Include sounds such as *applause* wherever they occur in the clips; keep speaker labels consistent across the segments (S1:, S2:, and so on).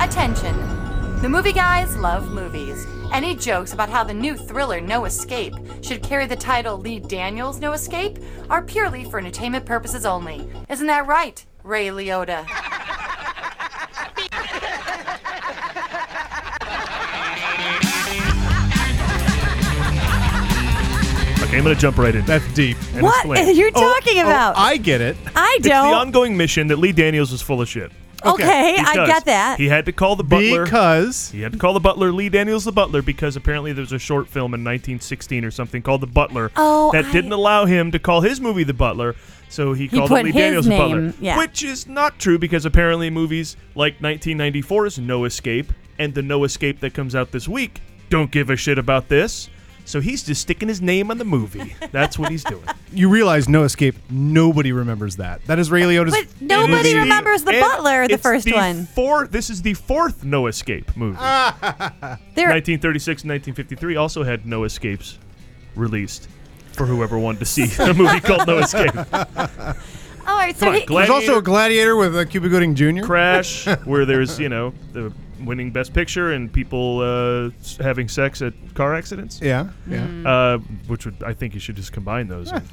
S1: attention. The movie guys love movies. Any jokes about how the new thriller No Escape should carry the title Lee Daniels No Escape are purely for entertainment purposes only. Isn't that right, Ray Liotta?
S2: Okay, I'm going to jump right in.
S3: That's deep.
S2: and
S4: What
S2: explain.
S4: are *laughs* you
S2: Oh,
S4: talking about?
S3: I get it.
S4: I
S2: It's the
S4: don't.
S2: ongoing mission that Lee Daniels was full of shit.
S4: okay, I
S2: Because
S4: get that.
S2: He had to call the butler.
S3: Because
S2: He had to call the butler Lee Daniels the butler because apparently there was a short film in 1916 or something called The Butler
S4: Oh,
S2: that
S4: I-
S2: didn't allow him to call his movie The Butler. So he, called
S4: put
S2: it Lee
S4: his
S2: Daniels the
S4: name,
S2: Butler,
S4: yeah.
S2: which is not true because apparently movies like 1994's No Escape and the No Escape that comes out this week don't give a shit about this. So he's just sticking his name on the movie. That's what he's doing.
S3: you realize No Escape, nobody remembers that. That is Ray Liotta's.
S4: But *laughs* nobody
S2: It is
S4: remembers the
S2: and
S4: butler, the
S2: it's
S4: first one.
S2: Four, this is the fourth No Escape movie. *laughs*
S4: There,
S2: 1936 and 1953 also had No Escapes released for whoever wanted to see a movie called No Escape.
S4: all right, so
S2: Come on,
S4: he,
S3: There's also
S2: Gladiator,
S3: a Gladiator with uh, Cuba Gooding Jr.
S2: Crash, where there's, you know, the winning Best Picture and people uh, s- having sex at car accidents,
S3: Yeah,
S4: Mm.
S3: yeah.
S2: uh, which would, I think you should just combine those. And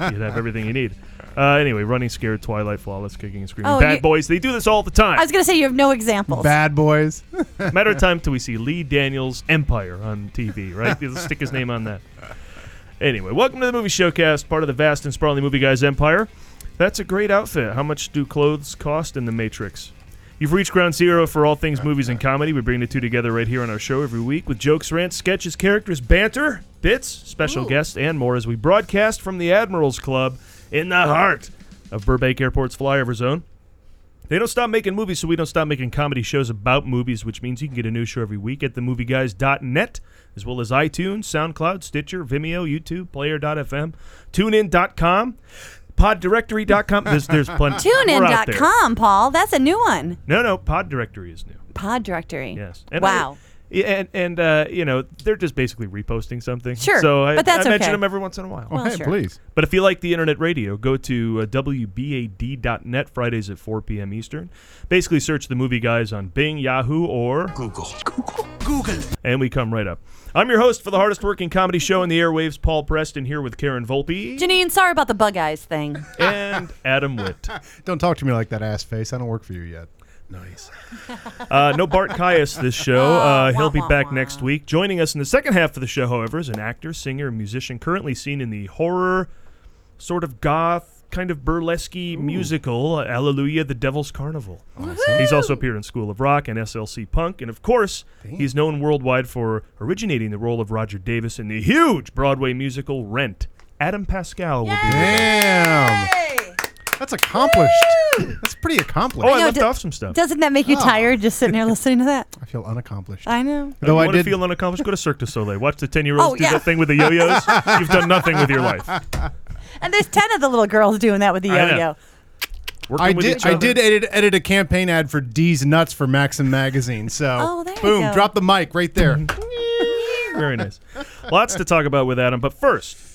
S2: you'd have everything you need. Uh, anyway, Running Scared, Twilight, Flawless, Kicking and Screaming.
S4: Oh,
S2: Bad
S4: you-
S2: Boys, they do this all the time.
S4: I was gonna say you have no examples.
S3: Bad Boys.
S2: Matter of time till we see Lee Daniels Empire on TV, right? They'll stick his name on that. Anyway, welcome to the Movie Showcast, part of the vast and sprawling Movie Guys Empire. That's a great outfit. How much do clothes cost in the Matrix? You've reached ground zero for all things movies and comedy. We bring the two together right here on our show every week with jokes, rants, sketches, characters, banter, bits, special guests, and more as we broadcast from the Admirals Club in the heart of Burbank Airport's flyover zone. They don't stop making movies, so we don't stop making comedy shows about movies, which means you can get a new show every week at themovieguys.net, as well as iTunes, SoundCloud, Stitcher, Vimeo, YouTube, Player.fm, TuneIn.com, PodDirectory.com. There's, there's plenty. We're out there.
S4: Tunein.com, Paul. That's a new one.
S2: No, no, Pod Directory is new.
S4: Pod directory.
S2: Yes.
S4: wow.
S2: I, yeah, and and uh, you know they're just basically reposting something.
S4: Sure,
S2: So I,
S4: but that's
S2: I mention
S4: okay.
S2: them every once in a while.
S4: *laughs*
S3: Oh,
S4: Well,
S3: hey,
S4: sure.
S3: please.
S2: But if you like the internet radio, go to uh, WBAD.net Fridays at 4 p.m. Eastern. Basically, search the movie guys on Bing, Yahoo, or Google. Google. Google. And we come right up. I'm your host for the hardest working comedy show in the airwaves, Paul Preston, here with Karen *laughs* Volpe
S4: Janine, sorry about the bug eyes thing.
S2: and Adam Witt.
S3: Don't talk to me like that, ass face. I don't work for you yet.
S2: Nice. Uh, no Bart Caius this show.
S4: *laughs* Oh,
S2: Uh, he'll be back next week. Joining us in the second half of the show, however, is an actor, singer, and musician currently seen in the horror, sort of goth, kind of burlesque musical, uh, Alleluia, The Devil's Carnival. He's also appeared in School of Rock and SLC Punk. And of course, he's known worldwide for originating the role of Roger Davis in the huge Broadway musical Rent. Adam Pascal will be.
S3: Damn. That's accomplished. That's pretty accomplished.
S2: Oh, I,
S4: know,
S2: left
S4: d-
S2: off some stuff.
S4: Doesn't that make
S2: Oh.
S4: you tired just sitting there listening to that?
S3: I feel unaccomplished.
S4: I
S2: *laughs*
S4: know.
S2: If you
S3: Though I
S2: want to
S3: did.
S2: feel unaccomplished, go to Cirque du Soleil. Watch the 10 year olds
S4: Oh,
S2: do
S4: yeah.
S2: that thing with the yo
S4: *laughs*
S2: yo's. You've done nothing with your life. Working
S4: And there's 10 of the little girls doing that with the
S2: I know.
S4: yo-yo.
S3: I
S2: with
S3: did.
S2: each
S3: I
S2: other.
S3: did edit, edit a campaign ad for D's Nuts for Maxim magazine. So,
S4: Oh, there you
S3: boom,
S4: go.
S3: drop the mic
S4: *laughs*
S3: right there.
S2: *laughs* Very nice. Lots to talk about with Adam, but first,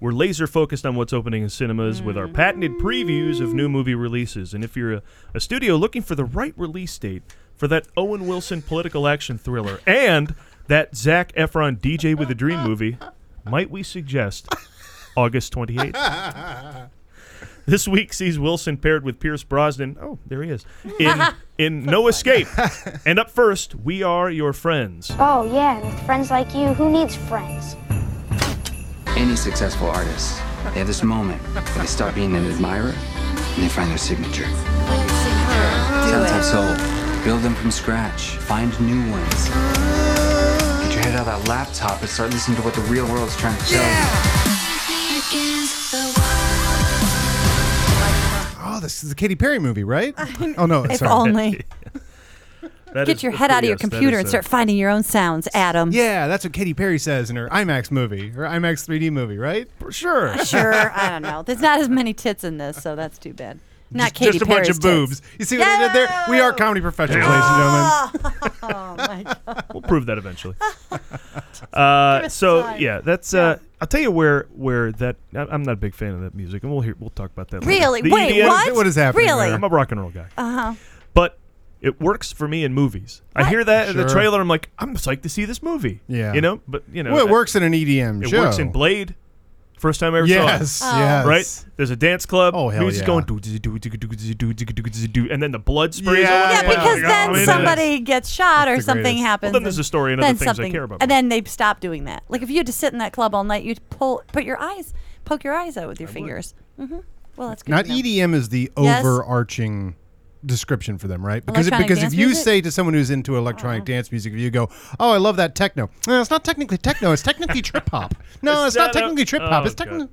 S2: we're laser focused on what's opening in cinemas with our patented previews of new movie releases. And if you're a, a studio looking for the right release date for that Owen Wilson political action thriller and that Zach Efron DJ with a Dream movie, might we suggest August 28th? This week sees Wilson paired with Pierce Brosnan. Oh, there he is. In, in No Escape. And up first, We Are Your Friends.
S5: Oh, yeah, and with friends like you, who needs friends?
S6: Any successful artist, they have this moment where they stop being an admirer and they find their signature. Sometimes soul. Build them from scratch. Find new ones. Get your head out of that laptop and start listening to what the real world's trying to tell you.
S3: Oh, this is the Katy Perry
S4: *laughs*
S3: movie, right? Oh no,
S4: If
S2: *laughs*
S3: sorry.
S4: only.
S2: That
S4: Get
S2: is-
S4: your
S2: that's
S4: head out of
S2: pretty-
S4: your
S2: yes, that
S4: computer
S2: is
S4: and
S2: a-
S4: start finding your own sounds, Adam.
S3: Yeah, that's what Katy Perry says in her IMAX movie, her IMAX 3D movie, right? Sure.
S4: *laughs* Sure, I don't know. There's not as many tits in this, so that's too bad. Not Katy
S3: Just a
S4: Perry's
S3: bunch of
S4: tits.
S3: boobs. You see what I did there? We are comedy professionals, ladies and gentlemen.
S4: Oh,
S2: *laughs* We'll prove that
S4: *laughs*
S2: eventually. *laughs* uh,
S4: us
S2: so
S4: time.
S2: yeah, that's. Uh, I'll tell you where where that. I- I'm not a big fan of that music, and we'll hear. We'll talk about that. later.
S4: Really?
S2: The
S4: Wait,
S2: EDM
S4: what? Uh-huh.
S3: What is happening
S4: Really?
S3: there?
S2: *laughs* I'm a rock and roll guy. Uh huh. But It works for me in movies. I
S7: What?
S2: hear that in the
S8: Sure.
S2: trailer. I'm like, I'm psyched to see this movie.
S8: Yeah.
S2: you know, but you know,
S8: Well, it
S2: I-
S8: works in an EDM
S2: It
S8: show.
S2: works in Blade. First time I ever
S8: Yes,
S2: saw it.
S4: Oh.
S8: yes.
S2: Right? There's a dance club.
S8: Oh, hell
S2: Music's
S8: yeah.
S2: going doo doo doo doo doo doo doo doo doo doo doo, and then the blood sprays.
S8: Yeah,
S2: all over
S4: Yeah,
S2: the place.
S4: because
S2: Like,
S4: then
S2: oh, it is.
S4: somebody gets shot or
S8: That's the
S4: something
S8: greatest. Well,
S4: happens.
S2: then there's a story and other
S4: then
S2: things I
S4: something-
S2: care about
S4: And
S2: more.
S4: then they stop doing that. Like if you had to sit in that club all night, you'd pull, put your eyes, poke your eyes out with your fingers. hmm Well, that's good.
S8: Not
S4: to know.
S8: EDM is the
S4: Yes.
S8: overarching description for them, right? Because
S4: Electronic
S8: because if
S4: dance
S8: you
S4: music? Uh-huh.
S8: say to someone who's into electronic dance music, if you go, "Oh, I love that techno," no, it's not technically techno. It's technically trip hop. No,
S2: Is
S8: it's not
S2: that a-
S8: technically trip
S2: Oh,
S8: hop. It's
S2: God.
S8: technically.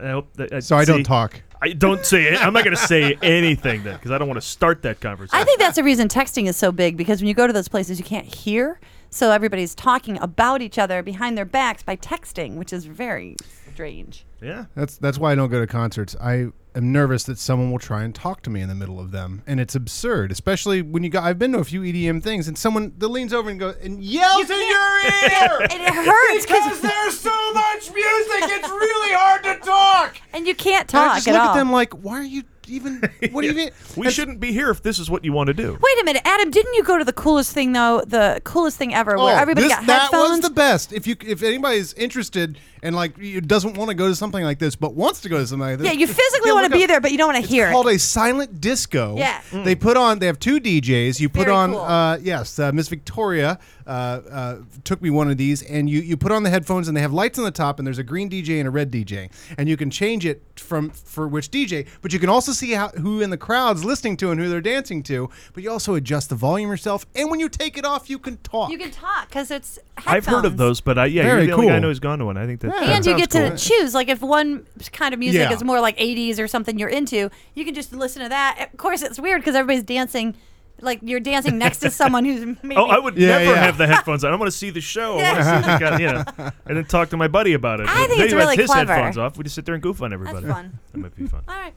S2: I hope that, uh,
S8: So I
S2: see,
S8: don't talk.
S2: I don't say it. I'm not going to say *laughs* anything then because I don't want to start that conversation.
S4: I think that's the reason texting is so big because when you go to those places, you can't hear. So everybody's talking about each other behind their backs by texting, which is very strange.
S2: yeah.
S8: That's that's why I don't go to concerts. I am nervous that someone will try and talk to me in the middle of them, and it's absurd. Especially when you got. I've been to a few EDM things, and someone that leans over and goes and yells in your
S4: *laughs*
S8: ear.
S4: And it hurts because
S8: there's so much music, it's really hard to talk.
S4: and you can't
S8: And
S4: talk
S8: I just
S4: at
S8: look
S4: all.
S8: at them like, why are you even? What are you doing?
S2: We
S8: That's-
S2: shouldn't be here if this is what you want to do.
S4: Wait a minute, Adam. Didn't you go to the coolest thing though? The coolest thing ever, where everybody
S8: Oh, this-
S4: got
S8: that
S4: headphones.
S8: was the best. If you, if anybody's interested and like you- doesn't want to go to something like this, but wants to go to something like this,
S4: Yeah, you physically want to be there, but you don't want to hear
S8: It's called
S4: it.
S8: a silent disco.
S4: Yeah.
S8: they put on. They have two DJs. You put
S4: Very
S8: on.
S4: cool.
S8: Uh, yes, uh, Miss Victoria uh, uh, took me one of these, and you you put on the headphones, and they have lights on the top, and there's a green DJ and a red DJ, and you can change it from for which DJ, but you can also see how who in the crowd's listening to and who they're dancing to. But you also adjust the volume yourself, and when you take it off, you can talk.
S4: You can talk because it's.
S2: I've
S4: Headphones.
S2: heard of those, but I yeah,
S8: Very
S2: you're the only guy I
S8: cool.
S2: know who's gone to one. I think that,
S8: Yeah.
S4: And you
S8: Sounds
S4: get to
S8: cool.
S4: choose. Like if one kind of music
S8: Yeah.
S4: is more like 80s or something you're into, you can just listen to that. Of course, it's weird because everybody's dancing. Like you're dancing next to someone
S2: *laughs*
S4: who's maybe.
S2: Oh,
S4: *laughs*
S2: I would
S8: Yeah,
S2: never
S8: yeah.
S2: have the headphones. on. I want to see the show. I want to see the guy,
S4: *laughs*
S2: you know, and then talk to my buddy about it.
S4: I think
S2: they
S4: it's
S2: left
S4: really
S2: his
S4: clever.
S2: headphones off. We just sit there and goof on everybody.
S4: fun.
S2: that might be fun.
S4: All right.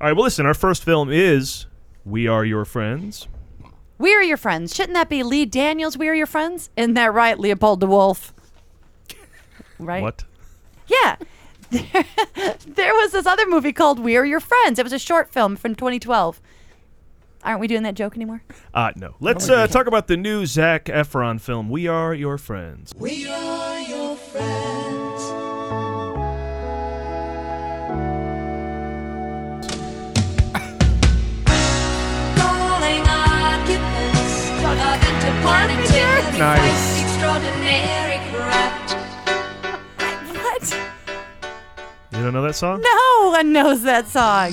S2: All right, well, listen, our first film is We Are Your Friends.
S4: We are your friends. Shouldn't that be Lee Daniels? We are your friends. Isn't that right, Leopold
S2: *laughs*
S4: DeWolf? Right.
S2: What?
S4: Yeah. *laughs* there was this other movie called We Are Your Friends. It was a short film from 2012. Aren't we doing that joke anymore? *laughs*
S2: Uh, no. Let's
S4: Oh,
S2: uh, talk about the new Zach Efron film, We Are Your Friends.
S9: Calling occupants of interplanetary
S8: Nice.
S9: flight, extraordinary craft.
S4: What?
S2: You don't know that song?
S4: No one knows that song. *laughs*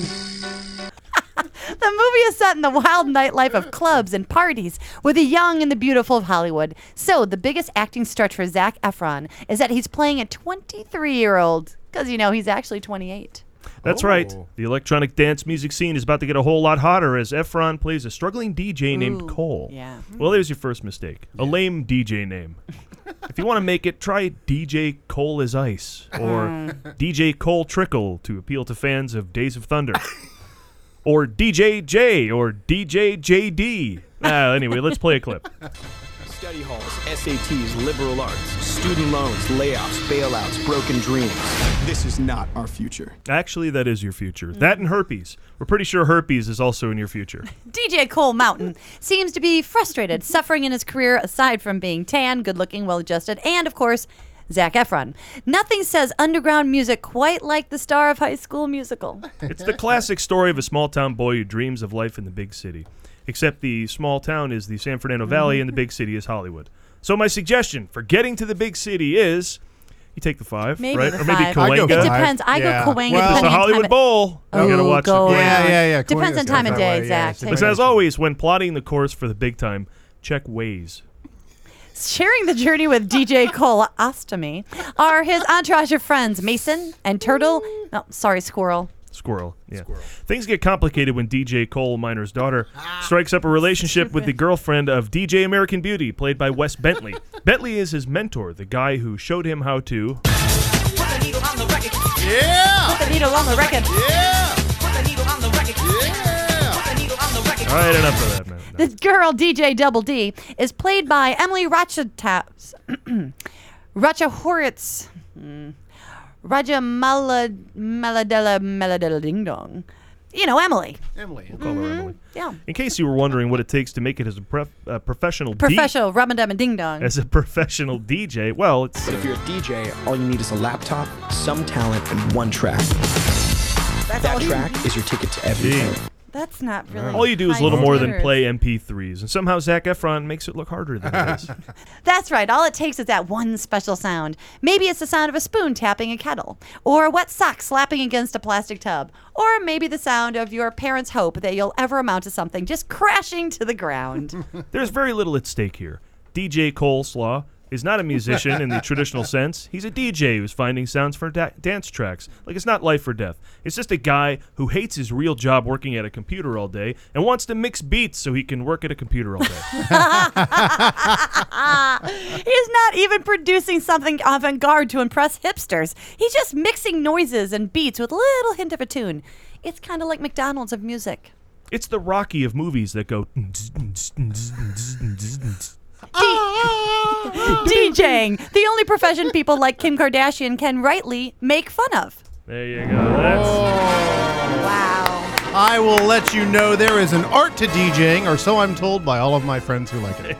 S4: the movie is set in the wild nightlife of clubs and parties with the young and the beautiful of Hollywood. So, the biggest acting stretch for Zach Efron is that he's playing a 23 year old because, you know, he's actually 28.
S2: That's right.
S4: Oh.
S2: The electronic dance music scene is about to get a whole lot hotter as Efron plays a struggling DJ named
S4: Ooh,
S2: Cole.
S4: yeah. Mm-hmm.
S2: Well, there's your first mistake. A lame
S4: *laughs*
S2: DJ name. if you want to make it, try DJ Cole is Ice or
S4: Mm-hmm.
S2: DJ Cole Trickle to appeal to fans of Days of Thunder. or DJ J or DJ JD. Ah, anyway, let's play a clip.
S3: Study halls, SATs, liberal arts, student loans, layoffs, bailouts, broken dreams. This is not our future.
S2: Actually, that is your future.
S4: Mm.
S2: That and herpes. We're pretty sure herpes is also in
S4: *laughs*
S2: your future.
S4: DJ Cole Mountain seems to be frustrated, suffering in his career aside from being tan, good looking, well adjusted, and of course, Zach Efron. Nothing says underground music quite like the star of High School Musical.
S2: It's the classic story of a small town boy who dreams of life in the big city. Except the small town is the San Fernando
S4: Mm-hmm.
S2: Valley and the big city is Hollywood. So my suggestion for getting to the big city is you take the five,
S4: Maybe
S2: right?
S4: the
S2: or maybe
S4: five.
S8: I go
S2: Kalenga.
S4: It
S8: Five?
S4: depends. I
S8: Yeah.
S4: go Coanga
S8: Well,
S2: It's
S4: depending on
S2: the Hollywood
S4: time of-
S2: Bowl. you gotta
S4: Oh,
S2: watch the
S4: go
S2: game.
S4: around.
S8: Yeah, yeah, yeah.
S4: Depends on
S8: Coincidence.
S4: time of
S8: That's
S4: day,
S8: why, yeah,
S4: Zach.
S8: it's a
S4: Take
S2: Listen,
S4: it.
S2: as always, when plotting the course for the big time, check Waze.
S4: Sharing the journey with
S8: *laughs*
S4: DJ Cole Ostomy are his entourage of friends, Mason and Turtle. No, sorry, Squirrel.
S2: Squirrel. Yeah. Things get complicated when DJ Cole Miner's daughter strikes up a relationship with the girlfriend of DJ American Beauty, played by Wes
S8: *laughs*
S2: Bentley. Bentley is his mentor, the guy who showed him how to.
S8: Yeah,
S4: The needle on the record.
S8: yeah. Yeah.
S2: All right, enough of that, man. No.
S4: The girl DJ Double D is played by Emily *clears throat* Ratchataps. Ratchahoritz.
S8: Mm-hmm.
S4: Raja Maladella Maladella Ding Dong. you know, Emily.
S8: Emily.
S2: Call her
S4: *laughs*
S2: Emily.
S4: Yeah.
S2: In case you were wondering what it takes to make it as a pref- uh, professional, D-
S4: Professional rum and dum and ding dong.
S2: as a professional DJ, well, it's
S3: But if you're a DJ, all you need is a laptop, some talent, and one track. that track is your ticket to everything.
S4: That's not really.
S2: all you do is
S4: high
S2: little more than
S4: standards.
S2: play MP3s, and somehow Zach Efron makes it look harder than it is.
S4: That's right. All it takes is that one special sound. Maybe it's the sound of a spoon tapping a kettle, or a wet sock slapping against a plastic tub, or maybe the sound of your parents' hope that you'll ever amount to something just crashing to the ground.
S2: There's very little at stake here. DJ Coleslaw is not a musician in the traditional sense. He's a DJ who's finding sounds for da- dance tracks. Like, it's not life or death. It's just a guy who hates his real job working at a computer all day and wants to mix beats so he can work at a computer all day.
S4: He's not even producing something avant garde to impress hipsters. He's just mixing noises and beats with little hint of a tune. It's kind of like McDonald's of music.
S2: it's the Rocky of movies that go.
S8: *laughs*
S4: DJing, the only profession people like Kim Kardashian can rightly make fun of.
S2: There you go. That's,
S4: Oh. Wow.
S8: I will let you know there is an art to DJing, or so I'm told by all of my friends who like it.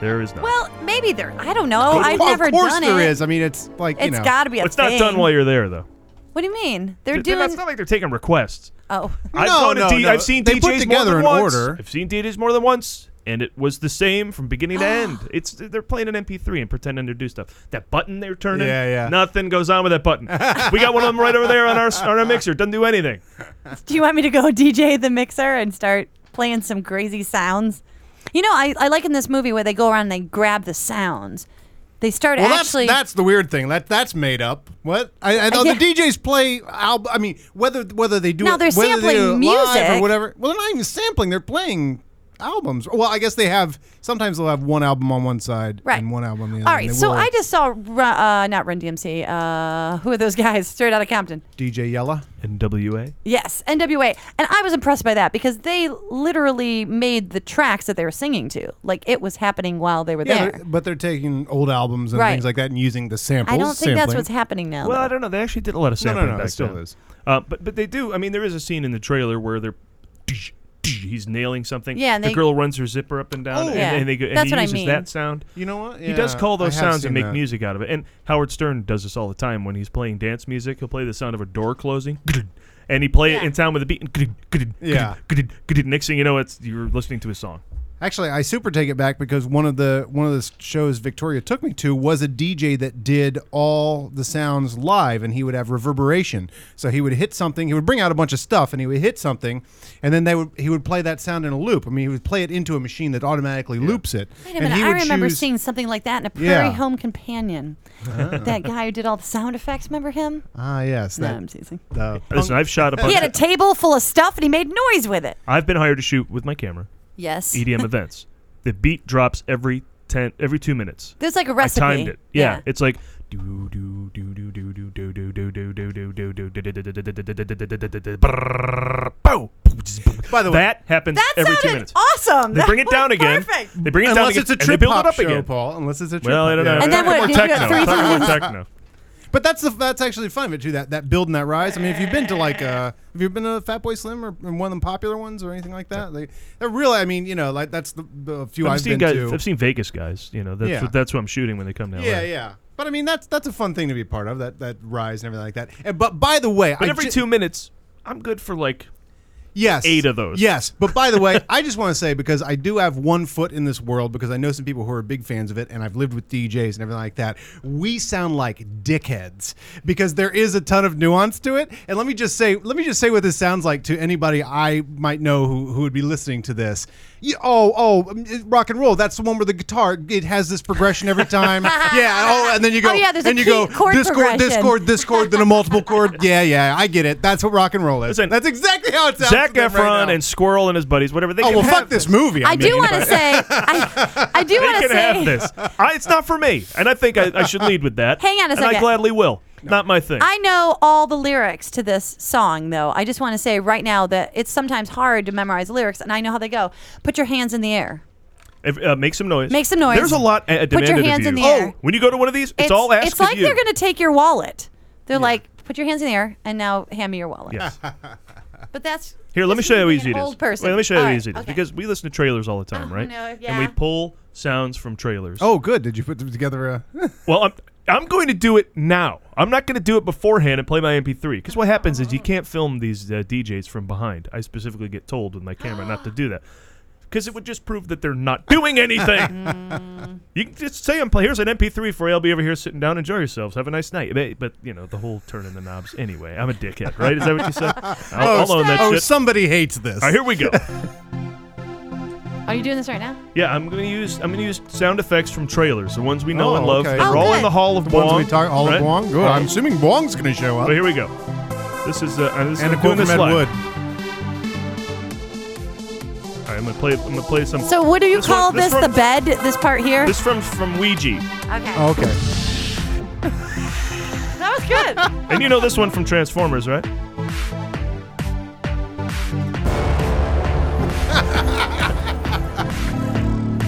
S2: there is not.
S4: Well, maybe there. I don't know. I've
S8: Well,
S4: never
S8: of course
S4: done
S8: there
S4: it.
S8: is. I mean, it's like you
S4: It's
S8: know.
S4: got to be a
S2: it's
S4: thing.
S2: not done while you're there, though.
S4: What do you mean? They're
S2: They're not,
S4: doing.
S2: it's not like they're taking requests.
S4: oh, *laughs*
S2: I've,
S8: No,
S2: gone to
S8: no,
S2: D-
S8: no.
S2: I've seen
S8: They
S2: DJs
S8: put
S2: more
S8: together
S2: than
S8: an
S2: once.
S8: order.
S2: I've seen DJs more than once, and it was the same from beginning to
S8: *gasps*
S2: end. It's they're playing an MP3 and pretending to do stuff. That button they're turning,
S8: Yeah, yeah.
S2: nothing goes on with that button. we got one of them right over there on our on our mixer. Doesn't do anything.
S4: do you want me to go *laughs* DJ the mixer and start playing some crazy sounds? You know, I, I like in this movie where they go around and they grab the sounds. They start
S8: Well, that's
S4: actually.
S8: that's the weird thing. That that's made up. What I, I thought
S4: *laughs* Yeah.
S8: the DJs play. Al- I mean, whether whether they do
S4: No,
S8: it,
S4: they're
S8: whether they do
S4: sampling
S8: it live
S4: music.
S8: or whatever. Well, they're not even sampling. They're playing albums. Well, I guess they have. Sometimes they'll have one album on one side
S4: Right.
S8: and one album on the other.
S4: all
S8: and
S4: right,
S8: they
S4: so
S8: will
S4: I just saw Ru- uh, not Run DMC. Uh, who are those guys? *laughs* Straight out of Compton.
S8: DJ Yella.
S2: NWA.
S4: Yes, NWA. And I was impressed by that because they literally made the tracks that they were singing to. Like it was happening while they were
S8: Yeah,
S4: there.
S8: they're- but they're taking old albums and
S4: Right.
S8: things like that and using the samples.
S4: I don't think that's
S8: sampling.
S4: what's happening now.
S2: Well,
S4: though.
S2: I don't know. They actually did a lot of
S8: No, no,
S2: sampling
S8: no, it
S2: back
S8: still
S2: then.
S8: is.
S2: Uh, but but they do. I mean, there is a scene in the trailer where they're he's nailing something.
S4: Yeah, and
S2: the
S4: they-
S2: girl runs her zipper up and down,
S8: Oh.
S2: and,
S4: Yeah.
S2: and they go, and
S4: That's
S2: he
S4: what I
S2: uses
S4: mean.
S2: that sound.
S8: You know what?
S2: He does
S8: Yeah,
S2: call
S8: I
S2: those
S8: have
S2: sounds
S8: seen
S2: and make
S8: that.
S2: music out of it. And Howard Stern does this all the time when he's playing dance music. He'll play the sound of a door closing, *laughs* and he play it in town with a beat. And
S8: Yeah.
S2: *laughs* Next thing you know, it's you're listening to a song.
S8: Actually, I super take it back because one of the one of the shows Victoria took me to was a DJ that did all the sounds live, and he would have reverberation. So he would hit something, he would bring out a bunch of stuff, and he would hit something, and then they would he would play that sound in a loop. I mean, he would play it into a machine that automatically loops it.
S4: Wait a
S8: and
S4: minute.
S8: he
S4: I
S8: would
S4: remember
S8: choose-
S4: seeing something like that in a
S8: Yeah.
S4: Prairie Home Companion.
S2: Uh-huh.
S4: That guy who did all the sound effects. Remember him?
S8: Ah, yes,
S4: No,
S8: that.
S4: I'm teasing.
S8: the
S2: Listen, I've shot a bunch.
S4: He had a
S2: Of,
S4: table full of stuff and he made noise with it.
S2: I've been hired to shoot with my camera
S4: Yes. *laughs*
S2: EDM events. The beat drops every ten, every two minutes.
S4: There's like a recipe.
S2: I timed it. Yeah, it's like do do do do do do do do do do do do do do do
S8: By the way,
S2: that happens
S4: That
S2: every two
S4: sounded
S2: minutes.
S4: awesome.
S2: They
S4: That
S2: bring it
S4: was
S2: down again.
S4: Perfect.
S2: They bring it down
S8: unless
S2: again.
S8: it's a
S2: and they build it
S8: trip-hop
S2: up
S8: show,
S2: again.
S8: Paul. Unless it's a trip.
S2: Well, I don't know.
S4: And then what,
S2: Talking more
S4: you got
S2: techno.
S4: three
S2: Talking more techno.
S8: But that's the that's actually fun of it too. That that build and that rise. I mean, if you've been to like uh, if you've been to Fat Boy Slim or one of the popular ones or anything like that, they they're really. I mean, you know, like that's the, the few
S2: I've,
S8: I've,
S2: seen
S8: been
S2: guys.
S8: to.
S2: I've seen Vegas guys. You know, that's
S8: Yeah.
S2: what, that's what I'm shooting when they come down.
S8: yeah, yeah. But I mean, that's that's a fun thing to be a part of. That that rise and everything like that. And, but by the way,
S2: But
S8: I
S2: every
S8: ju-
S2: two minutes, I'm good for like.
S8: yes
S2: eight of those.
S8: yes. But by
S2: *laughs*
S8: the way, I just want to say because I do have one foot in this world because I know some people who are big fans of it, and I've lived with DJs and everything like that. We sound like dickheads because there is a ton of nuance to it. And let me just say, let me just say what this sounds like to anybody I might know who, who would be listening to this. You, oh, oh, um, it- rock and roll. That's the one where the guitar it has this progression
S2: *laughs*
S8: every time. yeah. Oh, and then you go.
S4: Oh, yeah, there's a
S8: and you
S4: key
S8: go
S4: chord
S8: this chord, this
S4: progression.
S8: chord, this chord, then a multiple chord. Yeah, yeah. I get it. That's what rock and roll is.
S2: Listen,
S8: That's exactly how it sounds.
S2: Zac
S8: to them
S2: Efron
S8: right now.
S2: and Squirrel and his buddies, whatever they
S8: Oh
S2: can
S8: well,
S2: have
S8: fuck this movie. I,
S4: I do
S8: mean,
S4: want to
S8: but-
S4: say, I, I do
S2: *laughs* They
S4: want to
S2: can have
S4: say,
S2: this. I, it's not for me, and I think I, I should lead with
S4: *laughs*
S2: that.
S4: Hang on a
S2: and I
S4: second.
S2: gladly will. Not my thing.
S4: I know all the lyrics to this song, though. I just want to say right now that it's sometimes hard to memorize lyrics, and I know how they go. Put your hands in the air.
S2: If, uh, make some noise.
S4: Make some noise.
S2: There's a lot uh,
S4: Put your
S2: demanded of
S4: hands
S2: you.
S4: in the air.
S2: When you go to one of these, it's, all asked
S4: It's like
S2: of you.
S4: they're going to take your wallet. They're like, put your hands in the air, and now hand me your wallet.
S2: Yes.
S4: But that's
S2: Here, let me
S4: just
S2: show you how
S4: being
S2: easy it
S4: an
S2: is.
S4: Old person.
S2: Wait, let me show you
S4: All
S2: how
S4: right,
S2: easy it is
S4: okay.
S2: because we listen to trailers all the time, right?
S4: no,
S2: And we
S4: yeah.
S2: pull sounds from trailers.
S8: Oh, good. Did you put them together? uh, A
S2: Well, I'm I'm going to do it now. I'm not going to do it beforehand and play my MP3 because what happens is you can't film these uh, DJs from behind. I specifically get told with my camera not to do that because it would just prove that they're not doing anything.
S8: *laughs*
S2: you can just say I'm play. Here's an MP3 for you. I'll be over here sitting down. Enjoy yourselves. Have a nice night. But, but, you know the whole turning the knobs. Anyway, I'm a dickhead, right? Is that what you
S8: *laughs*
S2: said? I'll, I'll own that
S8: oh,
S2: shit.
S8: somebody hates this.
S2: All right, here we go.
S4: Are you doing this right now?
S2: Yeah, I'm gonna use I'm gonna use sound effects from trailers, the ones we know
S8: Oh,
S2: and love.
S8: okay.
S2: They're
S4: Oh,
S2: all
S4: good.
S2: in the Hall of
S8: the
S2: Bong.
S8: ones we talk all
S2: right?
S8: of Wong. Good. I'm assuming Wong's going to show
S2: But
S8: up.
S2: here we go. This is uh, uh, this
S8: And a
S2: I'm doing
S8: quote
S2: this
S8: from Ed
S2: live.
S8: Wood.
S2: All right, I'm gonna play. I'm gonna play some.
S4: So, what do you
S2: This one-
S4: call
S2: this
S4: this?
S2: one-
S4: the bed? This part here?
S2: this from from Ouija,
S4: okay.
S8: Oh, okay.
S4: That was *laughs* good.
S2: and you know this one from Transformers, right?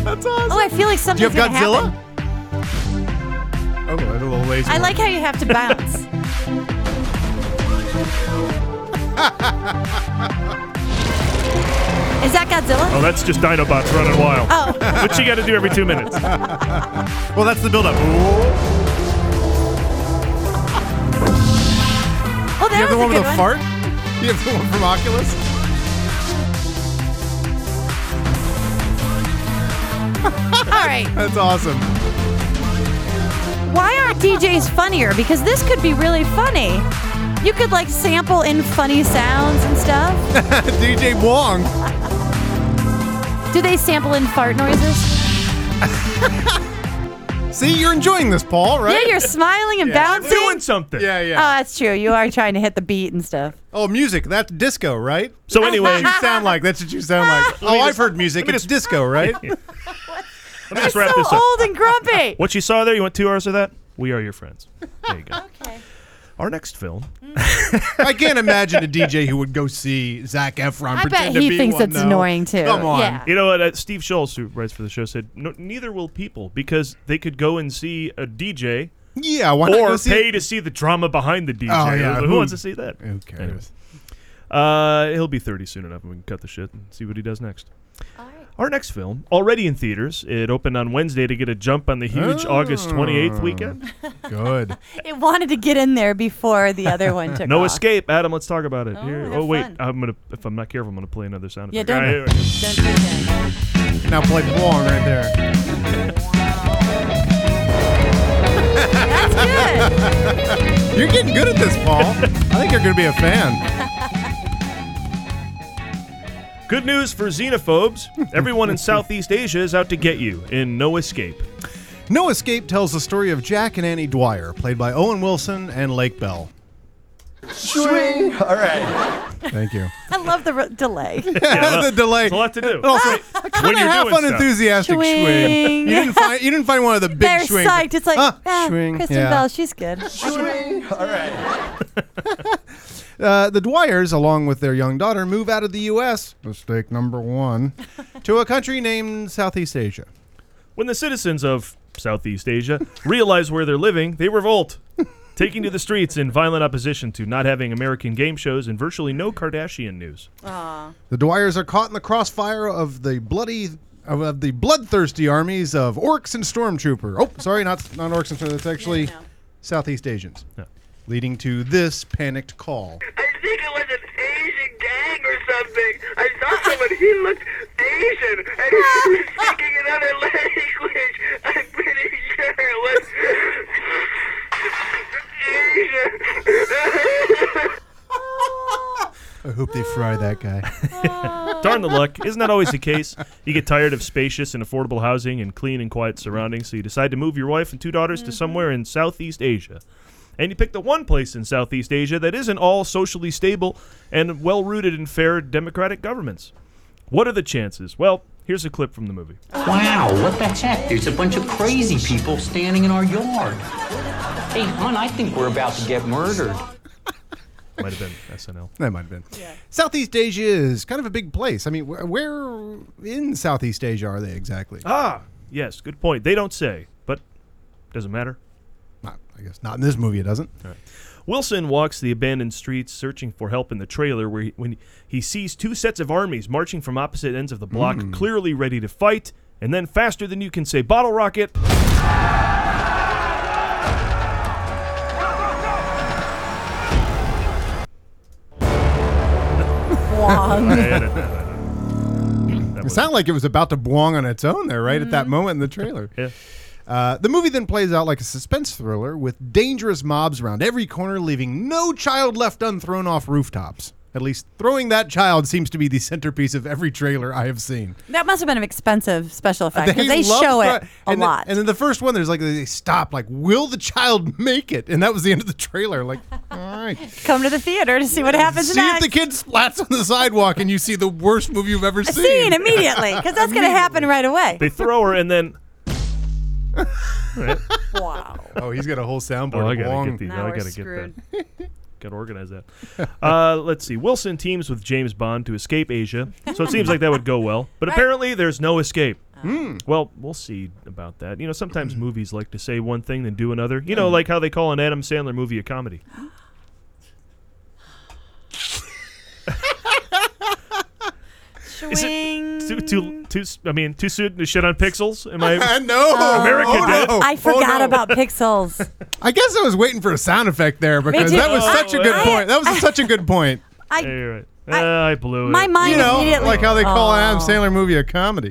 S8: That's awesome.
S4: oh, I feel like
S8: Do you
S4: something's gonna
S8: have
S4: happen.
S8: Godzilla? Oh, I a little lazy.
S4: I like how you have to
S8: *laughs*
S4: bounce. Is that Godzilla?
S2: Oh, that's just Dinobots running wild. Oh. Which you got to do every two minutes.
S8: Well, that's the build-up. Ooh.
S4: Oh,
S8: You
S4: that
S8: have the
S4: was a
S8: one
S4: good
S8: with the
S4: one.
S8: fart. You have the one from Oculus.
S4: All right.
S8: That's awesome.
S4: Why aren't DJs funnier? Because this could be really funny. You could like sample in funny sounds and stuff.
S8: DJ Wong.
S4: Do they sample in fart
S8: *laughs*
S4: noises?
S8: See, you're enjoying this, Paul, right?
S4: Yeah, you're smiling and bouncing.
S2: Doing something.
S8: Yeah,
S4: Oh,
S8: yeah.
S4: that's true. You are trying to hit the beat and stuff.
S8: oh, music. That's disco, right?
S2: So anyway,
S8: you sound like. *laughs* That's what you sound
S4: *laughs*
S8: like.
S2: me
S8: Oh, I've
S2: just-
S8: heard music.
S2: let me
S8: It's
S2: just- *laughs*
S8: disco, right?
S2: let me just
S4: You're
S2: wrap
S4: so
S2: this up.
S4: old and
S8: *laughs*
S4: grumpy.
S2: What you saw there, you want two hours of that? We are your friends. There you go. okay. Our next film.
S8: I can't imagine a DJ who would go see Zach Efron.
S4: I bet
S8: pretend to
S4: he
S8: be
S4: thinks
S8: one,
S4: it's
S8: though.
S4: annoying too.
S8: Come on.
S4: Yeah.
S2: You know what? Uh, Steve Schultz, who writes for the show, said no, neither will people because they could go and see a
S8: *laughs*
S2: DJ
S8: Yeah, why not
S2: or
S8: go see?
S2: pay to see the drama behind the DJ.
S8: Oh, yeah,
S2: Who,
S8: who-
S2: wants to see that?
S8: Who cares?
S2: Anyways. Uh, he'll be 30 soon enough, and we can cut the shit and see what he does next. Our next film, already in theaters, it opened on Wednesday to get a jump on the huge August
S4: *laughs*
S2: 28th weekend.
S8: Good.
S4: It wanted to get in there before the other one took
S2: No
S4: off.
S2: escape, Adam. Let's talk about it.
S4: Oh,
S2: Here.
S4: have
S2: oh wait,
S4: fun.
S2: I'm gonna. If I'm not careful, I'm gonna play another sound
S4: Yeah,
S2: effect.
S4: don't-
S2: All right, here we go.
S4: Don't do that.
S8: Now play Wong right there.
S4: That's good.
S8: You're getting good at this, Paul. I think you're going to be a fan.
S2: Good news
S4: *laughs*
S2: for xenophobes. Everyone in Southeast Asia is out to get you in No Escape.
S8: No Escape tells the story of Jack and Annie Dwyer, played by Owen Wilson and Lake Bell. Swing. All right.
S2: *laughs*
S8: Thank you.
S4: I love the r- delay.
S8: *laughs* the delay.
S2: There's a lot to *laughs* do.
S8: Also,
S2: when
S8: kind of
S2: you're
S8: half
S2: doing stuff.
S8: unenthusiastic
S4: Swing.
S8: swing. You didn't find you didn't find one of the big
S4: They're
S8: swings.
S4: psyched. It's like,
S8: Ah,
S4: ah,
S8: swing,
S4: Kristen
S8: yeah.
S4: Bell, she's good.
S8: Uh, the Dwyers, along with their young daughter, move out of the U.S. Mistake number one, to a country named Southeast Asia.
S2: When the citizens of Southeast Asia realize where they're living, they revolt, taking to the streets in violent opposition to not having American game shows and virtually no Kardashian news.
S8: The Dwyers are caught in the crossfire of the bloody of, of the bloodthirsty armies of orcs and stormtrooper. Oh, sorry, not not orcs and stormtrooper. That's actually Southeast Asians,
S2: No.
S8: leading to this panicked call.
S10: I think it was an Asian gang or something. I saw someone, he looked Asian, and
S4: *laughs*
S10: he was speaking another language. I'm pretty sure it was Asian.
S8: I hope they fry that guy.
S2: Darn the luck. Isn't that always the case? You get tired of spacious and affordable housing and clean and quiet surroundings, so you decide to move your wife and two daughters to somewhere in Southeast Asia. And you pick the one place in Southeast Asia that isn't all socially stable and well rooted in fair democratic governments. What are the chances? Well, here's a clip from the movie.
S6: Wow, what the heck? There's a bunch of crazy people standing in our yard. Hey, hon, I think we're about to get murdered.
S2: Might have been SNL.
S8: *laughs* That might have been. Southeast Asia is kind of a big place. I mean, wh- where in Southeast Asia are they exactly?
S2: Ah, yes, good point. They don't say, but doesn't matter.
S8: Not, I guess not in this movie. It doesn't.
S2: Wilson walks the abandoned streets searching for help in the trailer where he, when he sees two sets of armies marching from opposite ends of the block, clearly ready to fight, and then faster than you can say bottle rocket, I
S4: Wong.
S2: edit that.
S8: It sounded like it was about to blong on its own there, right at
S4: Mm-hmm.
S8: that moment in
S4: *laughs*
S8: the trailer.
S2: Yeah.
S8: Uh, the movie then plays out like a suspense thriller with dangerous mobs around every corner, leaving no child left unthrown off rooftops. At least throwing that child seems to be the centerpiece of every trailer I have seen.
S4: that must have been an expensive special effect because they,
S8: love
S4: show
S8: thro-
S4: it a
S8: and then-
S4: lot.
S8: and then the first one, there's like they stop, like, will the child make it? And that was the end of the trailer.
S4: *laughs*
S8: Like, all right,
S4: Come to the theater to see what happens
S8: see
S4: next.
S8: if the kid splats on the sidewalk, and you see the worst movie
S4: *laughs*
S8: you've ever seen.
S4: Scene immediately because that's going to happen right away.
S2: They throw her and then *laughs*
S4: wow.
S8: Oh, he's got a whole soundboard.
S2: Oh, I
S8: of
S2: gotta
S8: long-
S2: get these.
S4: Now
S2: I
S4: we're
S2: gotta
S4: screwed. *laughs*
S2: get that. gotta organize that. Uh, let's see. Wilson teams with James Bond to escape Asia, so it seems like that would go well. But apparently, there's no escape.
S4: Oh.
S2: Well, we'll see about that. You know, sometimes
S4: Hmm.
S2: movies like to say one thing then do another. You know, like how they call an Adam Sandler movie a comedy.
S4: Swing.
S2: Too,
S4: Hmm.
S2: too, too. s- I mean, too soon to shit on pixels.
S4: *laughs*
S2: Am I?
S8: *laughs* no,
S2: America did.
S8: no.
S4: I forgot
S8: oh, no.
S4: about
S2: *laughs*
S4: pixels.
S8: Oh, I guess I was waiting for a sound effect there because
S4: too.
S8: that was
S4: Oh,
S8: such a good
S4: wow.
S8: point. That was such a
S4: *laughs*
S8: good point.
S4: I
S2: Yeah, you're right.
S4: I-
S2: Uh, I blew it.
S4: my mind
S8: You know,
S4: immediately
S8: like how they call an Adam
S4: Oh.
S8: Sandler movie a comedy.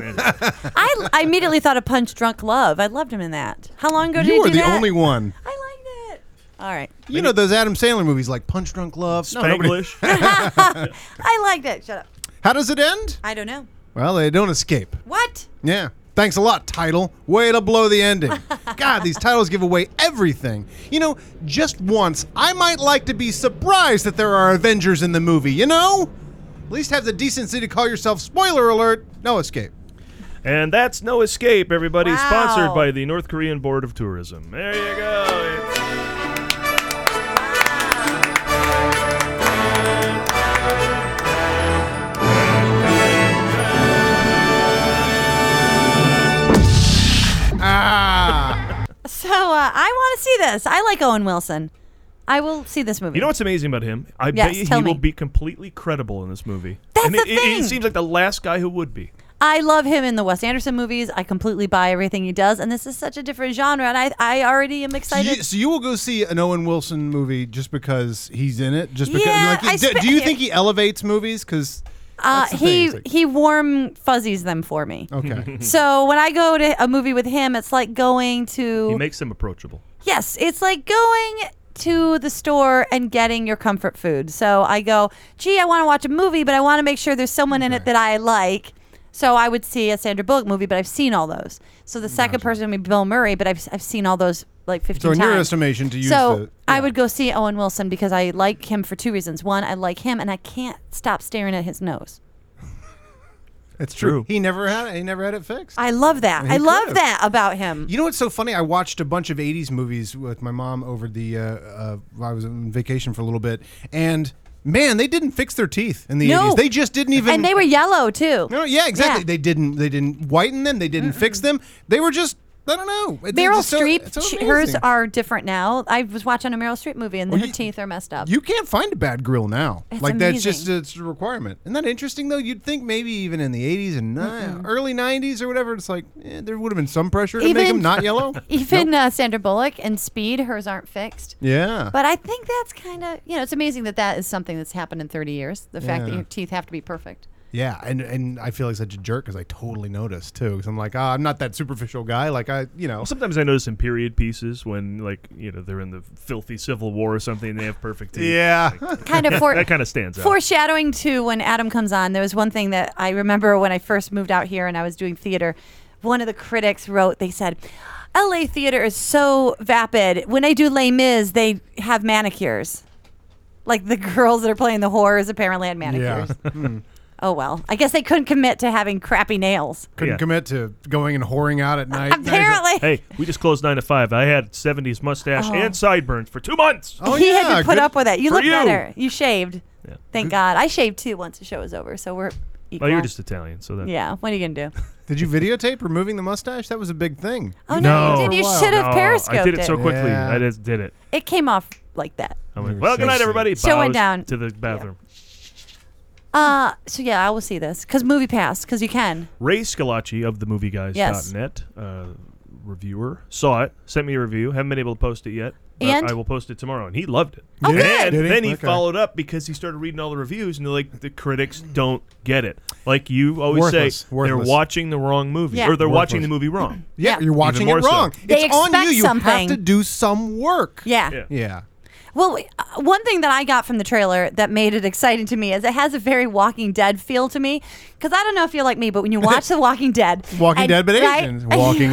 S4: I, I immediately thought of Punch Drunk Love. I loved him in that. How long ago did
S8: You
S4: he
S8: are
S4: do
S8: the
S4: that?
S8: only one.
S4: I liked it. All right.
S8: You know those Adam Sandler movies like Punch Drunk Love. No, nobody-
S2: Spanglish.
S4: *laughs* I liked it. Shut up.
S8: How does it end?
S4: I don't know.
S8: Well, they don't escape.
S4: What?
S8: Yeah. Thanks a lot, title. Way to blow
S4: *laughs*
S8: the ending. God, these titles give away everything. You know, just once, I might like to be surprised that there are Avengers in the movie, you know? At least have the decency to call yourself spoiler alert, no escape.
S2: And that's No Escape, everybody. Sponsored
S4: Wow.
S2: by the North Korean Board of Tourism. There you go.
S8: Ah.
S4: So uh, I want to see this. I like Owen Wilson. I will see this movie.
S2: You know what's amazing about him? I
S4: Yes,
S2: bet you he
S4: tell me.
S2: will be completely credible in this movie.
S4: That's
S2: and it,
S4: the
S2: it- It,
S4: thing.
S2: seems like the last guy who would be.
S4: I love him in the Wes Anderson movies. I completely buy everything he does, and this is such a different genre. And I, I already am
S8: So you,
S4: excited.
S8: so you will go see an Owen Wilson movie just because he's in it? Just because?
S4: Yeah,
S8: like,
S4: I
S8: do,
S4: spe-
S8: do you think he elevates movies? Because
S4: Uh,
S8: that's the thing,
S4: he
S8: it's like-
S4: he warm fuzzies them for me.
S8: *laughs* okay,
S4: Hmm. So when I go to a movie with him, it's like going to
S2: He makes him approachable.
S4: Yes, it's like going to the store and getting your comfort food. So I go, gee, I want to watch a movie, but I want to make sure there's someone in it that I like. So I would see a Sandra Bullock movie, but I've seen all those. So the second person would be Bill Murray, but I've, I've seen all those like 15
S8: so in your
S4: times.
S8: estimation, to use
S4: so
S8: the
S4: I would go see Owen Wilson because I like him for two reasons. One, I like him, and I can't stop staring at his nose.
S8: it's
S2: true.
S8: He never had it. He never had it fixed.
S4: I love that.
S8: He
S4: I love
S8: could've.
S4: that about him.
S8: You know what's so funny? I watched a bunch of '80s movies with my mom over the. Uh, uh, I was on vacation for a little bit, and man, they didn't fix their teeth in the
S4: No.
S8: '80s. They just didn't even.
S4: and they were yellow too.
S8: No, yeah, exactly.
S4: Yeah.
S8: They didn't. They didn't whiten them. They didn't fix them. They were just. I don't know. It's-
S4: Meryl
S8: it's so-
S4: Streep,
S8: it's so
S4: she- hers
S8: amazing.
S4: are different now. I was watching a Meryl Streep movie and her
S8: you-
S4: teeth are messed up. *laughs*
S8: You can't find a bad grill now.
S4: It's
S8: like that's
S4: amazing.
S8: just it's a requirement. Isn't that interesting though? You'd think maybe even in the 80s and ni- early 90s or whatever, it's like eh, there would have been some pressure to make
S4: Even-
S8: them
S4: *laughs*
S8: not yellow.
S4: Even uh, Sandra Bullock and Speed, hers aren't fixed.
S8: yeah.
S4: But I think that's kind of, you know, it's amazing that that is something that's happened in 30 years. The fact that
S8: Yeah.
S4: your teeth have to be perfect.
S8: yeah, and and I feel like such a jerk because I totally noticed too. Because I'm like, ah, I'm not that superficial guy. Like I, you know,
S2: Well, sometimes I notice in period pieces when, like, you know, they're in the filthy Civil War or something and they have perfect teeth.
S8: yeah.
S4: Kind of for
S2: That kind of stands out.
S4: Foreshadowing to when Adam comes on, there was one thing that I remember when I first moved out here and I was doing theater. One of the critics wrote, they said, LA theater is so vapid. When I do Les Mis, they have manicures. Like the *laughs* girls that are playing the horrors apparently had manicures. Oh, well. I guess they couldn't commit to having crappy nails.
S8: *laughs* Couldn't
S2: Yeah.
S8: commit to going and whoring out at night.
S4: *laughs* Apparently,
S2: *laughs* Hey, we just closed 9 to 5. I had 70s mustache
S4: Oh.
S2: and sideburns for two months.
S8: Oh,
S4: he
S8: yeah,
S4: had to put
S8: good
S4: up with it. You
S2: for
S4: look
S2: you.
S4: better. You shaved.
S2: Yeah.
S4: Thank God. I shaved too once the show was over. So we're equal.
S2: Well, you're just Italian, so that.
S4: Yeah. What are you gonna do?
S8: Did you videotape removing the mustache? That was a big thing.
S4: Oh, no, you No. did. You should have
S2: *laughs* No, I did
S4: periscoped
S2: it so
S4: it.
S2: quickly.
S8: Yeah.
S2: I just did it.
S4: It came off like that.
S2: I went, well, good night, everybody.
S4: Show
S2: Bows
S4: went down.
S2: to the bathroom.
S4: Uh, so yeah, I will see this because Movie Pass, because you can.
S2: Ray Scalacci of the MovieGuys.net,
S4: Yes.
S2: uh, reviewer, saw it, sent me a review. Haven't been able to post it yet. but
S4: And?
S2: I will post it tomorrow, and he loved it.
S4: Oh, Did he? good.
S2: And
S4: Did he?
S2: then he
S4: Okay.
S2: followed up because he started reading all the reviews, and they're like, the critics don't get it. Like you always
S8: Worthless,
S2: say,
S8: worthless.
S2: they're watching the wrong movie,
S8: Yeah.
S2: or they're watching
S8: Worthless.
S2: the
S4: *clears throat*
S2: movie wrong.
S8: Yeah, you're watching
S2: Even
S8: it
S2: more so.
S8: wrong.
S4: They
S8: it's on you.
S4: expect
S8: You have
S4: something.
S8: to do some work.
S4: Yeah.
S2: Yeah.
S8: Yeah.
S4: Well, w- uh, one thing that I got from the trailer that made it exciting to me is it has a very Walking Dead feel to me. Because I don't know if you're like me, but when
S8: *laughs*
S4: you watch The Walking Dead,
S8: Walking
S4: and-
S8: Dead, but
S4: right? *laughs*
S8: Asians. Walking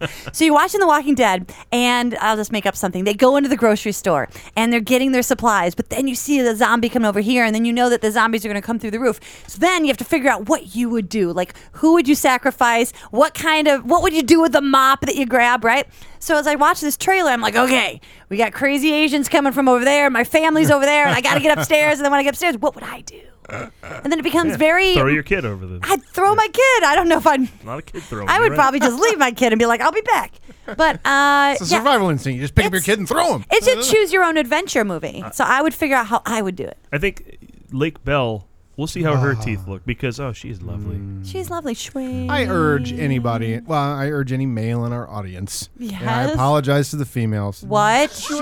S4: Asians. so you're watching The Walking Dead, and I'll just make up something. They go into the grocery store and they're getting their supplies, but then you see the zombie coming over here, and then you know that the zombies are going to come through the roof. So then you have to figure out what you would do. Like, who would you sacrifice? What kind of, what would you do with the mop that you grab, right? So as I watch this trailer, I'm like, okay, we got crazy Asians coming from over there, and my family's over there, and I got to
S2: *laughs*
S4: get upstairs, and then when I get upstairs, what would I do? And then it becomes
S2: Yeah.
S4: very.
S2: Throw your kid over the.
S4: I'd throw my kid. I don't know if I'd
S2: Not a kid throwing.
S4: I
S2: you're
S4: would
S2: right.
S4: probably just leave my kid and be like, I'll be back.
S2: *laughs*
S4: But uh,
S8: It's a
S4: yeah,
S8: survival instinct. You just pick up your kid and throw him.
S4: it's a choose your own adventure movie.
S2: Uh,
S4: So I would figure out how I would do it.
S2: I think Lake Bell. We'll see how her teeth look because oh, she's lovely.
S4: She's lovely. Shwing.
S8: *laughs* I urge anybody, well, I urge any male in our audience. and I
S4: Yes?
S8: apologize to the females.
S4: What?
S3: All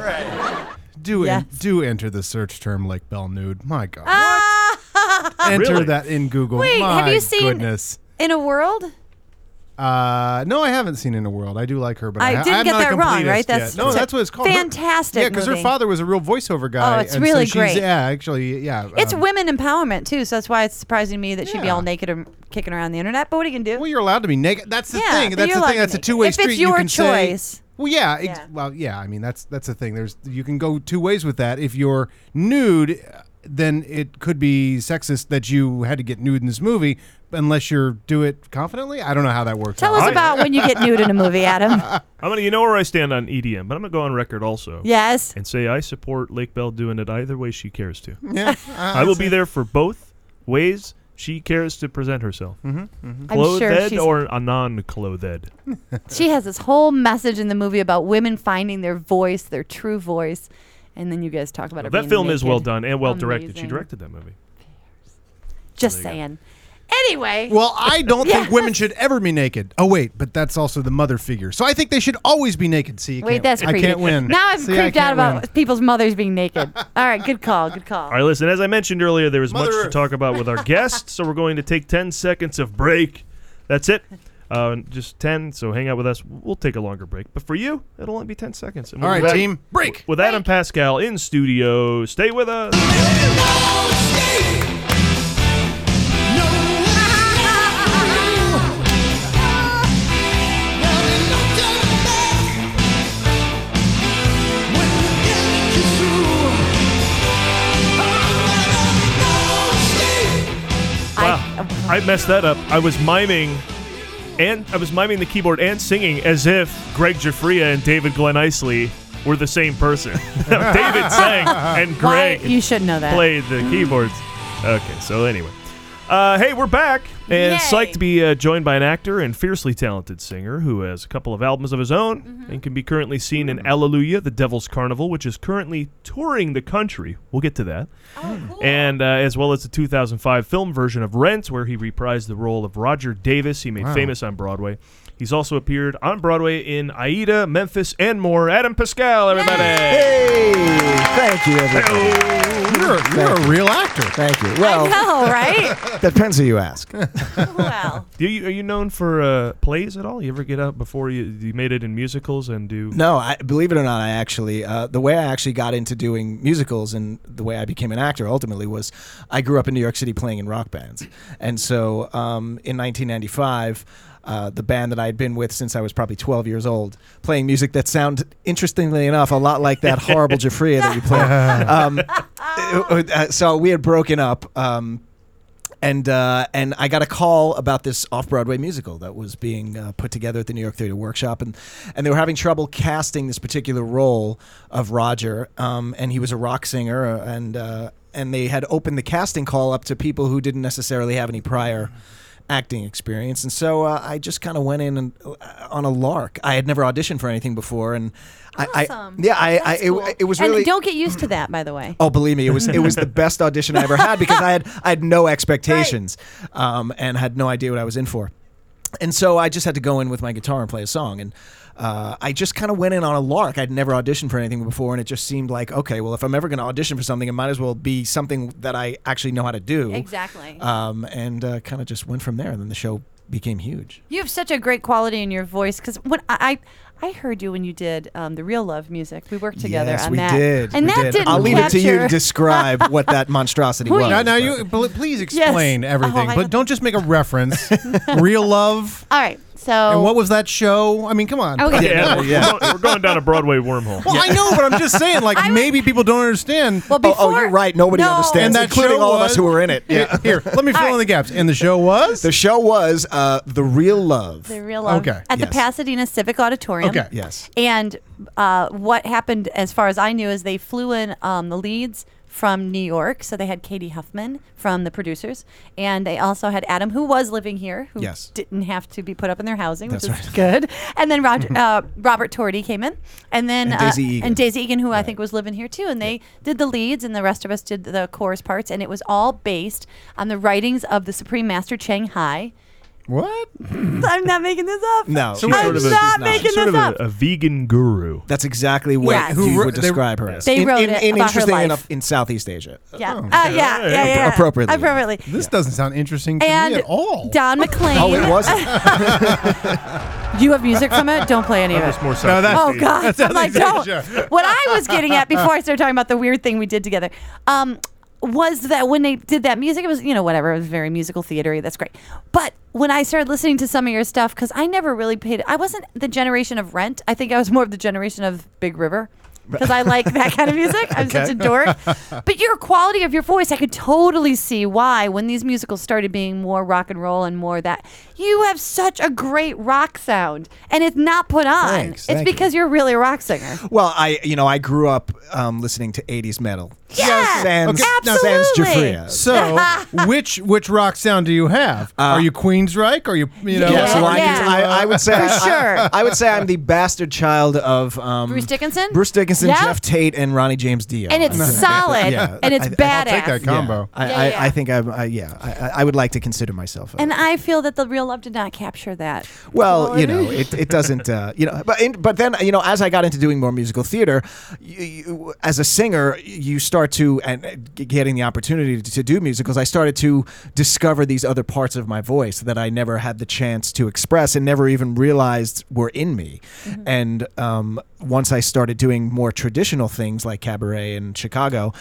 S3: right.
S8: Do en-
S4: Yes.
S8: do enter the search term Lake Bell nude. My God.
S4: Ah!
S8: enter that in Google.
S4: Wait,
S8: My
S4: have you seen-
S8: goodness.
S4: In a world?
S8: Uh, no, I haven't seen In a World. I do like her, but I,
S4: I
S8: ha-
S4: didn't
S8: I'm
S4: get
S8: not a
S4: that wrong,
S8: completist
S4: right?
S8: yet.
S4: That's-
S8: no,
S4: it's a
S8: that's what it's called. Her-
S4: fantastic
S8: yeah, because her
S4: movie.
S8: father was a real voiceover guy.
S4: Oh, it's
S8: and
S4: really
S8: so she's,
S4: great.
S8: Yeah, actually, yeah.
S4: It's
S8: um,
S4: women empowerment too, so that's why it's surprising to me that she'd be
S8: Yeah.
S4: all naked and kicking around the internet. But what are you gonna do?
S8: Well, you're allowed to be naked. That's the
S4: Yeah,
S8: thing.
S4: but
S8: That's
S4: you're
S8: the
S4: allowed
S8: thing.
S4: to
S8: That's
S4: be
S8: a
S4: naked.
S8: two way
S4: If it's
S8: street.
S4: your
S8: you can
S4: choice.
S8: Say, well, yeah, ex-
S4: Yeah.
S8: Well, yeah. I mean, that's that's the thing. There's you can go two ways with that. If you're nude, uh, then it could be sexist that you had to get nude in this movie, unless you're do it confidently. I don't know how that works.
S4: Tell
S8: out.
S4: us about when you get nude in a movie,
S2: *laughs*
S4: Adam.
S2: I'm gonna, you know where I stand on EDM, but I'm gonna go on record also.
S4: Yes.
S2: And say I support Lake Bell doing it either way she
S4: *laughs*
S2: cares to.
S8: Yeah, Uh,
S2: I will be there for both ways she cares to present herself.
S8: Mm-hmm.
S4: I'm
S2: Clothed
S4: sure she's
S2: or a non-clothed.
S4: She has this whole message in the movie about women finding their voice, their true voice, and then you guys talk about it.
S2: that film is well done and well directed. She
S4: Amazing.
S2: directed that movie.
S4: Just saying. Anyway.
S8: Well, I
S4: *laughs*
S8: don't think women should ever be naked. Oh wait, but that's also the mother figure. So I think they should always be naked. See, you
S4: Wait,
S8: can't,
S4: that's
S8: I
S4: creepy.
S8: can't win.
S4: Now I'm
S8: See, I
S4: creeped out
S8: can't
S4: about
S8: win.
S4: people's mothers being
S8: *laughs*
S4: naked. All right, good call, good call.
S2: All right, listen. As I mentioned earlier, there was much
S4: Mother
S2: to
S4: Earth.
S2: talk about with
S8: *laughs*
S2: our guest, so we're going to take 10 seconds of break. That's it. Uh, just 10. So hang out with us. We'll take a longer break, but for you, it'll only be 10 seconds. And
S8: All
S2: we'll be
S8: right,
S2: back
S8: team, break.
S2: With Adam Pascal in studio. Stay with us. Wow. I messed that up. I was miming and I was miming the keyboard and singing as if Greg Jafria and David Glenn Isley were the same person. *laughs* David sang and
S4: Why-
S2: Greg
S4: you should know *laughs* that.
S2: played the keyboards. Okay, so anyway. Uh, hey, we're back and
S4: Yay.
S2: psyched to be uh, joined by an actor and fiercely talented singer who has a couple of albums of his own
S4: Mm-hmm.
S2: and can be currently seen in Alleluia, The Devil's Carnival, which is currently touring the country. We'll get to that.
S4: Oh,
S2: And uh, as well as the 2005 film version of Rent, where he reprised the role of Roger Davis, he made
S8: Wow.
S2: famous on Broadway. He's also appeared on Broadway in Aida, Memphis, and more. Adam Pascal, everybody.
S3: Hey, thank you, everybody.
S8: You're, a- you're a real actor.
S3: Thank you. Well,
S4: know,
S8: *laughs*
S4: right?
S3: depends who you ask.
S2: Do you, are you known for uh, plays at all? You ever get out before you, you made it in musicals and do?
S3: No, I, believe it or not, I actually uh, the way I actually got into doing musicals and the way I became an actor ultimately was I grew up in New York City playing in rock bands, and so um, in 1995. Uh, the band that I had been with since I was probably 12 years old, playing music that sounded, interestingly enough, a lot like that horrible *laughs* Jafria that you played. Um, uh, uh, so we had broken up, um,
S8: and uh, and I got a call about this off Broadway musical that was being uh, put together at the New York Theater Workshop, and and they were having trouble casting this particular role of Roger, um, and he was a rock singer, uh, and uh, and they had opened the casting call up to people who didn't necessarily have any prior acting experience, and so uh, I just kind of went in and uh, on a lark. I had never auditioned for anything before, and I, I
S4: Awesome.
S8: yeah, I, I
S4: That's
S8: it,
S4: cool.
S8: it was
S4: And
S8: really
S4: don't get used to that, by the way.
S8: Oh, believe me, it was it was the best audition I ever had because I had I had no expectations, um, and had no idea what I was in for, and so I just had to go in with my guitar and play a song, and uh, I just kind of went in on a lark. I'd never auditioned for anything before, and it just seemed like okay, well, if I'm ever going to audition for something, it might as well be something that I actually know how to do.
S4: Exactly.
S8: Um, and uh, kind of just went from there, and then the show became huge.
S4: You have such a great quality in your voice because when I, I I heard you when you did um, the real love music, we worked together
S8: yes,
S4: on
S8: we
S4: that,
S8: did.
S4: and
S8: we
S4: that
S8: did.
S4: didn't
S8: I'll leave it to you to
S4: capture- *laughs*
S8: describe what that monstrosity was.
S3: Now, now
S8: but-
S3: you pl- please explain everything,
S4: Oh, I
S3: but don't just make
S4: *laughs*
S3: a reference. Real love.
S4: All right, so
S3: And what was that show? I mean, come on.
S4: Okay.
S2: *laughs* Yeah, we're, Going, we're going down a Broadway wormhole. *laughs*
S3: Well, I know, but I'm just saying, like, maybe people don't understand.
S4: Well,
S8: oh, you're right. Nobody understands, including all of us who were in it. Yeah.
S3: Here, let me fill in the gaps. And the show was?
S8: The show was uh, The Real Love.
S4: the real love
S8: Okay.
S4: at the
S8: Yes.
S4: Pasadena Civic Auditorium.
S8: Okay. Yes.
S4: And uh, what happened, as far as I knew, is they flew in um, the leads from New York. So they had Katie Huffman from the producers, and they also had Adam, who was living here, who
S8: Yes.
S4: didn't have to be put up in their housing, which
S8: That's
S4: is
S8: right. Mm-hmm.
S4: good. And then Roger, uh, Robert Tordy came in, and then uh,
S8: And Daisy Egan.
S4: and Daisy Egan, who I think was living here too. And they did the leads, and the rest of us did the chorus parts, and it was all based on the writings of the Supreme Master Chang
S8: *clears throat*
S4: Hai.
S3: What?
S4: I'm not making this up.
S8: No,
S2: So
S4: I'm
S2: sort of a-
S4: not
S2: she's
S4: making
S2: sort
S4: this
S2: of
S4: up.
S2: a, a vegan guru.
S8: That's exactly what
S4: Yes.
S8: you
S4: Who wrote-
S8: would
S4: they-
S8: describe her as.
S4: They
S8: in,
S4: wrote
S8: in,
S4: it
S8: in
S4: about her
S8: interestingly
S4: life.
S8: enough, in Southeast Asia.
S4: Yeah. Uh, yeah, yeah, yeah, yeah.
S8: Appropriately.
S4: Appropriately.
S3: This doesn't sound interesting to
S4: And
S3: me at all.
S4: *laughs* Don McLean.
S8: Oh, it wasn't.
S4: you have music from it? Don't play any of
S3: That
S4: it.
S3: was more Southeast
S4: oh,
S3: Asia.
S4: God.
S3: That's
S4: I'm like,
S3: Southeast
S4: don't.
S3: Asia.
S4: What I was getting at before I started talking about the weird thing we did together um, was that when they did that music, it was, you know, whatever. It was very musical theater That's great. But when I started listening to some of your stuff, because I never really paid, I wasn't the generation of Rent. I think I was more of the generation of Big River. Because I like that kind of music. I'm such a
S8: Okay.
S3: *laughs*
S4: dork. But your quality of your voice, I could totally see why when these musicals started being more rock and roll and more that you have such a great rock sound, and it's not put on.
S8: Thanks,
S4: it's
S8: thank you.
S4: because you. are really a rock singer.
S8: Well, I you know I grew up um, listening to '80s metal.
S4: Yeah,
S8: sans,
S4: Okay.
S8: sans
S4: absolutely.
S8: Jufria.
S3: So, *laughs* which which rock sound do you have?
S4: Uh,
S3: are you Queensryche? Are you you know?
S8: yeah, so I,
S4: Yeah.
S8: can- I, I would say
S4: For sure.
S8: I, I would say I'm the bastard child of um,
S4: Bruce Dickinson?
S8: Bruce Dickinson,
S4: Yeah.
S8: Jeff Tate, and Ronnie James Dio.
S4: *laughs* And it's
S8: I think.
S4: solid, and it's
S8: I'll
S4: badass.
S3: that combo.
S8: I,
S4: Yeah,
S8: I,
S4: yeah.
S8: I think I'm. I, yeah, I, I- I would like to consider myself. A,
S4: And I feel that the real love did not capture that.
S8: well, you know, it, it doesn't. Uh, you know, but in, but then you know, as I got into doing more musical theater, you, you, as a singer, you start to and uh, g- getting the opportunity to, to do musicals. I started to discover these other parts of my voice that I never had the chance to express and never even realized were in me.
S4: Mm-hmm.
S8: And um, once I started doing more traditional things like cabaret in Chicago,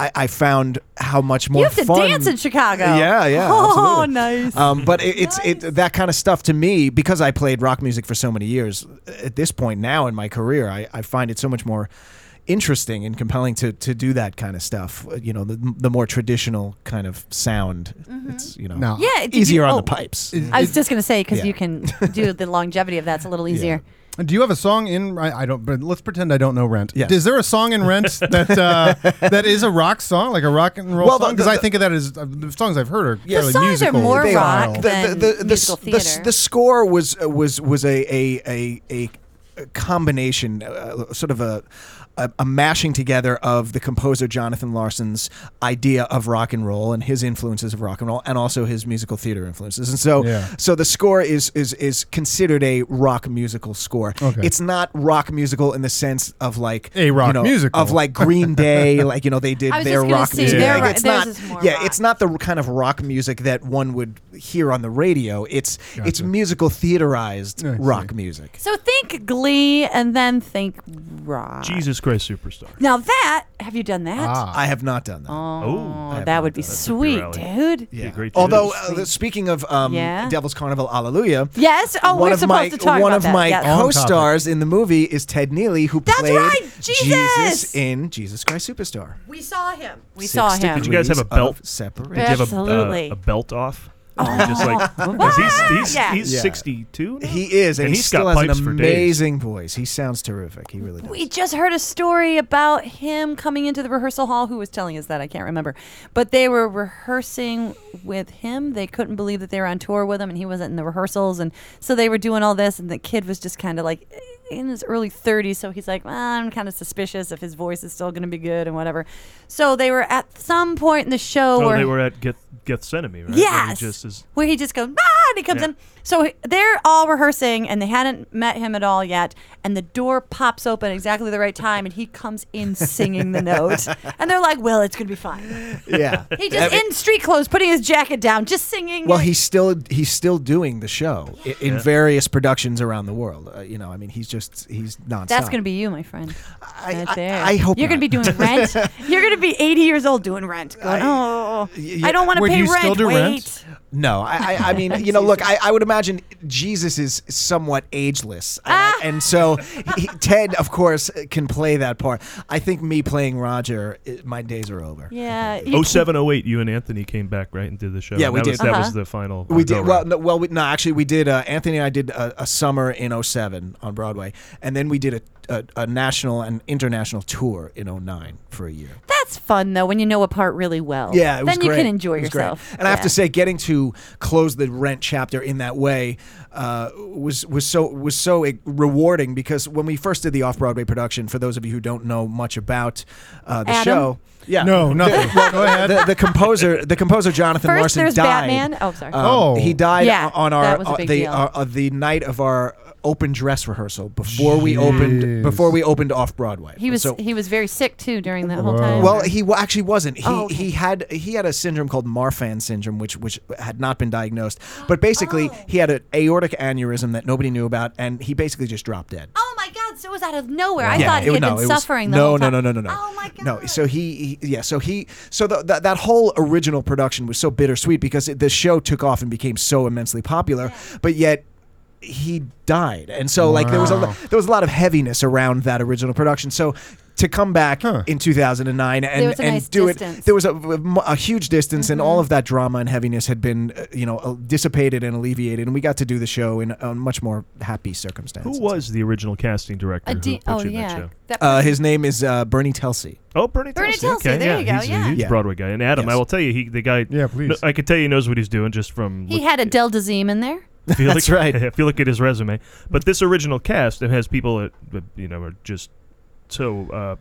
S8: I, I found how much more
S4: you have to
S8: fun-
S4: dance in Chicago.
S8: Yeah, yeah.
S4: *laughs* Oh,
S8: absolutely.
S4: nice.
S8: Um, but it, it's it that kind of stuff to me because I played rock music for so many years. At this point now in my career, I, I find it so much more interesting and compelling to to do that kind of stuff. uh, You know, the, the more traditional kind of sound. It's you know
S3: Now,
S4: Mm-hmm. Yeah, did you-
S8: easier on
S4: oh.
S8: the pipes.
S4: I was just gonna say because
S8: Yeah.
S4: you can
S8: *laughs*
S4: do the longevity of that's a little easier.
S3: Do you have a song in? I, I don't. But let's pretend I don't know Rent.
S8: Yes.
S3: Is there a song
S8: *laughs*
S3: in Rent that uh, that is a rock song, like a rock and roll
S8: Well, the-
S3: song? Because
S8: the-
S3: I think of that as uh, the songs I've heard are fairly
S4: songs are
S3: musical.
S4: more
S3: in
S8: They are.
S4: rock
S3: style.
S4: than- musical
S8: s- the s-
S4: theater.
S8: The, score was uh, was was a a a, a a combination, uh, sort of a, a a mashing together of the composer Jonathan Larson's idea of rock and roll and his influences of rock and roll, and also his musical theater influences. And so,
S3: Yeah.
S8: so the score is is is considered a rock musical score.
S3: Okay.
S8: It's not rock musical in the sense of like
S3: A rock
S8: you know,
S3: musical.
S8: of like Green
S3: *laughs*
S8: Day, like you know they did
S4: I was
S8: their
S4: just gonna
S8: rock
S4: say,
S8: music.
S4: their
S8: Like,
S4: ro-
S8: it's
S4: theirs
S8: not,
S4: is more
S8: yeah,
S4: rock.
S8: it's it's not the r- kind of rock music that one would hear on the radio. It's it's
S3: Gotcha.
S8: musical theaterized
S3: I see.
S8: rock music.
S4: So think Glee and then think rock.
S2: Jesus Christ Superstar.
S4: Now that have you done that?
S8: Ah,
S2: Ah.
S8: I have not done that.
S4: Oh,
S8: I have
S4: that
S8: not
S4: would be
S8: done that.
S4: sweet, dude.
S8: Yeah.
S2: great to
S8: Although,
S2: do.
S8: uh, the- speaking of um,
S4: Yeah.
S8: Devil's Carnival, Hallelujah.
S4: Yes. Oh,
S8: one
S4: we're
S8: of
S4: supposed
S8: my,
S4: to talk
S8: One
S4: about
S8: of
S4: that.
S8: my
S4: Yes.
S8: co-stars in the movie is Ted Neely, who
S4: That's
S8: played
S4: right, Jesus!
S8: in Jesus Christ Superstar.
S4: We saw him. We
S8: Six
S4: saw him.
S2: Did you guys have a
S8: degrees
S2: belt
S8: of separation.
S2: Did you have a, uh,
S4: Absolutely. Oh.
S2: a belt off? Just
S4: *laughs*
S2: like 'cause he's he's,
S4: Yeah.
S2: he's
S8: Yeah.
S2: 62. now?
S8: He is, and,
S2: and
S8: he
S2: has
S8: still
S2: got
S8: has
S2: pipes
S8: an
S2: for days.
S8: amazing voice. He sounds terrific. He really does.
S4: We just heard a story about him coming into the rehearsal hall. Who was telling us that? I can't remember. But they were rehearsing with him. They couldn't believe that they were on tour with him and he wasn't in the rehearsals. And so they were doing all this, and the kid was just kind of like in his early 30s. So he's like, "Ah, I'm kind of suspicious if his voice is still going to be good and whatever. So they were at some point in the show
S2: Oh,
S4: where
S2: they were at Geth- Gethsemane, right? Where he
S4: Yes.
S2: just is-
S4: where he just goes, ah, and he comes
S2: Yeah.
S4: in. So he- they're all rehearsing and they hadn't met him at all yet. And the door pops open exactly the right time and he comes in singing the note.
S8: *laughs*
S4: And they're like, well, it's going to be fine.
S8: yeah.
S4: *laughs* He just in street clothes, putting his jacket down, just singing.
S8: Well,
S4: it.
S8: he's still he's still doing the show i- in
S2: Yeah.
S8: various productions around the world. Uh, you know, I mean, he's just he's nonstop.
S4: That's going to be you, my friend. right there.
S8: I hope
S4: You're going to be
S8: not.
S4: doing
S8: *laughs*
S4: rent. You're going to be 80 years old doing rent. Going, oh, I don't want to
S8: Would
S4: pay
S8: you
S4: rent.
S8: still do
S4: Wait.
S8: rent? No, I, I, I mean,
S4: *laughs*
S8: you know, look, I, I would imagine Jesus is somewhat
S4: *laughs*
S8: ageless, uh, and so he, Ted, of course, uh, can play that part. I think me playing Roger, i my days are over.
S4: Yeah. you-
S2: 07, 08, you and Anthony came back right and did the show.
S8: Yeah, we
S2: that Was,
S8: did.
S2: That
S4: Uh-huh.
S2: was the final.
S8: We did
S2: go-round.
S8: well. No, well, we, no, actually, we did. Uh, Anthony and I did a, a summer in 07 on Broadway, and then we did a, a, a national and international tour in 09 for a year.
S4: That's fun, though, when you know a part really well.
S8: Yeah, it was
S4: Then you
S8: great.
S4: can enjoy
S8: It was great.
S4: yourself.
S8: And I have
S4: Yeah.
S8: to say, getting to close the rent chapter in that way uh, was was so was so eh, rewarding because when we first did the off Broadway production, for those of you who don't know much about uh, the
S4: Adam?
S8: show, yeah, *laughs*
S3: No, nothing. Go ahead.
S8: the, the composer, the composer Jonathan
S4: First,
S8: Larson
S4: there's
S8: died. Um,
S4: Batman. Oh, sorry.
S3: Oh.
S8: he died
S4: Yeah,
S8: on
S4: that
S8: our
S4: was a
S8: uh,
S4: big
S8: the
S4: deal.
S8: uh, uh, the night of our open dress rehearsal before we opened
S3: Jeez.
S8: before we opened off Broadway.
S4: He was he was very sick too during that whole
S3: Wow.
S4: time.
S8: Well, he wa actually wasn't. He
S4: Oh, okay.
S8: he had he had a syndrome called Marfan syndrome, which which had not been diagnosed. But basically,
S4: Oh.
S8: he had an aortic aneurysm that nobody knew about, and he basically just dropped dead.
S4: oh my God! So it was out of nowhere. I
S8: Yeah,
S4: thought he
S8: it-
S4: had
S8: no,
S4: been
S8: it was-
S4: suffering. the
S8: no,
S4: whole
S8: no,
S4: time.
S8: no, no, no, no.
S4: Oh my God!
S8: No, so he, he- yeah, so he, so the, that that whole original production was so bittersweet because it, the show took off and became so immensely popular, but yet he died, and so like there was a lo-
S3: Wow.
S8: there was a lot of heaviness around that original production. So to come back
S3: Huh.
S8: in 2009 and
S4: There was a
S8: and
S4: nice
S8: do
S4: distance. Mm-hmm.
S8: it, there was a, a huge distance, and all of that drama and heaviness had been uh, you know uh, dissipated and alleviated, and we got to do the show in a much more happy circumstances.
S2: Who was the original casting director
S4: A
S2: who
S4: D-
S2: put
S4: oh
S2: you in that
S4: yeah.
S2: show?
S4: That-
S8: Uh, his name is uh, Bernie Telsey.
S2: Oh, Bernie
S4: Bernie
S2: Telsey.
S4: Telsey,
S2: okay,
S4: there
S2: yeah,
S4: you go,
S2: He's
S4: yeah.
S2: a huge
S8: Yeah.
S2: Broadway guy. And Adam,
S8: Yes.
S2: I will tell you, he the guy.
S3: Yeah, please.
S2: no, I can tell you he knows what he's doing just from.
S4: he
S2: look-
S4: *laughs* had Adele Dazeem in there.
S2: if you
S8: That's
S2: look- *laughs*
S8: right.
S2: If you look at his resume, but this original cast it has people that that, you know are just so. Uh,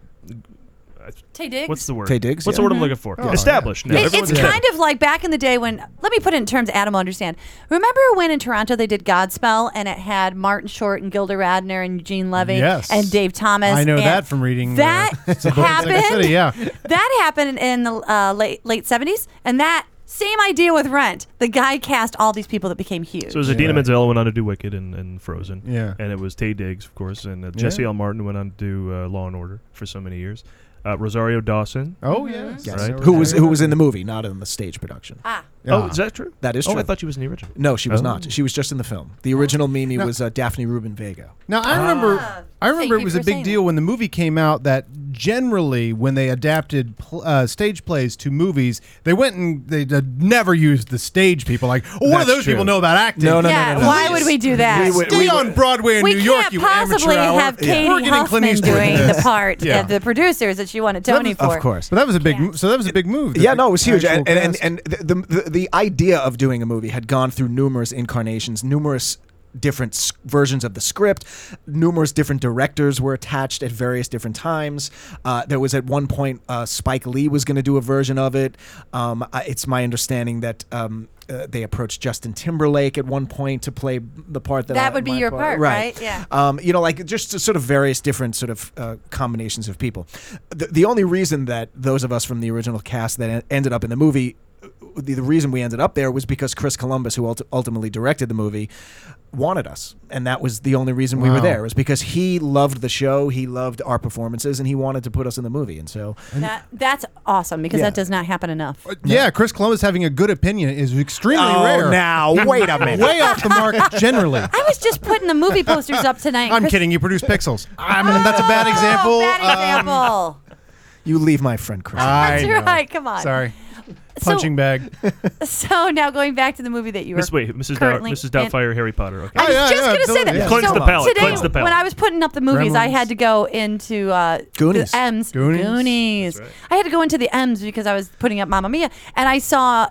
S4: Tay Diggs.
S2: what's the word?
S8: Tay Diggs,
S2: What's the
S8: yeah.
S2: word I'm looking for?
S3: Oh,
S2: established.
S4: Mm-hmm. It-
S2: Now.
S4: it's
S2: Everyone's
S4: kind of like back in the day when. Let me put it in terms Adam will understand. Remember when in Toronto they did Godspell and it had Martin Short and Gilda Radner and Eugene Levy
S3: Yes.
S4: and Dave Thomas.
S3: I know
S4: and
S3: that from reading, uh,
S8: *laughs*
S4: That
S3: some books in Second
S4: happened.
S3: City, yeah.
S4: that happened in the uh, late late seventies, and that same idea with Rent. The guy cast all these people that became huge.
S2: So it was Adina Menzel went on to do Wicked and, and Frozen.
S3: Yeah.
S2: And it was Tay Diggs, of course, and uh, Jesse L. Martin went on to do uh, Law and Order for so many years. Uh, Rosario Dawson.
S3: Oh yes.
S8: Yes.
S2: Right.
S8: Who was who was in the movie, not in the stage production.
S4: ah,
S2: Oh, is that true?
S8: That is
S2: Oh, I
S8: true.
S2: thought she was in the original.
S8: No, she was
S2: Oh.
S8: not. She was just in the film. The original Mimi was uh, Daphne Rubin Vega.
S3: Now I remember, I remember
S4: you
S3: it was
S4: for
S3: a
S4: saying
S3: big deal
S4: that.
S3: when the movie came out that generally when they adapted pl- uh, stage plays to movies, they went and they uh, never used the stage people. Like, oh, what do
S8: That's
S3: those
S8: true.
S3: people know about acting?
S8: No, no,
S4: yeah.
S8: no, no.
S4: Why would we do that?
S8: We would-
S3: Stay on Broadway in
S4: we
S3: New York,
S4: can't
S3: you
S4: possibly
S3: amateur hour.
S4: have Katie
S3: We're getting
S4: Huffman
S3: Clint Eastwood for
S4: doing
S3: this.
S4: the part
S3: Yeah.
S4: of the producers that she won a Tony for.
S8: Of course.
S3: But that was a big. mo- So that was a big move. that
S8: Yeah,
S3: the
S8: no, it was huge,
S3: actual
S8: and and, and,
S3: cast-
S8: and the, the the idea of doing a movie had gone through numerous incarnations, numerous different s- versions of the script. Numerous different directors were attached at various different times. Uh, there was at one point uh, Spike Lee was going to do a version of it. Um, I, it's my understanding that. Um, uh, they approached Justin Timberlake at one point to play the part that
S4: That
S8: I-
S4: would be
S8: my
S4: your part, right? Yeah.
S8: um, you know, like just sort of various different sort of uh, combinations of people. The, the only reason that those of us from the original cast that en- ended up in the movie uh, the, the reason we ended up there was because Chris Columbus, who ult- ultimately directed the movie, wanted us, and that was the only reason we were
S3: Wow.
S8: there. Was because he loved the show, he loved our performances, and he wanted to put us in the movie. And so,
S4: That, that's awesome because
S8: Yeah.
S4: that does not happen enough.
S3: Yeah, Chris Columbus having a good opinion is extremely
S8: Oh,
S3: rare.
S8: now,
S3: *laughs*
S8: wait a minute.
S3: way off the mark
S4: *laughs*
S3: generally.
S4: I was just putting the movie posters up tonight.
S3: I'm
S4: Chris-
S3: kidding. You produce pixels. I mean, that's a
S4: Oh,
S3: bad example. Um,
S4: Bad example.
S8: you leave my friend Chris.
S3: I
S4: That's
S3: know.
S4: right, come on.
S3: Sorry.
S4: So-
S3: Punching bag.
S4: *laughs* so now going back to the movie that you were
S2: Miss, wait, Mrs. Doubt,
S4: currently
S2: Mrs.
S4: in-
S2: Doubtfire, Harry Potter. Okay.
S4: I was just going to say that.
S2: absolutely. Yeah. Cleanse
S4: so
S2: the palate,
S4: Today,
S2: cleanse the palate.
S4: when I was putting up the movies, I had to go into uh,
S2: Goonies.
S4: the M's.
S2: Goonies.
S4: I had to go into the M's because I was putting up Mamma Mia, and I saw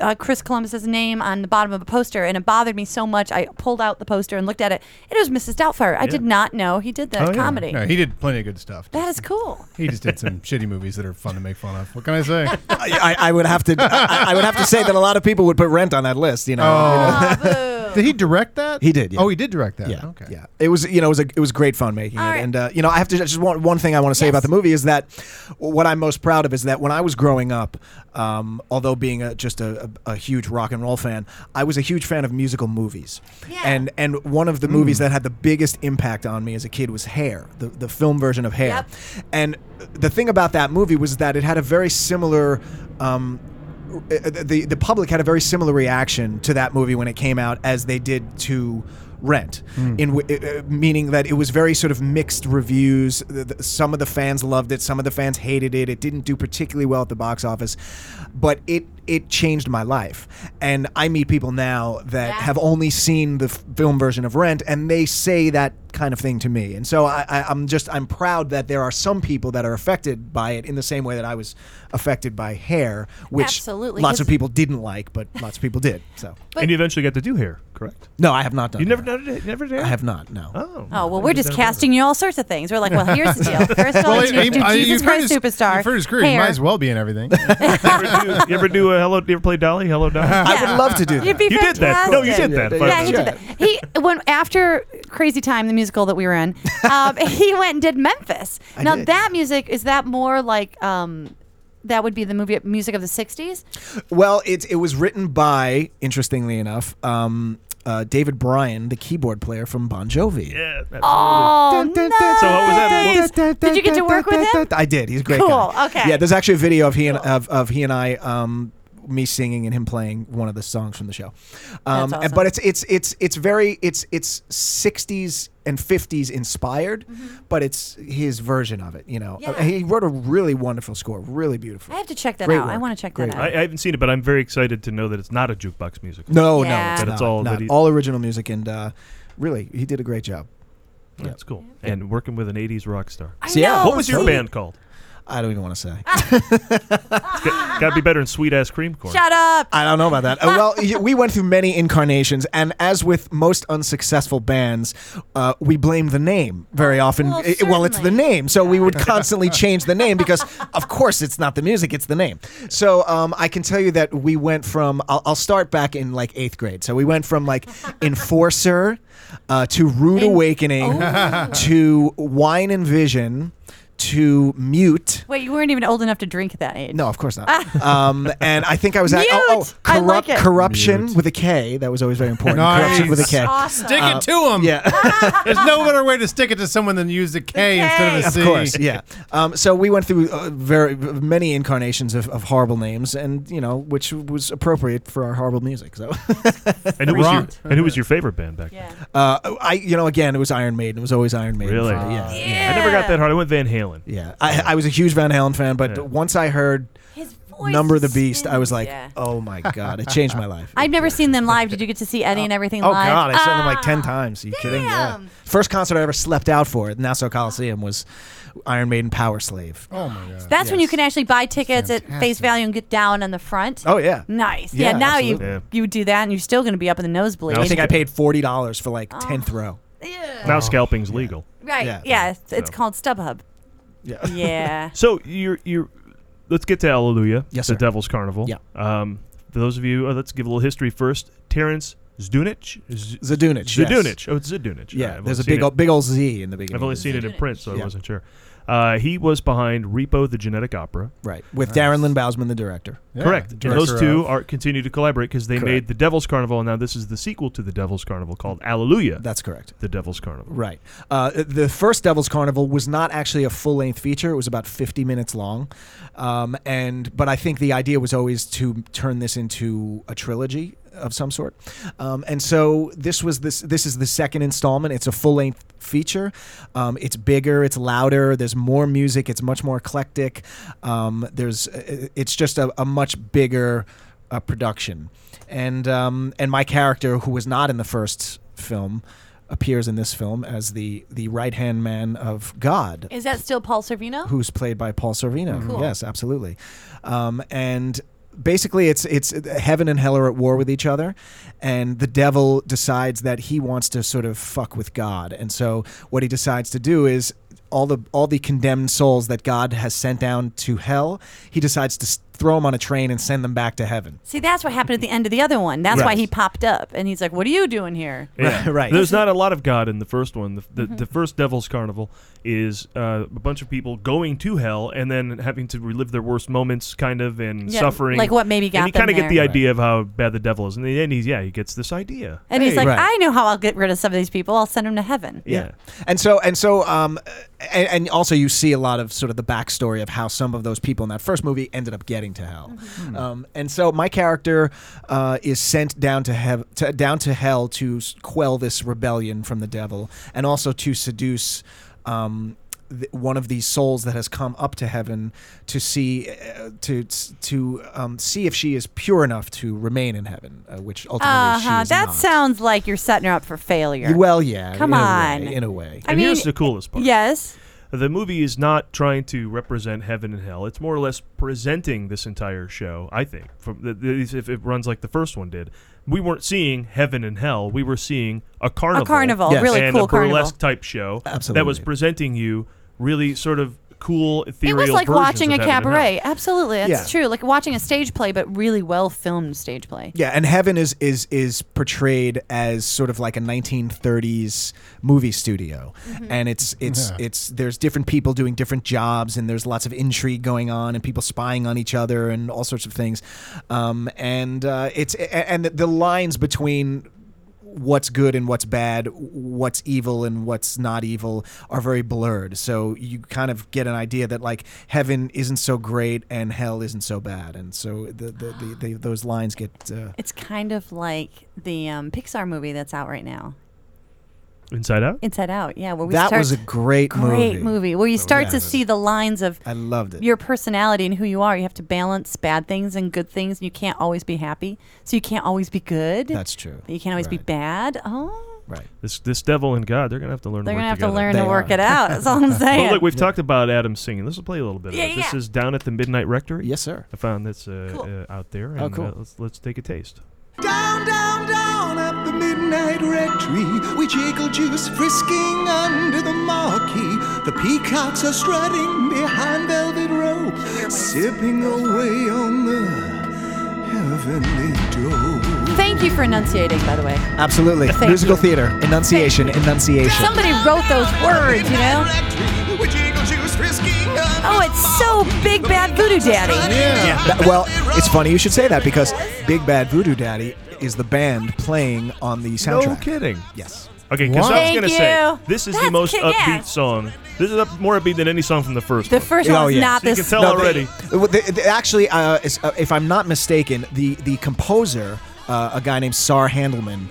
S4: uh, Chris Columbus's name on the bottom of a poster, and it bothered me so much. I pulled out the poster and looked at it. It was Mrs. Doubtfire. I did not know he did that
S3: Oh, yeah.
S4: comedy.
S3: No, he did plenty of good stuff.
S4: That is cool.
S3: *laughs* He just did some shitty movies that are fun to make fun of. What can I say?
S8: I, I would have to. I, I would have to say that a lot of people would put Rent on that list. You know,
S3: Oh,
S4: Ah,
S3: *laughs* did he direct that?
S8: He did. Yeah.
S3: Oh, he did direct that.
S8: Yeah.
S3: Okay.
S8: Yeah. It was you know it was a, it was great fun making it. And uh, you know I have to just one one thing I want to say about the movie is that what I'm most proud of is that when I was growing up, um, although being a, just a, a, a huge rock and roll fan, I was a huge fan of musical movies. And and one of the
S3: Mm.
S8: movies that had the biggest impact on me as a kid was Hair, the the film version of Hair. And the thing about that movie was that it had a very similar. Um, uh, the the public had a very similar reaction to that movie when it came out as they did to Rent,
S11: Mm.
S8: in w- uh, uh, meaning that it was very sort of mixed reviews. The, the, some of the fans loved it, some of the fans hated it. It didn't do particularly well at the box office, but it it changed my life. And I meet people now that have only seen the f- film version of Rent, and they say that kind of thing to me. And so I, I, I'm just I'm proud that there are some people that are affected by it in the same way that I was affected by Hair, which
S4: Absolutely,
S8: lots of
S4: 'cause-
S8: people didn't like, but lots of people did. So
S2: and you eventually got to do hair, correct?
S8: no, I have not done.
S2: You
S8: that.
S2: never done it? Never did?
S8: I have not. No.
S2: Oh.
S4: Oh well,
S2: I
S4: we're
S2: did
S4: just
S2: that.
S4: casting you all sorts of things. We're like, well, here's the
S3: *laughs*
S4: deal. First of all,
S3: Well,
S4: you need to do
S3: I-
S4: Jesus
S3: you've heard
S4: Christ
S3: his-
S4: Superstar.
S3: you've heard his career. He
S4: Hair.
S3: might as well be in everything.
S2: you ever do a hello? You ever play Dolly? Hello
S8: *laughs*
S2: Dolly.
S8: I would love
S4: *laughs*
S8: to do that.
S4: You'd be
S2: you did that. No, you did
S4: fantastic.
S2: that. if I
S4: Yeah, he did
S2: remember.
S4: that. He when after Crazy Time, the musical that we were
S8: *laughs*
S4: in, um, he went and did Memphis.
S8: I
S4: now
S8: did.
S4: that music is that more like um, that would be the movie music of the '60s.
S8: Well, it it was written by, interestingly enough, um, uh, David Bryan, the keyboard player from Bon Jovi.
S2: Yeah.
S4: Oh, nice.
S2: So what was that? What-
S4: Did you get to work with him?
S8: I did. He's a great.
S4: Cool,
S8: guy.
S4: okay.
S8: Yeah, there's actually a video of he and of, of he and I. Um, me singing and him playing one of the songs from the show, um,
S4: That's
S8: and-
S4: awesome.
S8: but it's it's it's it's very it's it's 60s and 50s inspired,
S4: Mm-hmm.
S8: but it's his version of it. You know, Uh, he wrote a really wonderful score, really beautiful.
S4: I have to check that
S8: Great
S4: out. I
S8: work.
S4: want to check
S8: Great
S4: that
S2: I,
S4: out.
S2: I haven't seen it, but I'm very excited to know that it's not a jukebox musical.
S8: No, no,
S4: Yeah.
S8: it's
S2: That it's
S8: not,
S2: all
S8: not.
S2: that he-
S8: all original music, and uh, really, he did a great job.
S2: That's cool. And working with an '80s rock star.
S4: I know,
S2: What was your
S4: see?
S2: band called?
S8: I don't even want to say.
S4: *laughs*
S2: Got to be better than Sweet Ass Cream Corn.
S4: Shut up.
S8: I don't know
S4: *laughs*
S8: about that. Uh, well, y- we went through many incarnations, and as with most unsuccessful bands, uh, we blame the name very often.
S4: Well,
S8: I- well, it's the name, so we would
S4: *laughs*
S8: constantly change the name because, of course, it's not the music; it's the name. So um, I can tell you that we went from. I'll, I'll start back in like eighth grade. So we went from
S4: *laughs*
S8: like Enforcer uh, to Rude Awakening
S4: Oh.
S8: to Wine and Vision to Mute.
S4: Wait, you weren't even old enough to drink at that age.
S8: No, of course not. um, and I think I was at oh, oh,
S4: Ah. Mute! I like
S8: corrupt-
S4: it.
S8: corruption with a K. That was always very important. Corruption with a K.
S4: Awesome.
S3: Stick
S8: Uh,
S3: it to him.
S8: Yeah. *laughs*
S3: There's no better way to stick it to someone than use a K instead of a
S8: Of
S3: C.
S8: course, yeah. Um, so we went through uh, very many incarnations of, of horrible names, and you know, which was appropriate for our horrible music. So, *laughs*
S2: And who was your
S3: Rocked.
S2: and who was your favorite band back? then?
S8: uh, I, you know, again, it was Iron Maiden. It was always Iron Maiden.
S2: Really?
S8: for me, yeah.
S2: I never got that hard. I went Van Halen.
S8: Yeah. I, I was a huge Van Halen fan, but once I heard Number of the Beast, I was like, oh my god, it changed
S4: *laughs*
S8: my life.
S4: I've never seen them live. Did you get to see Eddie and everything
S8: Oh
S4: live?
S8: God, I saw them like
S4: Ah.
S8: ten times. Are you kidding? Yeah. First concert I ever slept out for at Nassau Coliseum was Iron Maiden Power Slave.
S3: Oh my god.
S4: That's when you can actually buy tickets at face value and get down on the front.
S8: Oh yeah.
S4: Nice.
S8: Yeah,
S4: Yeah. now
S8: absolutely. Yeah.
S4: you you do that and you're still going to be up in the nosebleed.
S8: I think I paid forty dollars for like tenth row.
S2: Now scalping's legal.
S4: Right.
S8: Yeah.
S4: Yeah. it's, it's
S2: So.
S4: called StubHub.
S8: Yeah.
S4: Yeah.
S2: So you're you're. Let's get to Alleluia.
S8: Yes,
S2: the
S8: sir.
S2: Devil's Carnival.
S8: Yeah.
S2: Um, for those of you, uh, let's give a little history first. Terrence Zdunich? Z-
S8: Zdunich, yes.
S2: Zdunich. Oh, it's Zdunich.
S8: Yeah,
S2: I've
S8: there's
S2: only seen
S8: a big
S2: it-
S8: ol- big ol' Z in the beginning.
S2: I've only seen it in
S8: Zdunich.
S2: print, so I
S8: Yeah.
S2: wasn't sure. Uh, he was behind Repo, the Genetic Opera.
S8: Right. With Darren Lynn Bousman, the director.
S2: Correct. And those
S8: Director
S2: two
S8: of-
S2: are continue to collaborate because they
S8: Correct.
S2: made the Devil's Carnival, and now this is the sequel to the Devil's Carnival called Alleluia.
S8: That's correct.
S2: The Devil's Carnival.
S8: Right. Uh, the first Devil's Carnival was not actually a full length feature. It was about 50 minutes long. Um, and But I think the idea was always to turn this into a trilogy of some sort. Um, and so this was this this is the second installment. It's a full length feature. Um, it's bigger, it's louder, there's more music, it's much more eclectic. Um, there's it's just a, a much bigger uh, production. And um, and my character who was not in the first film appears in this film as the the right hand man of God,
S4: Is that still Paul Servino?
S8: who's played by Paul Sorvino.
S4: Cool.
S8: Yes, absolutely. Um, and basically, it's it's heaven and hell are at war with each other, and the devil decides that he wants to sort of fuck with God, and so what he decides to do is. All the all the condemned souls that God has sent down to hell, he decides to s- throw them on a train and send them back to heaven.
S4: *laughs* See, that's what happened at the end of the other one. That's why
S8: Right.
S4: he popped up, and he's like, "What are you doing here?"
S2: Yeah.
S8: *laughs* Right.
S2: There's not a lot of God in the first one. The, the,
S4: Mhm.
S2: the first Devil's Carnival is uh, a bunch of people going to hell and then having to relive their worst moments, kind of, and
S4: Yeah,
S2: suffering.
S4: like what maybe got
S2: And you kind
S4: them
S2: of get the
S4: there.
S2: idea of how bad the devil is. And then he's, yeah, he gets this idea.
S4: And he's
S2: Hey.
S4: like, "I know how I'll get rid of some of these people. I'll send them to heaven."
S8: Yeah. And so and so um and, and also you see a lot of sort of the backstory of how some of those people in that first movie ended up getting to hell.
S4: Mm-hmm.
S8: Um, and so my character uh, is sent down to, hev- to down to hell to s- quell this rebellion from the devil and also to seduce um th- one of these souls that has come up to heaven to see uh, to to um, see if she is pure enough to remain in heaven, uh, which ultimately she
S4: Uh-huh.
S8: is
S4: That
S8: not.
S4: sounds like you're setting her up for failure.
S8: Well, yeah.
S4: Come
S8: in a way,
S4: on.
S8: in a way.
S4: I
S2: and
S4: mean,
S2: here's the coolest part.
S4: Yes.
S2: The movie is not trying to represent heaven and hell. It's more or less presenting this entire show, I think, from the, the, if it runs like the first one did. We weren't seeing heaven and hell. We were seeing a carnival.
S4: carnival, Yes. really
S2: and
S4: cool
S2: a
S4: carnival.
S2: burlesque type show that was
S8: Absolutely.
S2: presenting you really sort of cool
S4: It
S2: ethereal
S4: was like
S2: versions
S4: watching a
S2: of heaven and hell.
S4: cabaret. Absolutely, that's
S8: Yeah.
S4: true. Like watching a stage play, but really well filmed stage play.
S8: Yeah, and heaven is is is portrayed as sort of like a 1930s movie studio, and it's it's
S3: Yeah.
S8: it's there's different people doing different jobs, and there's lots of intrigue going on, and people spying on each other, and all sorts of things, um, and uh, it's a- and the lines between what's good and what's bad, what's evil and what's not evil are very blurred. So you kind of get an idea that like heaven isn't so great and hell isn't so bad, and so the, the, the, the those lines get. Uh,
S4: It's kind of like the um, Pixar movie that's out right now,
S2: Inside Out?
S4: Inside Out. Yeah, where we
S8: that
S4: start
S8: was a great,
S4: great movie, where you start to
S8: yes.
S4: see the lines of
S8: I loved it.
S4: your personality and who you are. You have to balance bad things and good things, and you can't always be happy. So you can't always be good.
S8: That's true.
S4: But you can't always be bad. Oh,
S8: Right.
S2: This this devil and God, they're gonna have to learn.
S4: They're
S2: to work
S4: gonna have to
S2: together.
S4: learn to They work are. it out, that's all I'm saying.
S2: Well, look, we've talked about Adam singing. Let's play a little bit.
S4: Yeah,
S2: of it.
S4: yeah,
S2: This
S4: yeah.
S2: is down at the Midnight Rectory.
S8: Yes, sir.
S2: I found this uh, uh, out there. And,
S8: Oh, cool.
S2: uh, let's let's take a taste.
S11: Down, down, down up the midnight rectory, we jiggle juice frisking under the marquee. The peacocks are strutting behind velvet rope, sipping away on the heavenly dough.
S4: Thank you for enunciating, by the way.
S8: Absolutely,
S4: Thank
S8: musical
S4: you.
S8: theater, enunciation, enunciation.
S4: Somebody wrote those words, you know? Oh, it's so Big Bad Voodoo Daddy.
S8: That- well, it's funny you should say that because Big Bad Voodoo Daddy is the band playing on the soundtrack.
S2: kidding.
S8: Yes.
S2: Okay, because I was
S4: Thank
S2: gonna say
S4: you.
S2: this is the
S4: That's
S2: most
S4: kick-ass.
S2: upbeat song. This is up, more upbeat than any song from the first.
S4: The
S2: one.
S4: first one was not
S2: Oh, So you
S4: this.
S2: can tell already.
S8: Well, the- the- actually, uh, is- uh, if I'm not mistaken, the the composer, uh, a guy named Sar Handelman,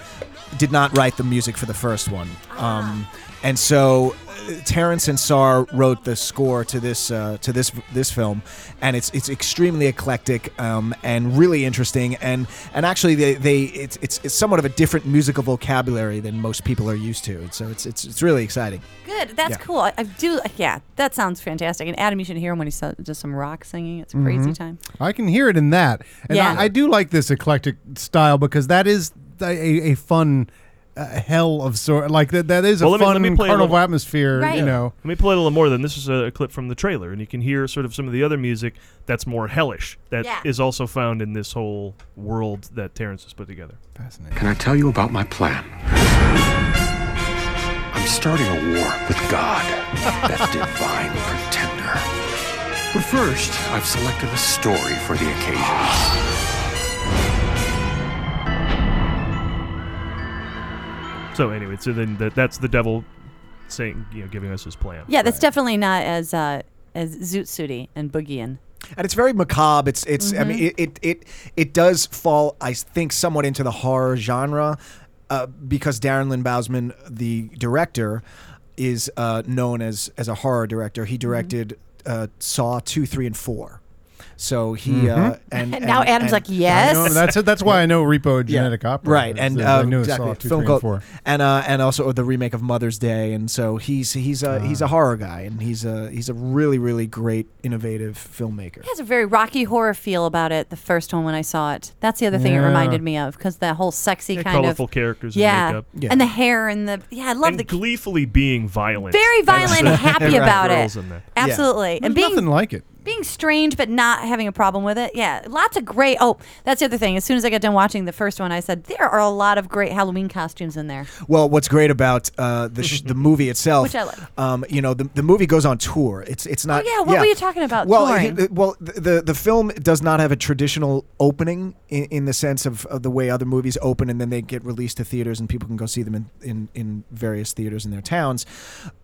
S8: did not write the music for the first one. Um, and so, uh, Terrence and Sar wrote the score to this uh, to this this film, and it's it's extremely eclectic um, and really interesting. And and actually, they, they it's, it's it's somewhat of a different musical vocabulary than most people are used to. And so it's it's it's really exciting.
S4: Good. That's
S8: Yeah.
S4: cool. I, I do. Yeah, that sounds fantastic. And Adam, you should hear him when he so- does some rock singing. It's a
S2: Mm-hmm.
S4: crazy
S3: Mhm.
S4: time.
S3: I can hear it in that, and
S4: Yeah.
S3: I, I do like this eclectic style because that is a, a a fun uh, hell of sort. Like that, that is a
S2: Well, let me-
S3: fun
S2: let me play a
S3: carnival
S2: little-
S3: atmosphere. You know,
S2: Let me play a little more. Then this is a, a clip from the trailer, and you can hear sort of some of the other music that's more hellish that is
S6: Yeah.
S2: also found in this whole world that Terrence has put together.
S6: Can I tell you about my plan? I'm starting a war with God,
S3: *laughs*
S6: that divine pretender. But first, I've selected a story for the occasion.
S2: So anyway, so then that that's the devil saying, you know, giving us his plan.
S4: Yeah, that's definitely not as uh, as Zoot Suity and Boogiein.
S8: and it's very macabre. It's it's I
S4: Mhm.
S8: mean it, it it it does fall I think somewhat into the horror genre uh, because Darren Lynn Bousman, the director, is uh, known as as a horror director.
S4: Mm-hmm.
S8: He directed uh, Saw two, three, and four. So he uh,
S3: Mhm.
S8: and,
S4: And now
S8: and-
S4: Adam's
S8: and-
S4: like, "Yes."
S3: I know, that's it. That's why I know Repo a Genetic Opera.
S8: Right,
S3: It's,
S8: and
S3: uh,
S8: uh,
S3: I know
S8: exactly.
S3: Saw two,
S8: film
S3: three,
S8: called
S3: and four.
S8: and uh, and also the remake of Mother's Day, and so he's he's a
S3: Ah.
S8: he's a horror guy, and he's a he's a really really great innovative filmmaker.
S4: It has a very rocky horror feel about it. The first one when I saw it, that's the other thing it
S8: Yeah.
S4: reminded me of because that whole sexy
S2: Yeah,
S4: kind
S2: colorful
S4: of
S2: characters and
S4: yeah,
S2: makeup. Yeah.
S4: and the hair and the yeah, I love
S2: and
S4: the
S2: gleefully being violent. *laughs*
S4: very
S2: That's
S4: violent
S2: the-
S8: *laughs*
S4: and happy
S2: Right.
S4: about it.
S2: girls in that.
S4: Absolutely, and being
S3: like it.
S4: being strange but not having a problem with it. Yeah, lots of great. Oh, that's the other thing. As soon as I got done watching the first one, I said there are a lot of great Halloween costumes in there.
S8: Well, what's great about uh, the sh-
S4: *laughs*
S8: the movie itself,
S4: Which I like. Oh,
S8: um, you know, the, the movie goes on tour. It's it's not.
S4: yeah, what were you talking about,
S8: Well,
S4: touring?
S8: it- it- well, the, the the film does not have a traditional opening in, in the sense of, of the way other movies open and then they get released to theaters and people can go see them in in, in various theaters in their towns.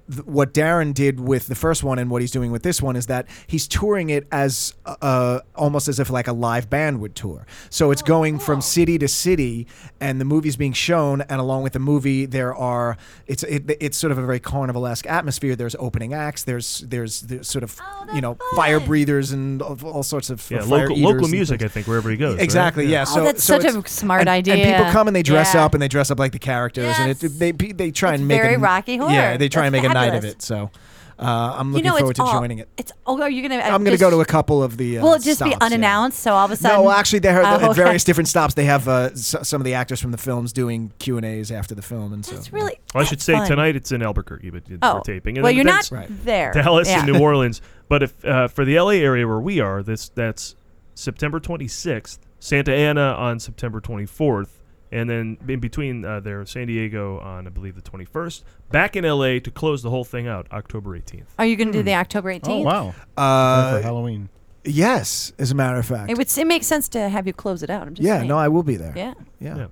S8: Th- What Darren did with the first one and what he's doing with this one is that he's touring it as uh, almost as if like a live band would tour. So it's going from city to city, and the movie's being shown, and along with the movie, there are it's it, it's sort of a very carnival esque atmosphere. There's opening acts. There's there's, there's sort of you know fire breathers and all, all sorts of
S2: Yeah,
S8: fire
S2: local,
S8: eaters
S2: local
S8: and
S2: music, I
S8: things.
S2: think, wherever he goes. right?
S8: Exactly. Yeah.
S4: Oh,
S8: so
S4: that's
S8: so
S4: such a
S8: it's-
S4: smart
S8: and-
S4: idea.
S8: And people come and they dress
S4: Yeah.
S8: up and they dress up like the characters, and it, they they try and make
S4: very
S8: a,
S4: Rocky Horror.
S8: Yeah, they try and
S4: That's
S8: make a night of
S4: fabulous.
S8: it. So uh, I'm looking
S4: you know,
S8: forward
S4: it's
S8: to
S4: all,
S8: joining it.
S4: It's oh, are you gonna?
S8: I'm going to go to a couple of the. Uh,
S4: Will it just be
S8: stops, yeah.
S4: unannounced? So all of a sudden,
S8: No, well, actually, they
S4: Oh,
S8: have at
S4: okay.
S8: various different stops. They have uh, s- some of the actors from the films doing Q and A's after the film, and so
S4: It's really.
S2: Well, I should say
S4: fun.
S2: tonight it's in Albuquerque, but it-
S4: Oh.
S2: we're taping.
S4: Well,
S2: then
S4: you're
S2: that's
S4: not Right. there.
S2: Dallas and
S4: *laughs* Yeah.
S2: New Orleans, but if uh, for the LA area where we are, this that's September 26th, Santa Ana on September 24th, and then in between uh, there San Diego on I believe the 21st. Back in LA to close the whole thing out October 18th.
S4: Are you gonna do
S8: Hmm.
S4: the October 18th?
S2: Oh,
S8: Uh,
S3: Oh, for Halloween.
S8: Yes, as a matter of fact.
S4: It would. It makes sense to have you close it out. I'm just
S8: yeah,
S4: saying.
S8: no, I will be there.
S4: Yeah.
S8: yeah.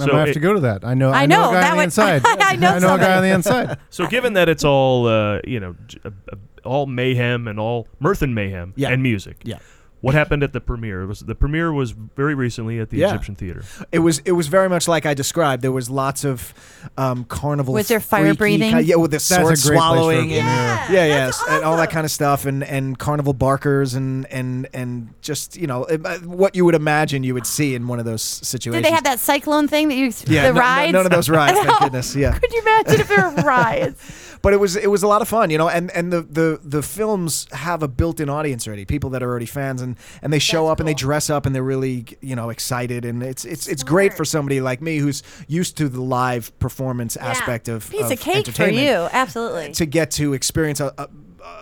S3: I might have to go to that. I know.
S4: I
S3: I
S4: know,
S3: know, a guy
S4: that
S3: on the
S4: would- *laughs*
S3: inside.
S4: I know
S3: I know a guy on the
S4: something. *laughs*
S3: inside.
S2: So given that it's all uh, you know, j- uh, uh, all mayhem and all mirth and mayhem and music.
S8: Yeah.
S2: What happened at the premiere? Was the premiere was very recently at the
S8: Yeah.
S2: Egyptian Theater. *laughs*
S8: It was it was very much like I described. There was lots of um, carnival.
S4: Was there fire
S8: freaky
S4: breathing?
S8: kind- yeah, with the
S4: That's a great
S8: sword
S4: place for a
S8: swallowing.
S4: premiere.
S8: and,
S4: Yeah,
S8: yeah, yes, and all that kind of stuff, and and carnival barkers, and and and just you know it- uh, what you would imagine you would see in one of those situations.
S4: Did they have that cyclone thing that you? the
S8: Yeah, no- no-
S4: rides.
S8: none of those rides.
S4: No. *laughs*
S8: Thank goodness. Yeah.
S4: Could you imagine if
S8: *laughs*
S4: there were rides?
S8: but it was it was a lot of fun, you know. And and the the the films have a built-in audience already, people that are already fans, and and they show up and they dress up and they're really you know excited, and it's it's it's great for somebody like me who's used to the live performance aspect of
S4: Piece of cake for
S8: entertainment
S4: you, absolutely.
S8: to get to experience a. a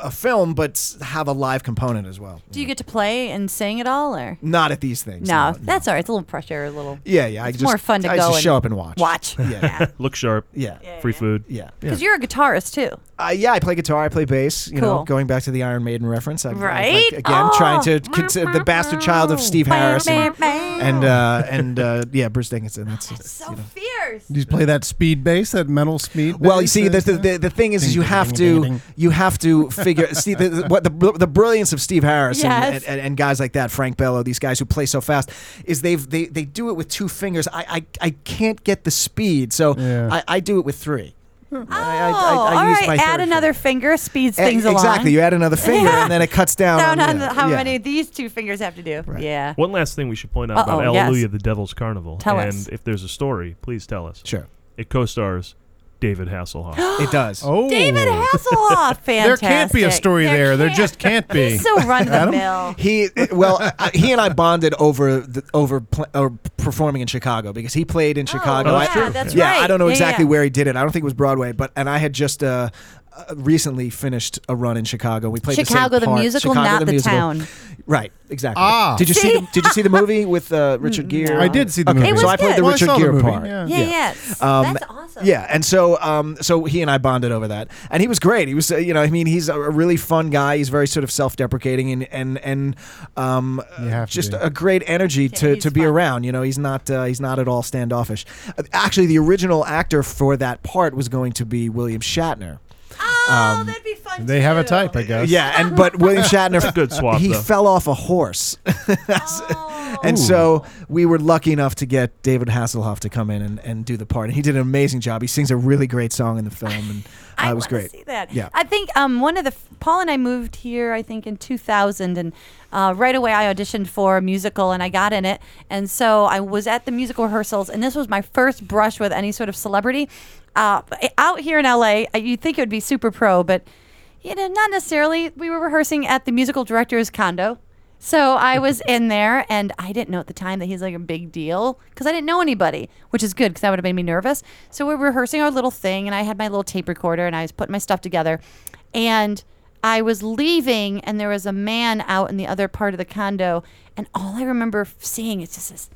S8: a film, but s- have a live component as well.
S4: Do you get to play and sing at all, or?
S8: Not at these things.
S4: No, that's all right. It's a little pressure, a little.
S8: Yeah, yeah. I
S4: It's
S8: just,
S4: more fun to
S8: I
S4: go
S8: just
S4: and
S8: show up and watch.
S4: Watch. *laughs*
S8: Yeah.
S2: Look sharp.
S8: Yeah.
S2: Free food.
S8: Yeah.
S4: Because you're a guitarist too.
S8: Uh, yeah, I play guitar. I play bass. You know,
S4: Cool.
S8: going back to the Iron Maiden reference, I'm, I'm,
S4: Right?
S8: like, again,
S4: Oh.
S8: trying to consider the bastard child of Steve Harris and and uh, and, uh, yeah, Bruce Dickinson.
S4: *laughs*
S8: That's, so
S4: fierce.
S3: Do you play that speed bass, that metal speed?
S8: Well, you
S3: bass
S8: see,
S3: and
S8: the, the,
S3: stuff?
S8: the, the thing is, is
S3: Ding,
S8: you
S3: ding,
S8: have
S3: ding, ding,
S8: to
S3: ding.
S8: you have to figure *laughs* see the, the, what the br- the brilliance of Steve Harris and-
S3: Yes.
S8: and, and, and guys like that, Frank Bello, these guys who play so fast, is they've they, they do it with two fingers. I I, I can't get the speed, so I, I do it with three.
S4: Oh,
S8: I- I
S4: all
S8: use
S4: right.
S8: my
S4: Add
S8: third
S4: another finger, speeds
S8: E-
S4: things along.
S8: exactly, you
S4: *laughs*
S8: add another finger, and then it cuts down.
S4: Down
S8: on,
S4: on
S8: yeah,
S4: the- how
S8: yeah.
S4: many these two fingers have to do. Yeah.
S2: One last thing we should point out about
S4: Uh-oh, yes.
S2: Alleluia the Devil's Carnival.
S4: Tell
S2: and
S4: us.
S2: if there's a story, please tell us.
S8: Sure.
S2: It co stars David Hasselhoff.
S4: *gasps*
S8: It does.
S3: Oh.
S4: David Hasselhoff,
S3: There can't be a
S4: fantastic.
S3: story there. There just can't be.
S4: He's so run of the
S8: Adam?
S4: mill.
S8: He well, I, he and I bonded over the, over pl- or performing in Chicago because he played in Chicago.
S4: Oh, yeah,
S8: I,
S4: that's
S8: yeah,
S4: right.
S8: I don't know
S4: Yeah,
S8: exactly
S4: yeah.
S8: where he did it. I don't think it was Broadway, but and I had just uh, uh, recently finished a run in Chicago. We played
S4: Chicago the
S8: the, same part.
S4: musical,
S8: Chicago
S4: not the
S8: musical.
S4: town.
S8: Right, exactly.
S3: Ah.
S8: did you see?
S4: See?
S8: the, did you see the movie
S4: *laughs*
S8: with uh, Richard Gere?
S3: I did see the
S8: Okay,
S3: movie.
S8: so I played the
S3: Well,
S8: Richard
S3: saw
S8: Gere
S3: movie,
S8: part.
S3: yeah.
S4: Yeah, yeah.
S8: that's awesome. Yeah, and so um, so he and I bonded over that, and he was great. He was, uh, you know, I mean, he's a really fun guy. He's very sort of self-deprecating and and and um,
S3: have to
S8: just
S3: be.
S8: a great energy to, to be around. You know, he's not uh, he's not at all standoffish. Uh, Actually, the original actor for that part was going to be William Shatner. Oh, that'd be fun.
S3: They have a type, I guess.
S8: Yeah, and
S2: *laughs*
S8: but William Shatner,
S2: That's a good swap,
S8: He
S2: though.
S8: fell off a horse,
S4: Oh,
S8: and so we were lucky enough to get David Hasselhoff to come in and, and do the part, and he did an amazing job. He sings a really great song in the
S4: *laughs*
S8: film, and uh, it was
S4: wanna
S8: great.
S4: See that?
S8: Yeah.
S4: I think um, one of the f- Paul and I moved here. I think in 2000, and uh, right away I auditioned for a musical and I got in it. And so I was at the musical rehearsals, and this was my first brush with any sort of celebrity. Uh, but out here in LA, uh, you'd think it would be super pro, but you know, not necessarily. We were rehearsing at the musical director's condo. So I was in there, and I didn't know at the time that he's like a big deal because I didn't know anybody, which is good because that would have made me nervous. So we're rehearsing our little thing, and I had my little tape recorder, and I was putting my stuff together, and I was leaving, and there was a man out in the other part of the condo, and all I remember f- seeing is just this.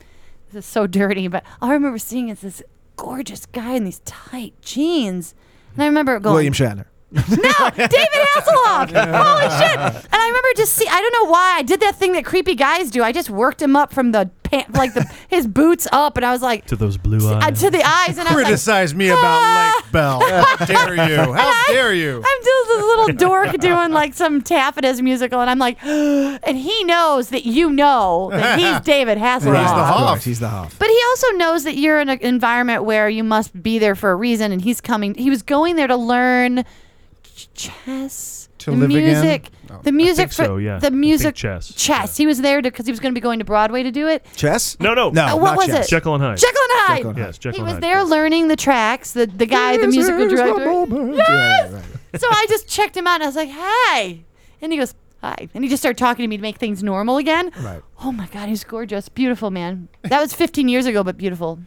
S4: This is so dirty, but all I remember seeing is this gorgeous guy in these tight jeans, and I remember going, *laughs*
S8: William Shatner.
S4: no, Oh, David Hasselhoff. Holy shit! And I remember just see. I don't know why I did that thing that creepy guys do. I just worked him up from the pant, like the *laughs* his boots up, and I was like
S2: to those blue
S4: uh,
S2: eyes.
S4: to the eyes, and I was like,
S3: Criticize
S4: *laughs*
S3: me about
S8: *laughs*
S3: Lake Bell. How dare you? How dare you?
S4: I'm just this little dork doing like some taffetas musical, and I'm like, *gasps* and he knows that you know that he's David Hasselhoff.
S8: He's the
S3: Hoff.
S8: Hoff. He's the Hoff.
S4: But he also knows that you're in an environment where you must be there for a reason, and he's coming. He was going there to learn ch- chess,
S3: To
S4: the
S3: live again?
S4: music, the music for
S2: Oh, so, yeah. I
S4: the
S2: think
S4: music
S2: chess.
S4: Chess. He was there because he was going to be going to Broadway to do it.
S8: Chess?
S2: No, no.
S8: No.
S4: Uh, what
S8: not
S4: was
S8: chess.
S4: it?
S2: Oh, Jekyll and Hyde.
S4: Jekyll and Hyde.
S8: Jekyll and
S2: Yes, Jekyll
S4: He
S2: and
S4: was
S2: Hyde.
S4: there learning the tracks. The the guy, the musical director.
S8: *laughs* Yes!
S4: so I just checked him out, and I was like, "Hi," and he goes, "Hi," and he just started talking to me to make things normal again.
S8: Right.
S4: Oh my God, he's gorgeous, beautiful man. That was 15 years ago, but beautiful.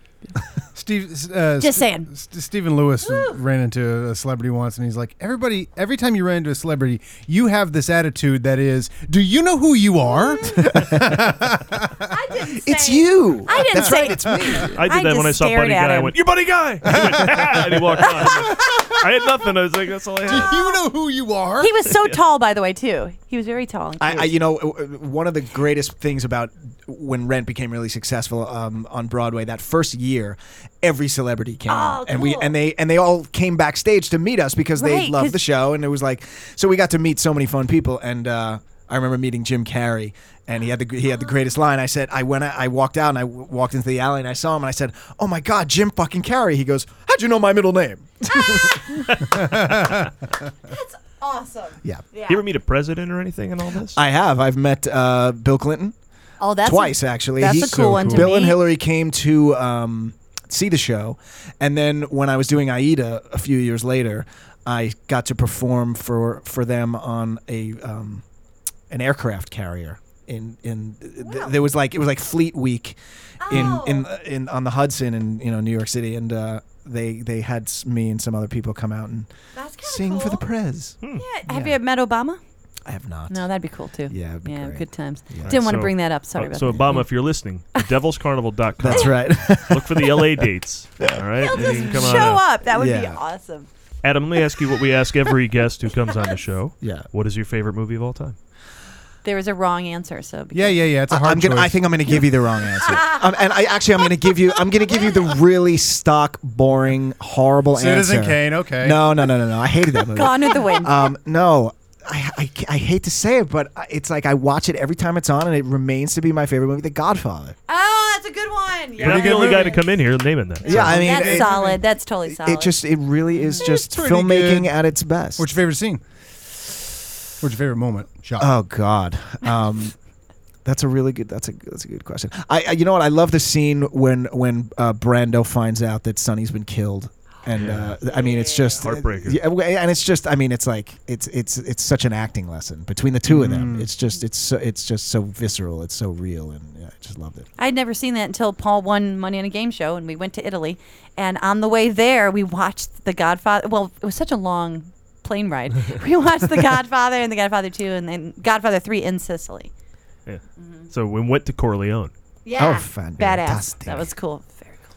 S3: Steve, uh,
S4: Just
S3: St-
S4: saying.
S3: St- Stephen Lewis ran into a celebrity once, and he's like, "Everybody, every time you run into a celebrity, you have this attitude that is, do you know who you are?"
S4: I didn't.
S8: It's you.
S4: I didn't
S8: That's
S4: say-
S8: right. It's me.
S2: I did
S4: I
S2: that
S4: just
S2: when I saw
S4: stared
S2: Buddy
S4: at
S2: Guy. I
S4: him.
S2: went, "Your Buddy
S8: *laughs*
S2: Guy," He went, *laughs* and he walked on. I had nothing. I was like, "That's all I had."
S3: *laughs* you know who you are.
S4: He was
S2: *laughs*
S4: so tall, by the way, too. He was very tall. and
S8: I,
S4: cute.
S8: I, you know, uh, one of the greatest things about when Rent became really successful um, on Broadway that first year, every celebrity came out, and we
S4: Oh, cool.
S8: and they and they all came backstage to meet us because they
S4: Right,
S8: loved
S4: 'cause-
S8: the show, and it was like so we got to meet so many fun people, and uh, I remember meeting Jim Carrey. And he had the he had the greatest line. I said, I went, I walked out, and I w- walked into the alley, and I saw him, and I said, "Oh my God, Jim fucking Carrey!" He goes, "How'd you know my middle name?"
S4: Ah!
S8: *laughs*
S4: awesome.
S8: Yeah,
S2: You ever meet a president or anything in all this?
S8: I have. I've met uh, Bill Clinton.
S4: Oh, that's a-
S8: twice actually.
S4: That's
S8: He-
S4: a cool So one to
S8: Bill
S4: meet.
S8: and Hillary came to um, see the show, and then when I was doing Aida a few years later, I got to perform for for them on a um, an aircraft carrier. In in th- there was like it was like Fleet Week, in
S4: Oh.
S8: in in on the Hudson in you know New York City, and uh, they they had s- me and some other people come out and
S4: That's kinda
S8: sing for the
S4: cool.
S8: prez.
S4: Yeah. Have you met Obama?
S8: I have not.
S4: No, that'd be cool too.
S8: Yeah, it'd be
S4: yeah,
S8: great.
S4: good times.
S8: Yeah.
S4: Didn't want to
S2: So-
S4: bring that up. Sorry
S2: Uh,
S4: about
S2: so
S4: that.
S8: *laughs*
S2: Obama, if you're listening, devilscarnival.com.
S4: *laughs*
S8: That's right. *laughs*
S2: Look for the LA dates. All right, And you can come on
S4: Show
S2: out.
S4: up. That would be
S8: Yeah.
S4: awesome.
S2: Adam, let me ask you what we ask every guest who comes on the show.
S8: *laughs* Yeah.
S2: What is your favorite movie of all time?
S4: There was a wrong answer, so be
S3: yeah, yeah, yeah. It's a hard
S8: I'm gonna,
S3: choice.
S8: I think I'm going to give you the wrong
S4: *laughs*
S8: answer. um, and I actually, I'm going to give you. I'm going to give you the really stock, boring, horrible
S3: Citizen
S8: answer.
S3: Kane, okay.
S8: No, no, no, no, no. I hated that movie.
S4: Gone
S8: *laughs*
S4: with the wind.
S8: Um, no. I, I, I hate to say it, but I- it's like I watch it every time it's on, and it remains to be my favorite movie, The Godfather.
S4: oh, that's a good one.
S2: You're not the only guy to come in here naming that.
S8: Yeah, I mean,
S4: that's
S8: it,
S4: solid. That's totally solid.
S8: it just it really is just
S3: pretty
S8: filmmaking
S3: good.
S8: at its best.
S3: What's your favorite scene? What's your favorite moment? Shot.
S8: Oh God, um, that's a really good. That's a that's a good question. I, I you know what I love the scene when when uh, Brando finds out that Sonny's been killed And uh, I mean, it's just heartbreaker. Yeah, w- and it's just I mean, it's like it's it's it's such an acting lesson between the two of
S4: Mm.
S8: them. It's just it's so, it's just so visceral. It's so real, and yeah, I just loved it.
S4: I'd never seen that until Paul won Money on a Game show, and we went to Italy. And on the way there, we watched The Godfather. Well, it was such a long plane
S3: *laughs*
S4: ride. we watched The Godfather and The Godfather Two, and then Godfather Three in Sicily.
S2: Yeah. So we went to Corleone.
S4: Yeah,
S8: Oh,
S4: badass.
S3: Oh, fantastic.
S4: That was cool.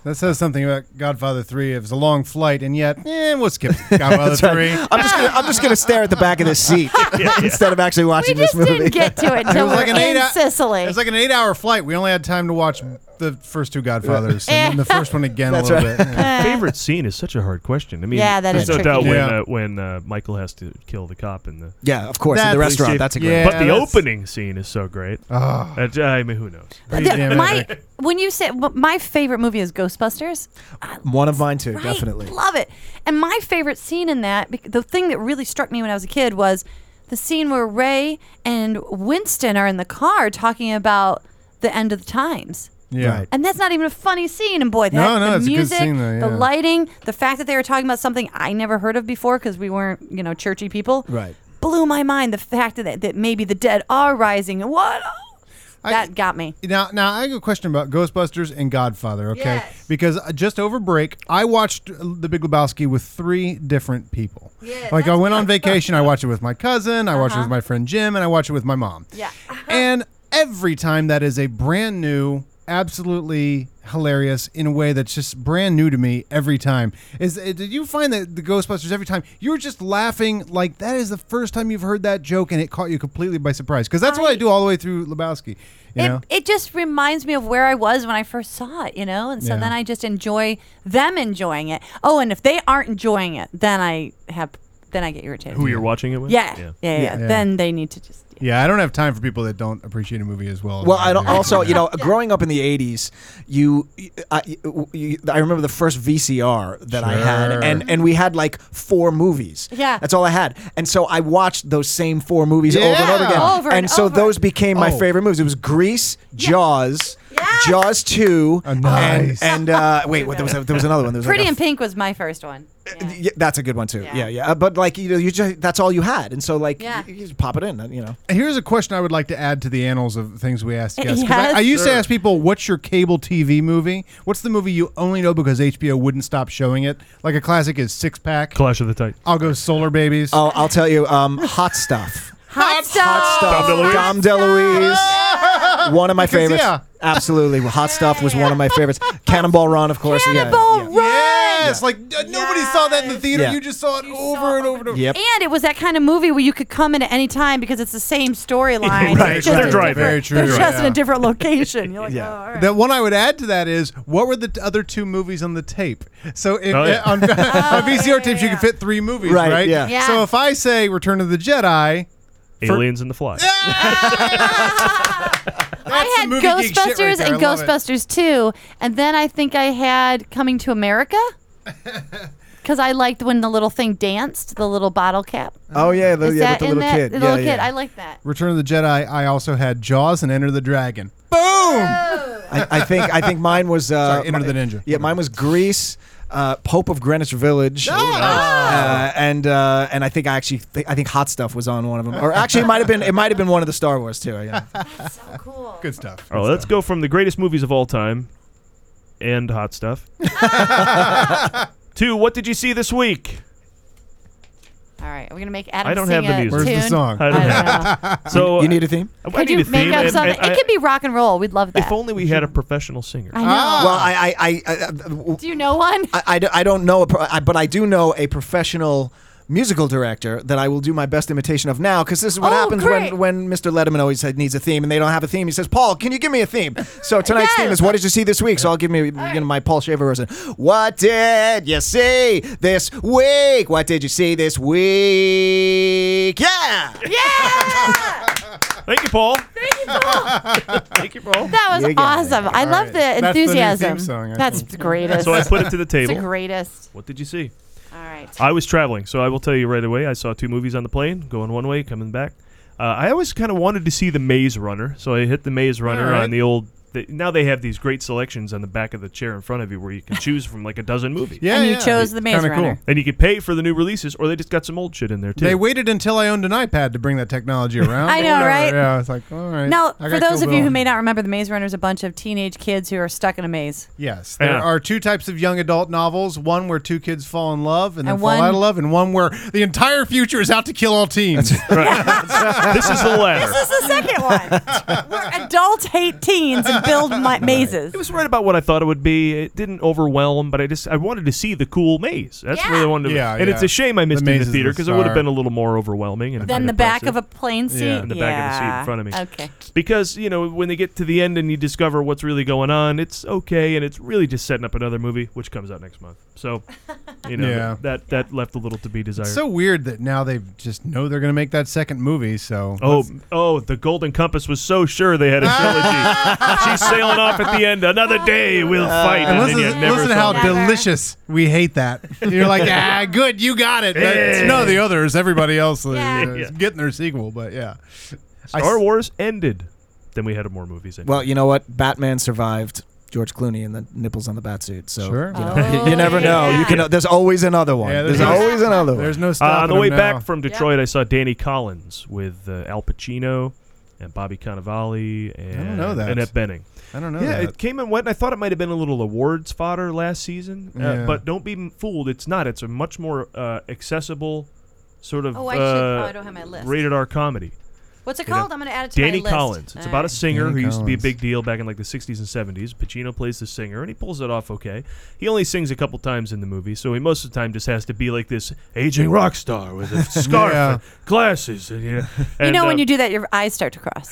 S3: That says something about Godfather 3. It was a long flight, and yet, eh, we'll skip *laughs* Godfather
S8: That's right.
S3: 3.
S8: I'm just gonna, I'm just gonna stare at the back of this
S4: *laughs*
S8: seat *laughs* instead of actually watching
S4: just
S8: this movie.
S4: didn't get to
S3: *laughs*
S4: it until
S3: was like
S4: we're
S3: an
S4: in
S3: eight-hour-
S4: Sicily.
S3: It was like an eight hour flight. We only had time to watch the first two Godfathers and then the first one again a
S2: That's
S3: little
S2: right.
S3: bit. Yeah.
S2: Favorite scene is such a hard question. I mean,
S3: Yeah, that
S2: there's
S3: is
S2: no
S3: tricky.
S2: doubt when
S3: Yeah.
S2: uh, when uh, Michael has to kill the cop in the
S8: Yeah, of course, in the
S2: police
S8: restaurant,
S2: chief.
S8: that's a great-
S2: But the
S8: Yeah, that's-
S2: opening scene is so great.
S8: Ah.
S2: That- I mean, who knows?
S4: The- my when you say w- my favorite movie is Ghostbusters,
S8: One of mine too,
S4: I
S8: definitely.
S4: love it. And my favorite scene in that, bec- the thing that really struck me when I was a kid was the scene where Ray and Winston are in the car talking about the end of the times.
S3: Yeah. Right.
S4: And that's not even a funny scene. And boy, that,
S3: No, no,
S4: the
S3: it's a good
S4: music,
S3: scene though,
S4: the
S3: yeah.
S4: lighting, the fact that they were talking about something I never heard of before because we weren't, you know, churchy people,
S8: Right.
S4: blew my mind. The fact that, that maybe the dead are rising. What? That got me.
S3: Now, now I have a question about Ghostbusters and Godfather. Okay, because uh, just over break, I watched uh, The Big Lebowski with three different people. Yeah, like I went on vacation. I watched it with my cousin. I watched it with my friend Jim, and I watched it with my mom.
S4: Yeah.
S3: and every time that is a brand new, absolutely hilarious in a way that's just brand new to me. Every time is uh, did you find that the Ghostbusters every time you were just laughing like that is the first time you've heard that joke and it caught you completely by surprise because that's what I do all the way through Lebowski. You know?
S4: it, it just reminds me of where I was when I first saw it, you know? And so
S3: Yeah.
S4: then I just enjoy them enjoying it. Oh, and if they aren't enjoying it, then I have then I get irritated.
S2: Who you're watching it with?
S4: Yeah. Yeah, yeah. yeah.
S3: Yeah.
S4: Then they need to just
S3: Yeah, I don't have time for people that don't appreciate a movie as well. as
S8: Well,
S3: I
S8: I
S3: *laughs*
S8: don't,
S3: do.
S8: also, you know, growing up in the '80s, you, I, you, I remember the first VCR that I had,
S3: Sure.
S8: and and we had like four movies.
S3: Yeah.
S8: that's all I had, and so I watched those same four movies over and over
S3: Yeah.
S8: again,
S3: Over and
S8: and, so
S3: over.
S8: those became my
S3: Oh.
S8: favorite movies. It was Grease, Jaws, Jaws Two,
S3: Oh, nice.
S8: and, and uh, wait, what, there was a, there was another one. There was like
S4: Pretty
S8: a
S4: in Pink was my first one.
S3: Uh,
S8: yeah, that's a good one too. Yeah, yeah. Uh, But like you know, you just that's all you had, and so like
S4: Yeah.
S8: you, you just pop it in. uh, You know,
S3: Here's a question I would like to add to the annals of things we asked guests. 'cause I, I
S8: Yes.
S3: used
S8: Sure.
S3: to ask people, "What's your cable TV movie? What's the movie you only know because HBO wouldn't stop showing it?" Like a classic is Six Pack,
S2: Clash of the Titans.
S3: I'll go Solar Babies.
S8: I'll, I'll tell you, um, hot stuff.
S4: Hot stuff.
S8: Hot stuff. Dom DeLuise. One of my
S3: Because,
S8: favorites.
S3: yeah.
S8: Absolutely. Hot stuff was one of my
S4: *laughs*
S8: favorites. Cannonball Run, of course. yeah, yeah.
S3: Yes, like uh, nobody saw that in the theater.
S8: Yeah.
S3: You just saw it over and over and over.
S8: Yep.
S4: And it was that kind of movie where you could come in at any time because it's the same storyline.
S3: *laughs* Right,
S4: It's just
S3: they're
S4: a
S3: driving.
S4: different-
S3: Very true,
S4: They're
S3: right,
S4: just in
S3: yeah.
S4: a different location. You're like,
S3: Yeah.
S4: oh, all right.
S3: The one I would add to that is what were the t- other two movies on the tape? So
S8: *laughs*
S3: if,
S2: Oh, yeah. *laughs*
S3: uh, on, on VCR tapes you can fit three movies,
S2: Right,
S3: right?
S2: yeah. Yeah.
S3: So if I say Return of the Jedi,
S2: Aliens and the Fly.
S4: *laughs* I had
S3: movie geek shit right
S4: Ghostbusters
S3: there. I
S4: and
S3: love it.
S4: Ghostbusters 2, and then I think I had Coming to America because I liked when the little thing danced, the little bottle cap.
S8: Oh yeah, the,
S4: Is
S8: yeah,
S4: that
S8: with the
S4: in
S8: little
S4: that?
S8: kid.
S4: The
S8: yeah,
S4: little kid.
S8: yeah.
S4: I like that.
S3: Return of the Jedi, I also had Jaws and Enter the Dragon. Boom!
S8: I, I think I think mine was uh,
S3: Sorry, Enter
S8: my-
S3: the Ninja.
S8: Yeah, mine was Greece. Uh, Pope of Greenwich Village, uh, and uh, and I think I actually th- I think Hot Stuff was on one of them, or actually it might have been it might have been one of the Star Wars too. Yeah.
S4: Oh,
S3: Good stuff.
S2: All right, let's go from the greatest movies of all time and hot
S8: *laughs*
S2: stuff to what did you see this week?
S4: All right, we're gonna make Adam.
S2: I don't
S4: sing
S2: have the
S4: a
S2: music.
S4: tune?
S2: I don't
S4: I
S2: know. so
S8: You need a theme?
S2: I,
S4: don't know.
S2: I
S4: Could
S2: need
S4: you
S2: a theme.
S4: make up
S2: and-
S4: something?
S2: and
S4: it could be rock and roll. We'd love
S2: I-
S4: that.
S2: if only we had a professional singer.
S4: I know. Ah.
S8: Well, I I, uh, I, I
S4: Do you know one?
S8: I, I, d- I don't know, a pro- I, but I do know a professional musical director that I will do my best imitation of now because this is what
S4: Oh,
S8: happens
S4: great.
S8: when, when Mr. Letterman always said needs a theme and they don't have a theme. He says, Paul, can you give me a theme?
S4: *laughs*
S8: So tonight's theme is what did you see this week? So I'll give me you know, my Paul Shaver version. What did you see this week? What did you see this week? Yeah!
S2: Thank you, Paul.
S4: Thank you, Paul.
S2: Thank you, Paul.
S4: That was
S2: You got it.
S4: awesome. I
S2: All
S4: love
S2: right.
S4: the
S2: That's the new theme
S4: enthusiasm.
S2: song, I
S4: That's
S2: think.
S4: the greatest.
S2: So I put it to the table.
S4: It's the greatest.
S2: What did you see?
S4: All right.
S2: I was traveling, so I will tell you right away. I saw two movies on the plane, going one way, coming back. Uh, I always kind of wanted to see The Maze Runner, so I hit The Maze Runner
S3: All right.
S2: on the old They, now they have these great selections on the back of the chair in front of you where you can choose from like a dozen movies.
S4: Yeah, *laughs* And you yeah. chose The Maze
S2: Kinda
S4: Runner.
S2: And you could pay for the new releases, or they just got some old shit in there too.
S3: They waited until I owned an iPad to bring
S4: *laughs*
S3: that technology around.
S4: I know,
S3: Whatever.
S4: right?
S3: Yeah, it's like, all right.
S4: Now,
S3: I
S4: for
S3: got
S4: those
S3: Kill
S4: of you
S3: Bill.
S4: who may not remember, The Maze Runner is a bunch of teenage kids who are stuck in a maze.
S3: Yes, there
S2: Yeah.
S3: are two types of young adult novels: one where two kids fall in love and then
S4: And
S3: fall
S4: one-
S3: out of love, and one where the entire future is out to kill all
S2: *laughs*
S3: teens.
S2: this is the latter.
S4: This is the second one, where adults hate teens and build ma- mazes.
S2: It was right about what I thought it would be. It didn't overwhelm, but I just I wanted to see the cool maze. That's really what I wanted. To
S3: Yeah,
S2: and it's
S3: yeah.
S2: a shame I
S3: The
S2: missed it
S3: maze
S2: in
S3: is
S2: the
S3: the
S2: theater because it would have
S3: star.
S2: been a little more overwhelming. And
S4: Then the back of a plane
S2: Yeah.
S4: seat.
S2: And the back of the seat in front of me.
S4: Okay.
S2: because you know when they get to the end and you discover what's really going on, it's okay, and it's really just setting up another movie which comes out next month.
S4: *laughs*
S2: So, you know
S3: Yeah.
S2: that that left a little to be desired.
S3: It's so weird that now they just know they're going to make that second movie. So
S2: Oh, oh! The Golden Compass was so sure they had a
S3: *laughs*
S2: trilogy. She's sailing off at the end. Another day we'll fight,
S3: Uh, And
S2: and
S3: listen,
S2: then you never
S3: listen to
S2: saw
S3: how
S2: it.
S3: delicious we hate that. You're like, ah, good, you got it. It's
S2: Hey.
S3: none of the others. Everybody else is,
S2: Yeah.
S3: is getting their sequel, but yeah. I
S2: Star
S3: s-
S2: Wars ended. Then we had more movies. In.
S8: Well, you know what? Batman survived George Clooney and the nipples on the bat suit. So
S3: Sure.
S8: you, know,
S3: Oh,
S8: you never know. You can. There's always another one.
S3: Yeah,
S8: there's
S3: there's no-
S8: always another one.
S3: there's no
S2: Uh, on
S3: stopping
S2: the way
S3: them now.
S2: back from Detroit, I saw Danny Collins with uh, Al Pacino and Bobby Cannavale and
S3: don't know that.
S2: Annette Benning.
S3: I don't know
S2: Yeah,
S3: that.
S2: it came and went. and I thought it might have been a little awards fodder last season, uh,
S3: Yeah.
S2: but don't be m- fooled. It's not. It's a much more uh, accessible sort of
S4: Oh, I should-
S2: uh,
S4: oh, I don't have my list.
S2: rated R comedy.
S4: What's it
S2: You know?
S4: called? I'm gonna add it to my
S2: Danny
S4: list. Uh,
S2: Collins. It's
S4: All
S2: about a
S4: right.
S2: singer
S8: Danny
S2: who used to be a
S8: Collins.
S2: big deal back in like the 60s and 70s. Pacino plays the singer, and he pulls it off okay. He only sings a couple times in the movie, so he most of the time just has to be like this aging rock star with
S3: *laughs*
S2: a scarf,
S3: Yeah.
S2: and glasses, and you know.
S4: You
S2: and,
S4: know, when
S2: uh,
S4: you do that, your eyes start to cross.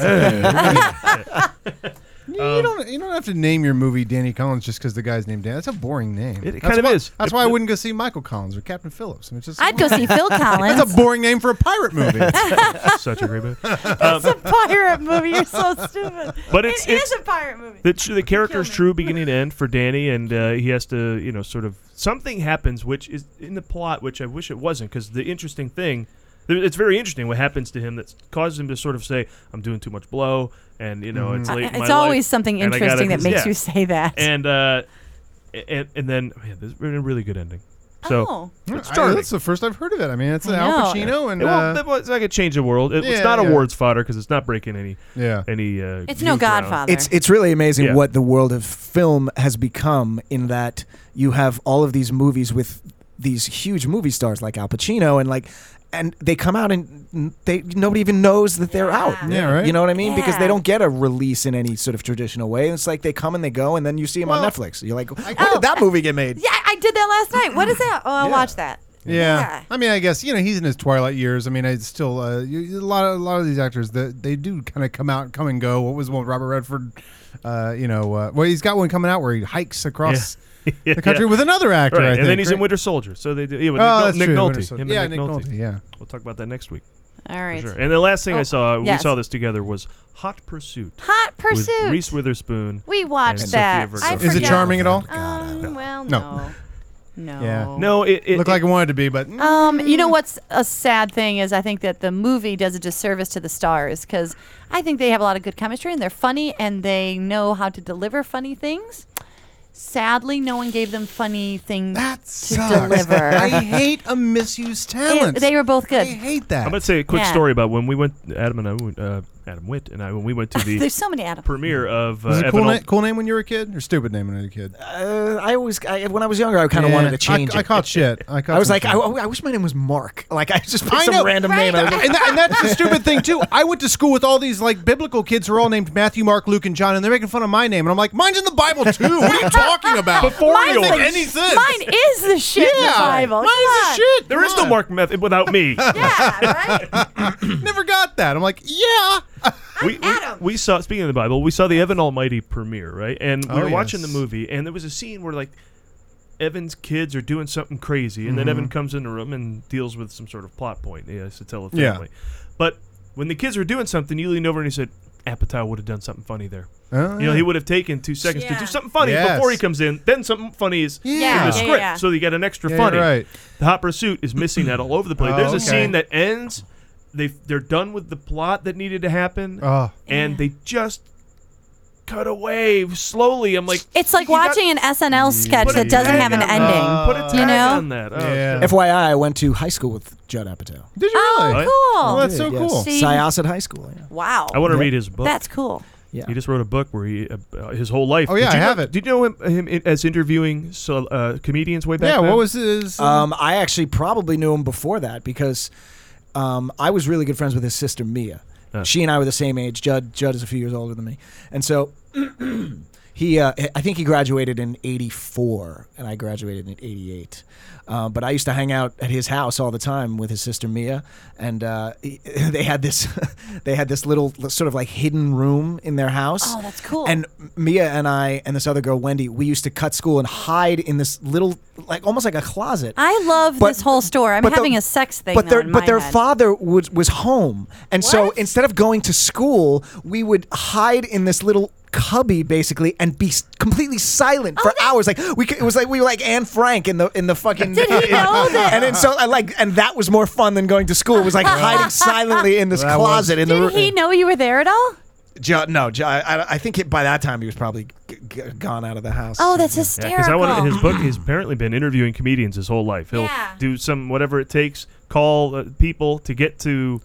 S3: you don't you don't have to name your movie Danny Collins just because the guy's named Dan. That's a boring name.
S2: It
S3: That's
S2: kind of
S3: why-
S2: is.
S3: That's why I wouldn't go see Michael Collins or Captain Phillips. I mean, it's just-
S4: *laughs* I'd go see
S2: *laughs*
S4: Phil Collins.
S3: That's a boring name for a pirate movie.
S2: such a great movie.
S4: It's a pirate movie. You're so stupid.
S2: But it's-
S4: it is
S2: it's-
S4: a pirate movie.
S2: The, tr- the character is true beginning to end for Danny, and uh, he has to, you know, sort of something happens which is in the plot, which I wish it wasn't, because the interesting thing, th- it's very interesting what happens to him that causes him to sort of say, "I'm doing too much blow," and you know, it's
S4: Uh,
S2: late. in my
S4: it's always
S2: life,
S4: something
S2: and I gotta
S4: interesting that
S2: do-
S4: makes
S2: yeah.
S4: you say that.
S2: *laughs* And uh, and and then man, this is a really good ending. So
S4: Oh.
S2: it's
S3: I-
S2: starting.
S3: that's the first I've heard of it. I mean, it's
S4: I
S3: Al
S4: know.
S3: Pacino and
S2: It won't-
S3: uh,
S2: it won't- it's not gonna change the world. It-
S3: Yeah,
S2: it's not
S3: yeah.
S2: awards fodder because it's not breaking any.
S3: Yeah.
S2: Any. Uh,
S4: It's no
S2: view ground.
S4: Godfather.
S8: It's it's really amazing
S2: Yeah.
S8: what the world of film has become in that you have all of these movies with these huge movie stars like Al Pacino and like and they come out and they nobody even knows that they're out.
S3: Yeah, right.
S8: You know what I mean? Because
S4: Yeah.
S8: they don't get a release in any sort of traditional way. It's like they come and they go and then you see them
S3: Well,
S8: on Netflix. You're like, when did that movie get made?
S4: Oh. yeah, I did that last night. What is that? Oh, I'll watch that.
S3: Mm. Yeah.
S4: Yeah.
S3: I mean, I guess you know he's in his twilight years. I mean, I still uh, you, you- a lot of a lot of these actors that they do kind of come out, come and go. What was the one with Robert Redford? Uh, you know, uh, well, he's got one coming out where he hikes across
S2: *laughs* Yeah.
S3: the country with another actor.
S2: Right,
S3: I
S2: and
S3: think,
S2: then he's in
S3: right?
S2: Winter Soldier. So they do. Yeah, with
S3: Oh,
S2: Nick,
S3: that's
S2: Nick
S3: true,
S2: Nolte.
S3: Winter Soldier.
S2: Him and
S3: Yeah,
S2: Nick,
S3: Nick
S2: Nolte.
S3: Nolte, yeah.
S2: We'll talk about that next week.
S4: All
S2: For
S4: right.
S2: sure. And the last thing I
S4: Oh,
S2: saw,
S4: yes.
S2: we saw this together, was Hot Pursuit.
S4: Hot
S2: With
S4: Pursuit.
S2: Reese Witherspoon.
S4: we watched
S2: and
S4: that.
S2: Sofia
S4: I
S2: Vergara.
S3: Is it
S4: forgot.
S3: charming at all?
S8: Oh,
S4: Um, Well,
S3: No.
S4: no. No.
S3: Yeah.
S2: No, it, it
S3: Looked like it wanted to be, but
S4: Um, you know what's a sad thing is I think that the movie does a disservice to the stars because I think they have a lot of good chemistry and they're funny and they know how to deliver funny things. Sadly, no one gave them funny things
S3: that
S4: to
S3: sucks.
S4: deliver.
S3: *laughs* I hate a
S4: *laughs*
S3: misused talent.
S4: they were both good.
S3: I hate that.
S2: I'm gonna say a quick
S4: Yeah.
S2: story about when we went. Adam and I, went, uh, Adam Witt and I, when we
S4: *laughs*
S2: went to the
S4: There's so many Adam.
S2: premiere of uh,
S3: was it a
S2: Evan
S3: cool,
S2: Al-
S3: na- cool name when you were a kid or stupid name when you were a kid?
S8: Uh, I always I, when I was younger I kind of wanted to change
S3: I, I
S8: it.
S3: caught shit. I, caught
S8: I was
S3: some
S8: like,
S3: shit.
S8: I, I wish my name was Mark. Like I just picked
S3: I
S8: some
S3: know,
S8: random name. I was like,
S3: and, that, and that's the *laughs* stupid thing too. I went to school with all these like biblical kids who are all named Matthew, Mark, Luke, and John, and they're making fun of my name, and I'm like, mine's in the Bible too. *laughs* What are
S4: *laughs*
S3: you talking about?
S2: Before
S3: Mine
S2: yours.
S3: doesn't make any sense.
S4: Mine is the shit in the
S3: Yeah.
S4: Bible.
S3: Mine
S4: Come
S3: is the
S4: on.
S3: shit.
S2: There is no Mark method without
S3: *laughs*
S2: me.
S4: Yeah, right?
S3: Never got that. I'm like, yeah.
S2: we, we, we saw speaking of the Bible, we saw the Evan Almighty premiere, right? And we
S3: Oh,
S2: were watching the
S3: yes.
S2: movie, and there was a scene where like Evan's kids are doing something crazy, and then Evan
S3: Mm-hmm.
S2: comes in the room and deals with some sort of plot point. He has to tell the
S3: Yeah.
S2: family. But when the kids were doing something, you leaned over and he said, "Apatow would have done something funny there."
S3: Oh,
S2: you know, he would have taken two seconds to
S4: Yeah.
S2: do something funny
S3: Yes.
S2: before he comes in. Then something funny is
S3: Yeah.
S2: in
S3: Yeah,
S2: the script,
S4: yeah.
S2: so you get an extra
S3: Yeah, you're
S2: funny.
S3: right.
S2: The Hot Pursuit is missing that all over the place.
S3: Oh,
S2: There's a
S3: okay.
S2: scene that ends. They they're done with the plot that needed to happen,
S3: Oh.
S2: and they just cut away slowly. I'm like,
S4: It's like watching an SNL sketch
S2: Put a
S4: that doesn't
S2: tag
S4: have an
S2: on
S4: ending.
S2: that. Uh, Put a tag
S4: you know?
S2: on that. Oh, God.
S8: FYI, I went to high school with Judd Apatow.
S3: Did
S4: you really?
S2: Really?
S4: Oh, cool.
S8: Well, that's so cool.
S4: See?
S8: Syosset High School. yeah.
S4: Wow.
S2: I want to read his book.
S4: That's cool.
S8: Yeah.
S2: He just wrote a book where he uh, his whole life.
S8: Oh,
S2: Did
S8: yeah, I
S2: you know-
S8: have it.
S2: Did you know him, him in- as interviewing so, uh, comedians way back? then?
S8: Um, I actually probably knew him before that because um, I was really good friends with his sister Mia. She and I were the same age. Judd Judd is a few years older than me, and so *clears throat* he uh, I think he graduated in '84, and I graduated in '88. Uh, but I used to hang out at his house all the time with his sister Mia, and uh, he- *laughs* they had this they had this little sort of like hidden room in their house.
S4: Oh, that's cool.
S8: And Mia and I and this other girl Wendy, we used to cut school and hide in this little like almost like a closet.
S4: I love this whole store. I'm
S8: but the-
S4: having a sex thing.
S8: But
S4: though,
S8: their
S4: in
S8: but
S4: my
S8: their
S4: head.
S8: father was was home, and so instead of going to school, we would hide in this little cubby basically and be s- completely silent
S4: Oh,
S8: for hours. Like we could, it was like we were like Anne Frank in the *laughs* in the fucking.
S4: Did he know that?
S8: And then so I like and that was more fun than going to school. It was like
S4: *laughs*
S8: hiding silently in this
S4: That was-
S8: closet in the
S4: Did
S8: room.
S4: he know you were there at all?
S8: Ju- no, Ju- I, I- I think it, by that time he was probably g- g- gone out of the house.
S4: Oh, that's
S2: Yeah,
S4: hysterical.
S2: because I want his book. He's apparently been interviewing comedians his whole life. He'll do some whatever it takes, call uh, people to get to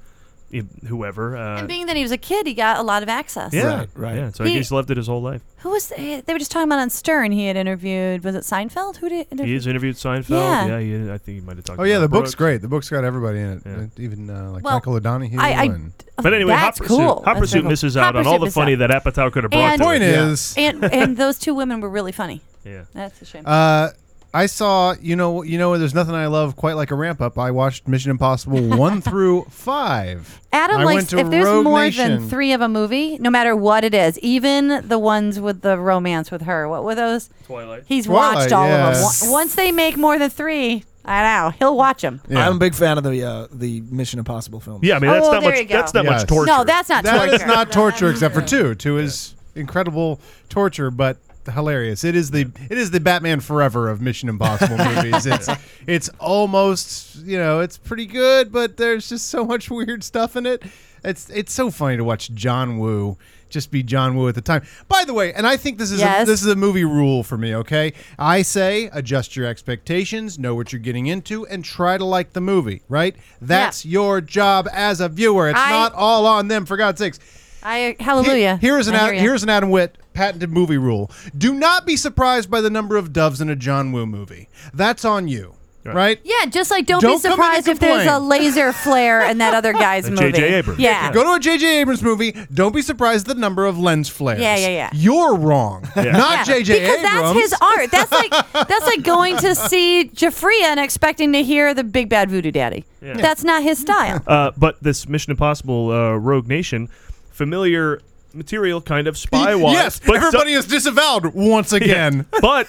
S2: uh, whoever. Uh,
S4: and being that he was a kid, he got a lot of access.
S2: yeah, right. Yeah, so I
S4: He-
S2: guess he loved it his whole life.
S4: Who was eh, they were just talking about on Stern? He had interviewed. Was it Seinfeld? Who did interview?
S2: He has interviewed Seinfeld.
S4: Yeah.
S2: Yeah, he, I think he might have talked.
S3: Oh yeah,
S2: about
S3: the book's
S2: Brooks.
S3: great. The book's got everybody in it, even uh, like
S4: Well,
S3: Michael O'Donoghue.
S4: I- I-
S3: and-
S2: But anyway, Hot
S4: That's
S2: Pursuit,
S4: cool.
S2: Hot
S4: That's
S2: Pursuit
S4: cool.
S2: misses
S4: Hot
S2: out on all
S4: Pursuit
S2: the
S4: misses
S2: funny
S4: out.
S2: that Apatow could have brought.
S4: And-
S2: to
S3: Point
S2: it. Yeah.
S3: is-
S4: and and those two women were really funny.
S2: Yeah,
S4: that's a shame.
S3: Uh, I saw you know you know there's nothing I love quite like a ramp up. I watched Mission Impossible one *laughs* through five.
S4: Adam
S3: I went
S4: likes
S3: to
S4: if there's
S3: Rogue
S4: more
S3: Nation.
S4: than three of a movie, no matter what it is, even the ones with the romance with her. What were those?
S2: Twilight.
S4: He's
S8: Twilight,
S4: watched all of them.
S8: yes.
S4: Wa- Once they make more than three, I know he'll watch them.
S8: I'm a big fan of the uh, the Mission Impossible films.
S2: Yeah, I mean
S4: Oh,
S2: that's
S4: well,
S2: not
S4: there you
S2: much.
S4: go.
S2: That's not
S8: Yes.
S2: much torture.
S4: No, that's not
S3: That
S4: torture.
S3: is not torture except for two. Two is incredible torture, but hilarious. It is the it is the Batman Forever of Mission Impossible movies. It's it's almost you know it's pretty good, but there's just so much weird stuff in it. It's it's so funny to watch John Woo just be John Woo at the time. By the way, and I think this is a,
S11: Yes.
S3: this is a movie rule for me. Okay, I say adjust your expectations, know what you're getting into, and try to like the movie. Right? That's your job as a viewer. It's
S4: I-
S3: not all on them. For God's sakes.
S4: I hallelujah.
S3: Here- here's an
S4: I
S3: Ad-
S4: hear ya.
S3: here's an Adam Witt patented movie rule. Do not be surprised by the number of doves in a John Woo movie. That's on you, right?
S4: Yeah, just like don't,
S3: Don't
S4: be
S3: come in and
S4: surprised if there's a
S3: complain.
S4: laser flare in
S3: *laughs*
S4: that other guy's movie. Yeah.
S3: Go to a J.J. Abrams movie. Don't be surprised at the number of lens flares.
S4: Yeah, yeah, yeah.
S3: You're *laughs* wrong. Not
S4: Yeah,
S3: J.J.
S4: Because
S3: Abrams.
S4: that's his art. That's like that's
S8: *laughs*
S4: like going to see Jafria and expecting to hear the Big Bad Voodoo Daddy.
S2: Yeah.
S4: That's not his style.
S2: Uh, but this Mission Impossible uh, Rogue Nation, familiar material, kind of spy wise.
S3: Yes,
S2: but
S3: everybody is disavowed *laughs* once again.
S2: But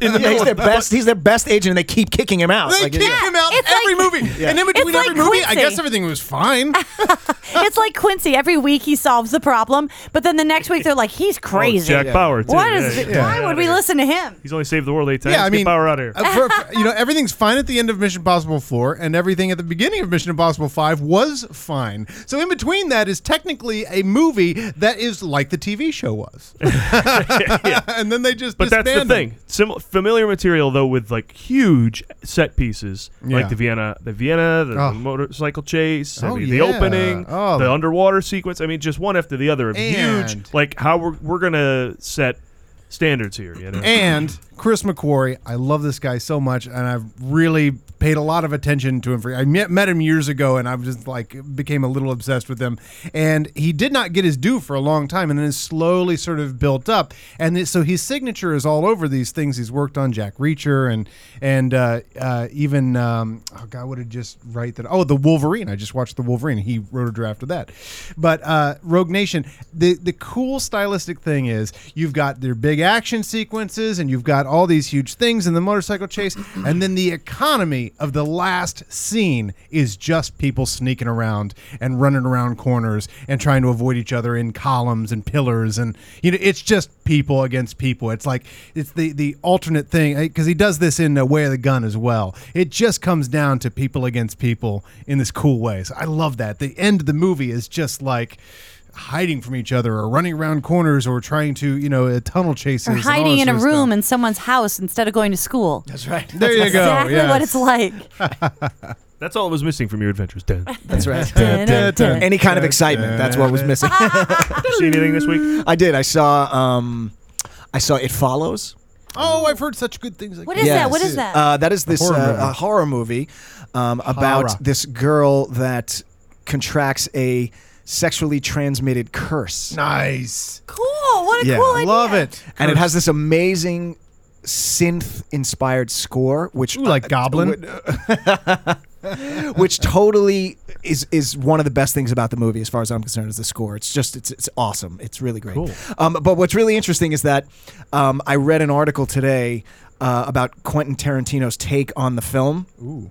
S2: in the
S8: Yeah, he's
S2: middle,
S3: *laughs*
S8: their best. He's their best agent, and they keep kicking him out.
S3: They
S8: Like,
S3: kick
S8: yeah.
S3: him out
S4: It's
S3: every
S4: like-
S3: movie.
S8: Yeah.
S3: And in between
S4: It's like
S3: every movie, I
S4: Quincy.
S3: guess everything was fine.
S4: it's like Quincy. Every week he solves the problem, but then the next week they're like, he's crazy.
S2: Oh, Jack Bauer, too.
S4: What
S2: Yeah,
S4: is?
S2: yeah,
S4: it-
S2: yeah.
S4: Why
S2: Yeah.
S4: would we listen to him?
S2: he's only saved the world eight times.
S3: Yeah, I
S2: Get
S3: mean,
S2: Bauer out of here.
S3: uh, *laughs* for- for- you know, everything's fine at the end of Mission Impossible 4, and everything at the beginning of Mission Impossible 5 was fine. So in between that is technically a movie that is like the TV show was.
S2: *laughs*
S3: And then they just
S2: But that's the
S3: disband them.
S2: thing. Sim- familiar material though, with like huge set pieces,
S3: Yeah.
S2: like the Vienna, the Vienna, the,
S3: Oh.
S2: the motorcycle chase, I
S3: Oh,
S2: mean,
S3: yeah.
S2: the opening,
S3: Oh.
S2: the underwater sequence. I mean, just one after the other of
S3: And-
S2: huge. Like how we're we're gonna set standards here. You know.
S3: And Chris McQuarrie, I love this guy so much, and I've really paid a lot of attention to him. For I met, met him years ago, and I was just like became a little obsessed with him. And he did not get his due for a long time, and then is slowly sort of built up. And it- so his signature is all over these things he's worked on, Jack Reacher, and and uh, uh, even um, oh god, what did I just write that? Oh, the Wolverine. I just watched the Wolverine. He wrote a draft of that. But uh, Rogue Nation, the the cool stylistic thing is you've got their big action sequences, and you've got all these huge things in the motorcycle chase, and then the economy of the last scene is just people sneaking around and running around corners and trying to avoid each other in columns and pillars, and you know it's just people against people. It's like it's the the alternate thing because he does this in uh, Way of the Gun as well. It just comes down to people against people in this cool way. So I love that. The end of the movie is just like hiding from each other or running around corners or trying to, you know, uh, tunnel chases.
S4: Or
S3: and all
S4: hiding in
S3: that
S4: a
S3: sort of
S4: room in someone's house instead of going to school.
S8: That's right.
S3: There you go,
S4: Exactly what
S3: yes.
S4: it's
S8: *laughs*
S4: like.
S2: That's all it was missing from your
S4: *laughs*
S2: adventures, Dan.
S8: That's right.
S2: *laughs*
S8: Any kind of excitement. That's what was
S3: *laughs*
S8: missing.
S2: See anything this week?
S8: I did. I saw. Um, I saw It Follows.
S3: stuff. Oh, I've heard such good things. Like
S4: What is that? What is that?
S8: Uh, that is this
S3: horror
S8: horror uh,
S3: movie.
S8: movie, a horror movie um, about
S3: Horror.
S8: this girl that contracts a sexually transmitted curse.
S3: Nice.
S4: Cool. What a
S8: Yeah.
S4: cool idea.
S3: Love it.
S8: And it
S3: Curse.
S8: has this amazing synth-inspired score, which uh,
S3: like Goblin?
S8: *laughs* which totally is is one of the best things about the movie, as far as I'm concerned, is the score. It's just it's it's awesome. It's really great.
S2: Cool.
S8: Um, but what's really interesting is that um, I read an article today uh, about Quentin Tarantino's take on the film. Ooh.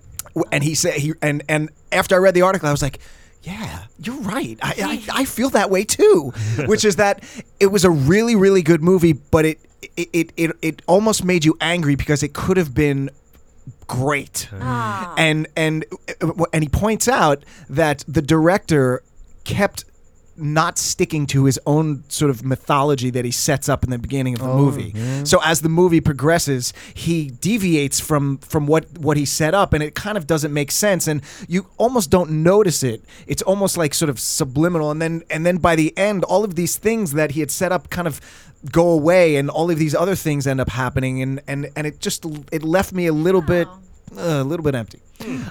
S8: And he said he and and after I read the article, I was like. Yeah, you're right. I, I, I feel that way too, which is that it was a really really good movie, but it it it it, it almost made you angry because it could have been great. And and and he points out that the director kept not sticking to his own sort of mythology that he sets up in the beginning of the movie. So as the movie progresses, he deviates from from what what he set up and it kind of doesn't make sense and you almost don't notice it. It's almost like sort of subliminal and then and then by the end all of these things that he had set up kind of go away and all of these other things end up happening and and and it just it left me a
S4: Oh.
S8: little bit uh, a little bit empty.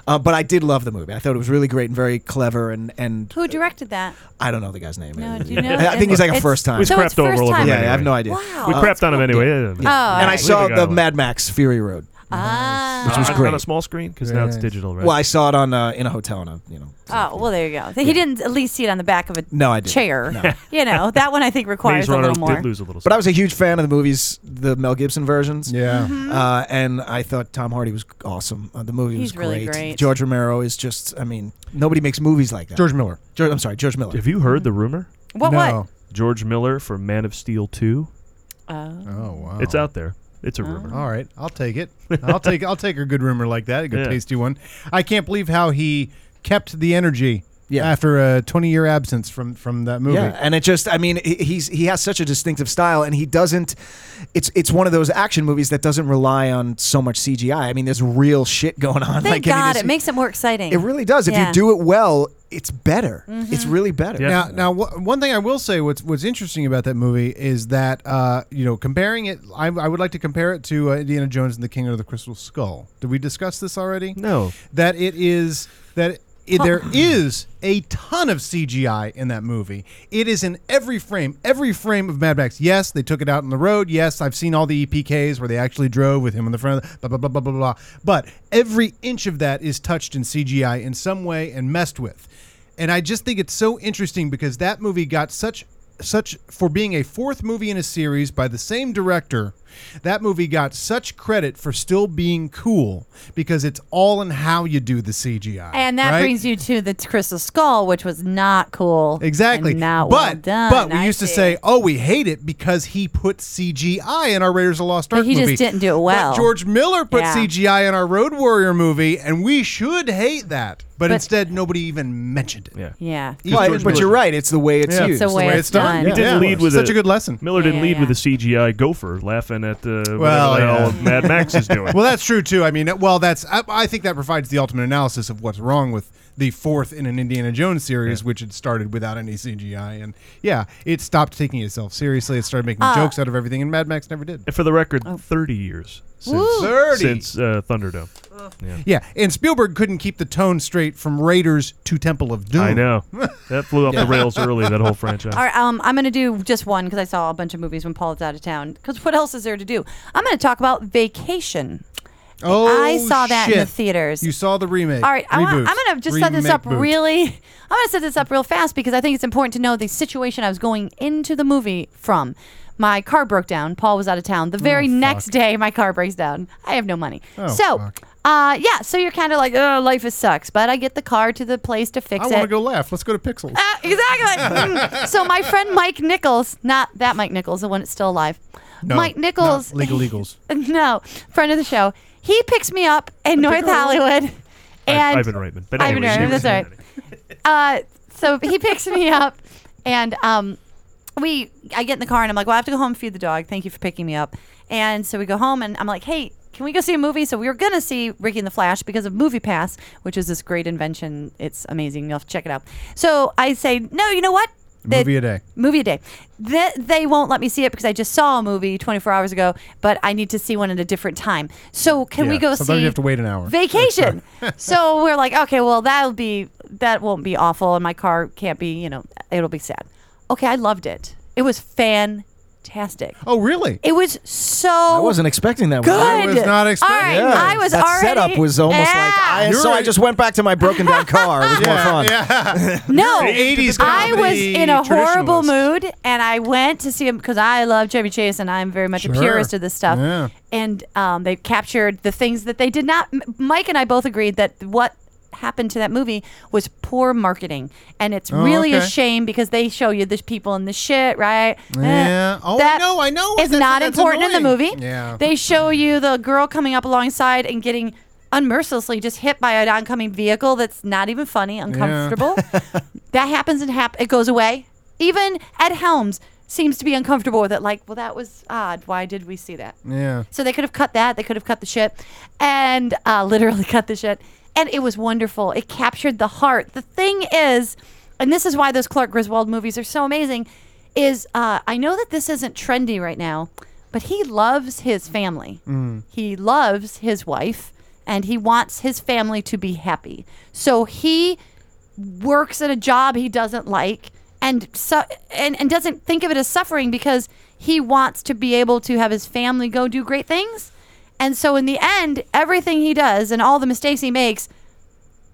S8: Uh, but I did love the movie. I thought it was really great and very clever and and
S4: Who directed that?
S8: I don't know the guy's name.
S4: No, do you know?
S8: I think he's like a first time.
S2: We
S4: So it's
S2: crapped over
S4: first
S2: all over
S8: yeah,
S4: time.
S2: him.
S8: yeah, I have no idea.
S4: Wow.
S2: We
S4: Oh,
S2: crapped on him anyway. Yeah, yeah.
S4: Oh,
S8: and I
S4: alright.
S8: saw
S2: Leave it
S8: the
S2: alone.
S8: Mad Max Fury Road,
S4: Ah.
S8: which was
S2: On-
S8: great.
S2: on a small screen because now it's digital, right?
S8: Well, I saw it on uh, in a hotel, and a, you know.
S4: Oh well, there you go. He didn't at least see it on the back of a
S8: No, I didn't.
S4: chair. *laughs* you know that one I think requires
S2: Maze
S4: a
S2: Runner
S4: little more.
S2: did lose a little.
S8: But I was a huge fan of the movies, the Mel Gibson versions.
S3: Yeah.
S4: Mm-hmm.
S8: Uh, and I thought Tom Hardy was awesome. Uh, the movie
S4: He's
S8: was
S4: really
S8: great.
S4: great.
S8: George Romero is just, I mean, nobody makes movies like that.
S3: George Miller.
S8: George, I'm sorry, George Miller.
S2: Have you heard the rumor?
S4: What
S3: No.
S2: George Miller for Man of Steel two.
S4: what? Uh,
S3: Oh wow.
S2: It's out there. It's a
S4: Oh.
S2: rumor.
S3: All right, I'll take it. I'll take I'll take a good rumor like that, a good
S2: Yeah.
S3: tasty one. I can't believe how he kept the energy
S8: Yeah.
S3: after a 20 year absence from from that movie.
S8: Yeah, and it just I mean he- he's he has such a distinctive style and he doesn't it's it's one of those action movies that doesn't rely on so much CGI. I mean there's real shit going on
S4: thank
S8: like in
S4: God,
S8: this-
S4: it makes it more exciting.
S8: It really does. If
S4: Yeah. Mm-hmm.
S8: you do it well, it's better. It's really better.
S2: Yeah.
S3: Now, now, Uh, wha- one thing I will say, what's what's interesting about that movie is that uh, you know, comparing it, I, I would like to compare it to uh, Indiana Jones and the Kingdom of the Crystal Skull. Did we discuss this already?
S2: No.
S3: That it is that it, there is a ton of CGI in that movie. It is in every frame, every frame of Mad Max. Yes, they took it out on the road. Yes, I've seen all the EPKs where they actually drove with him in the front of the blah blah blah blah blah blah. But every inch of that is touched in CGI in some way and messed with. And I just think it's so interesting because that movie got such such for being a fourth movie in a series by the same director. That movie got such credit for still being cool because it's all in how you do the CGI.
S4: and that
S3: right?
S4: brings you to the Crystal Skull, which was not cool.
S3: Exactly.
S4: And not
S3: but
S4: well done.
S3: but we
S4: I
S3: used to
S4: see.
S3: say, "Oh, we hate it because he put CGI in our Raiders of the Lost Ark
S4: he just
S3: movie."
S4: didn't do it
S3: But
S4: well.
S3: George Miller put
S4: Yeah.
S3: CGI in our Road Warrior movie, and we should hate that. But,
S4: But-
S3: instead, nobody even mentioned it.
S2: Yeah.
S4: Yeah.
S3: He's
S8: Well,
S3: George
S8: but
S3: Miller.
S8: you're right. It's the way it's
S3: Yeah.
S8: used.
S4: It's the way it's done.
S2: He
S4: Yeah.
S2: didn't lead with
S3: such a good lesson.
S2: Miller didn't
S4: Yeah,
S2: lead
S4: yeah,
S2: with a CGI gopher laughing at uh,
S3: Well,
S2: whatever the
S3: yeah.
S2: hell Mad Max is doing.
S3: *laughs* well, that's true too. I mean, well, that's I, I think that provides the ultimate analysis of what's wrong with the fourth in an Indiana Jones series, which had started without any CGI, and yeah, it stopped taking itself seriously. It started making
S4: Uh,
S3: jokes out of everything, and Mad Max never did.
S2: And for the record,
S4: Oh.
S2: 30 years since,
S3: 30.
S2: since uh, Thunderdome.
S3: Yeah, and Spielberg couldn't keep the tone straight from Raiders to Temple of Doom.
S2: I
S3: *laughs*
S2: know. That flew off the rails early, that whole franchise.
S4: All right, um, I'm going to do just one because I saw a bunch of movies when Paul's out of town. Because what else is there to do? I'm going to talk about Vacation.
S3: Oh,
S4: I saw that in the
S3: shit.
S4: theaters.
S3: You saw the remake.
S4: All right, I wanna, I'm
S3: Reboots.
S4: going to just set this
S3: Remake
S4: up
S3: boots.
S4: really. *laughs* I'm going to set this up real fast because I think it's important to know the situation I was going into the movie from. My car broke down. Paul was out of
S3: Oh,
S4: town. The very next day, my car breaks down. I have no money. so,
S3: fuck.
S4: uh, yeah. So you're kind of like, oh, life is sucks. But I get the car to the place to fix
S3: I
S4: it.
S3: want to go left. Let's go to Pixels.
S4: *laughs* Uh, exactly. Mm. so my friend Mike Nichols, not that Mike Nichols, the one that's still alive.
S3: No,
S4: Mike Nichols. *laughs*
S3: not Legal Eagles.
S4: no, friend of the show. He picks me up in North Hollywood. And
S2: Ivan Reitman. But
S4: Ivan
S2: anyways,
S4: Reitman,
S2: he was-
S4: that's all right. Uh, so he *laughs* picks me up And um, we, I get in the car and I'm like, well, I have to go home and feed the dog. Thank you for picking me up. And so we go home and I'm like, hey, can we go see a movie? So we were gonna see Ricky and the Flash because of Movie Pass, which is this great invention. It's amazing. You'll have to check it out. So I say, no, you know what? That-
S3: Movie a day.
S4: Movie a day. That they won't let me see it because I just saw a movie 24 hours ago, but I need to see one at a different time. So can we
S3: Yeah,
S4: go
S3: sometimes
S4: see?
S3: you have to wait an hour.
S4: Vacation.
S3: *laughs*
S4: so we're like, okay, well that'll be that won't be awful, and my car can't be, you know, it'll be sad. Okay, I loved it. It was fantastic.
S3: Oh, really?
S4: It was so.
S8: I wasn't expecting that.
S4: Good.
S8: one.
S4: I was not expecting
S8: All right,
S4: that. I was
S8: that
S4: already-
S8: setup was almost like I,
S4: Yeah.
S8: so. I
S4: You're-
S8: just went back to my broken
S3: *laughs*
S8: down car. It was more
S3: Yeah,
S8: fun.
S3: Yeah. *laughs*
S4: No, I
S3: comedy
S4: was in a horrible
S3: traditionalist.
S4: mood, and I went to see him because I love Chevy Chase, and I'm very much a
S3: Sure.
S4: purist of this stuff.
S3: Yeah.
S4: And um, they captured the things that they did not. M- Mike and I both agreed that what happened to that movie was poor marketing, and it's
S3: Oh,
S4: really a
S3: okay.
S4: shame because they show you the people in the shit, right? Eh,
S3: Yeah. Oh, I
S4: that
S3: know, I know.
S4: It's
S3: That's-
S4: not
S3: that's
S4: important in the movie.
S3: annoying. Yeah.
S4: They show you the girl coming up alongside and getting. Unmercilessly, just hit by an oncoming vehicle that's not even funny,
S3: *laughs*
S4: uncomfortable. That happens and hap- it goes away. Even Ed Helms seems to be uncomfortable with it. Like, well, that was odd. Why did we see that?
S3: Yeah.
S4: So they could have cut that. They could have cut the shit, and uh, literally *laughs* cut the shit. And it was wonderful. It captured the heart. The thing is, and this is why those Clark Griswold movies are so amazing. Is uh, I know that this isn't trendy right now, but he loves his family. He loves his wife and he wants his family to be happy. So he works at a job he doesn't like and su- and, and doesn't think of it as suffering because he wants to be able to have his family go do great things. And so in the end, everything he does and all the mistakes he makes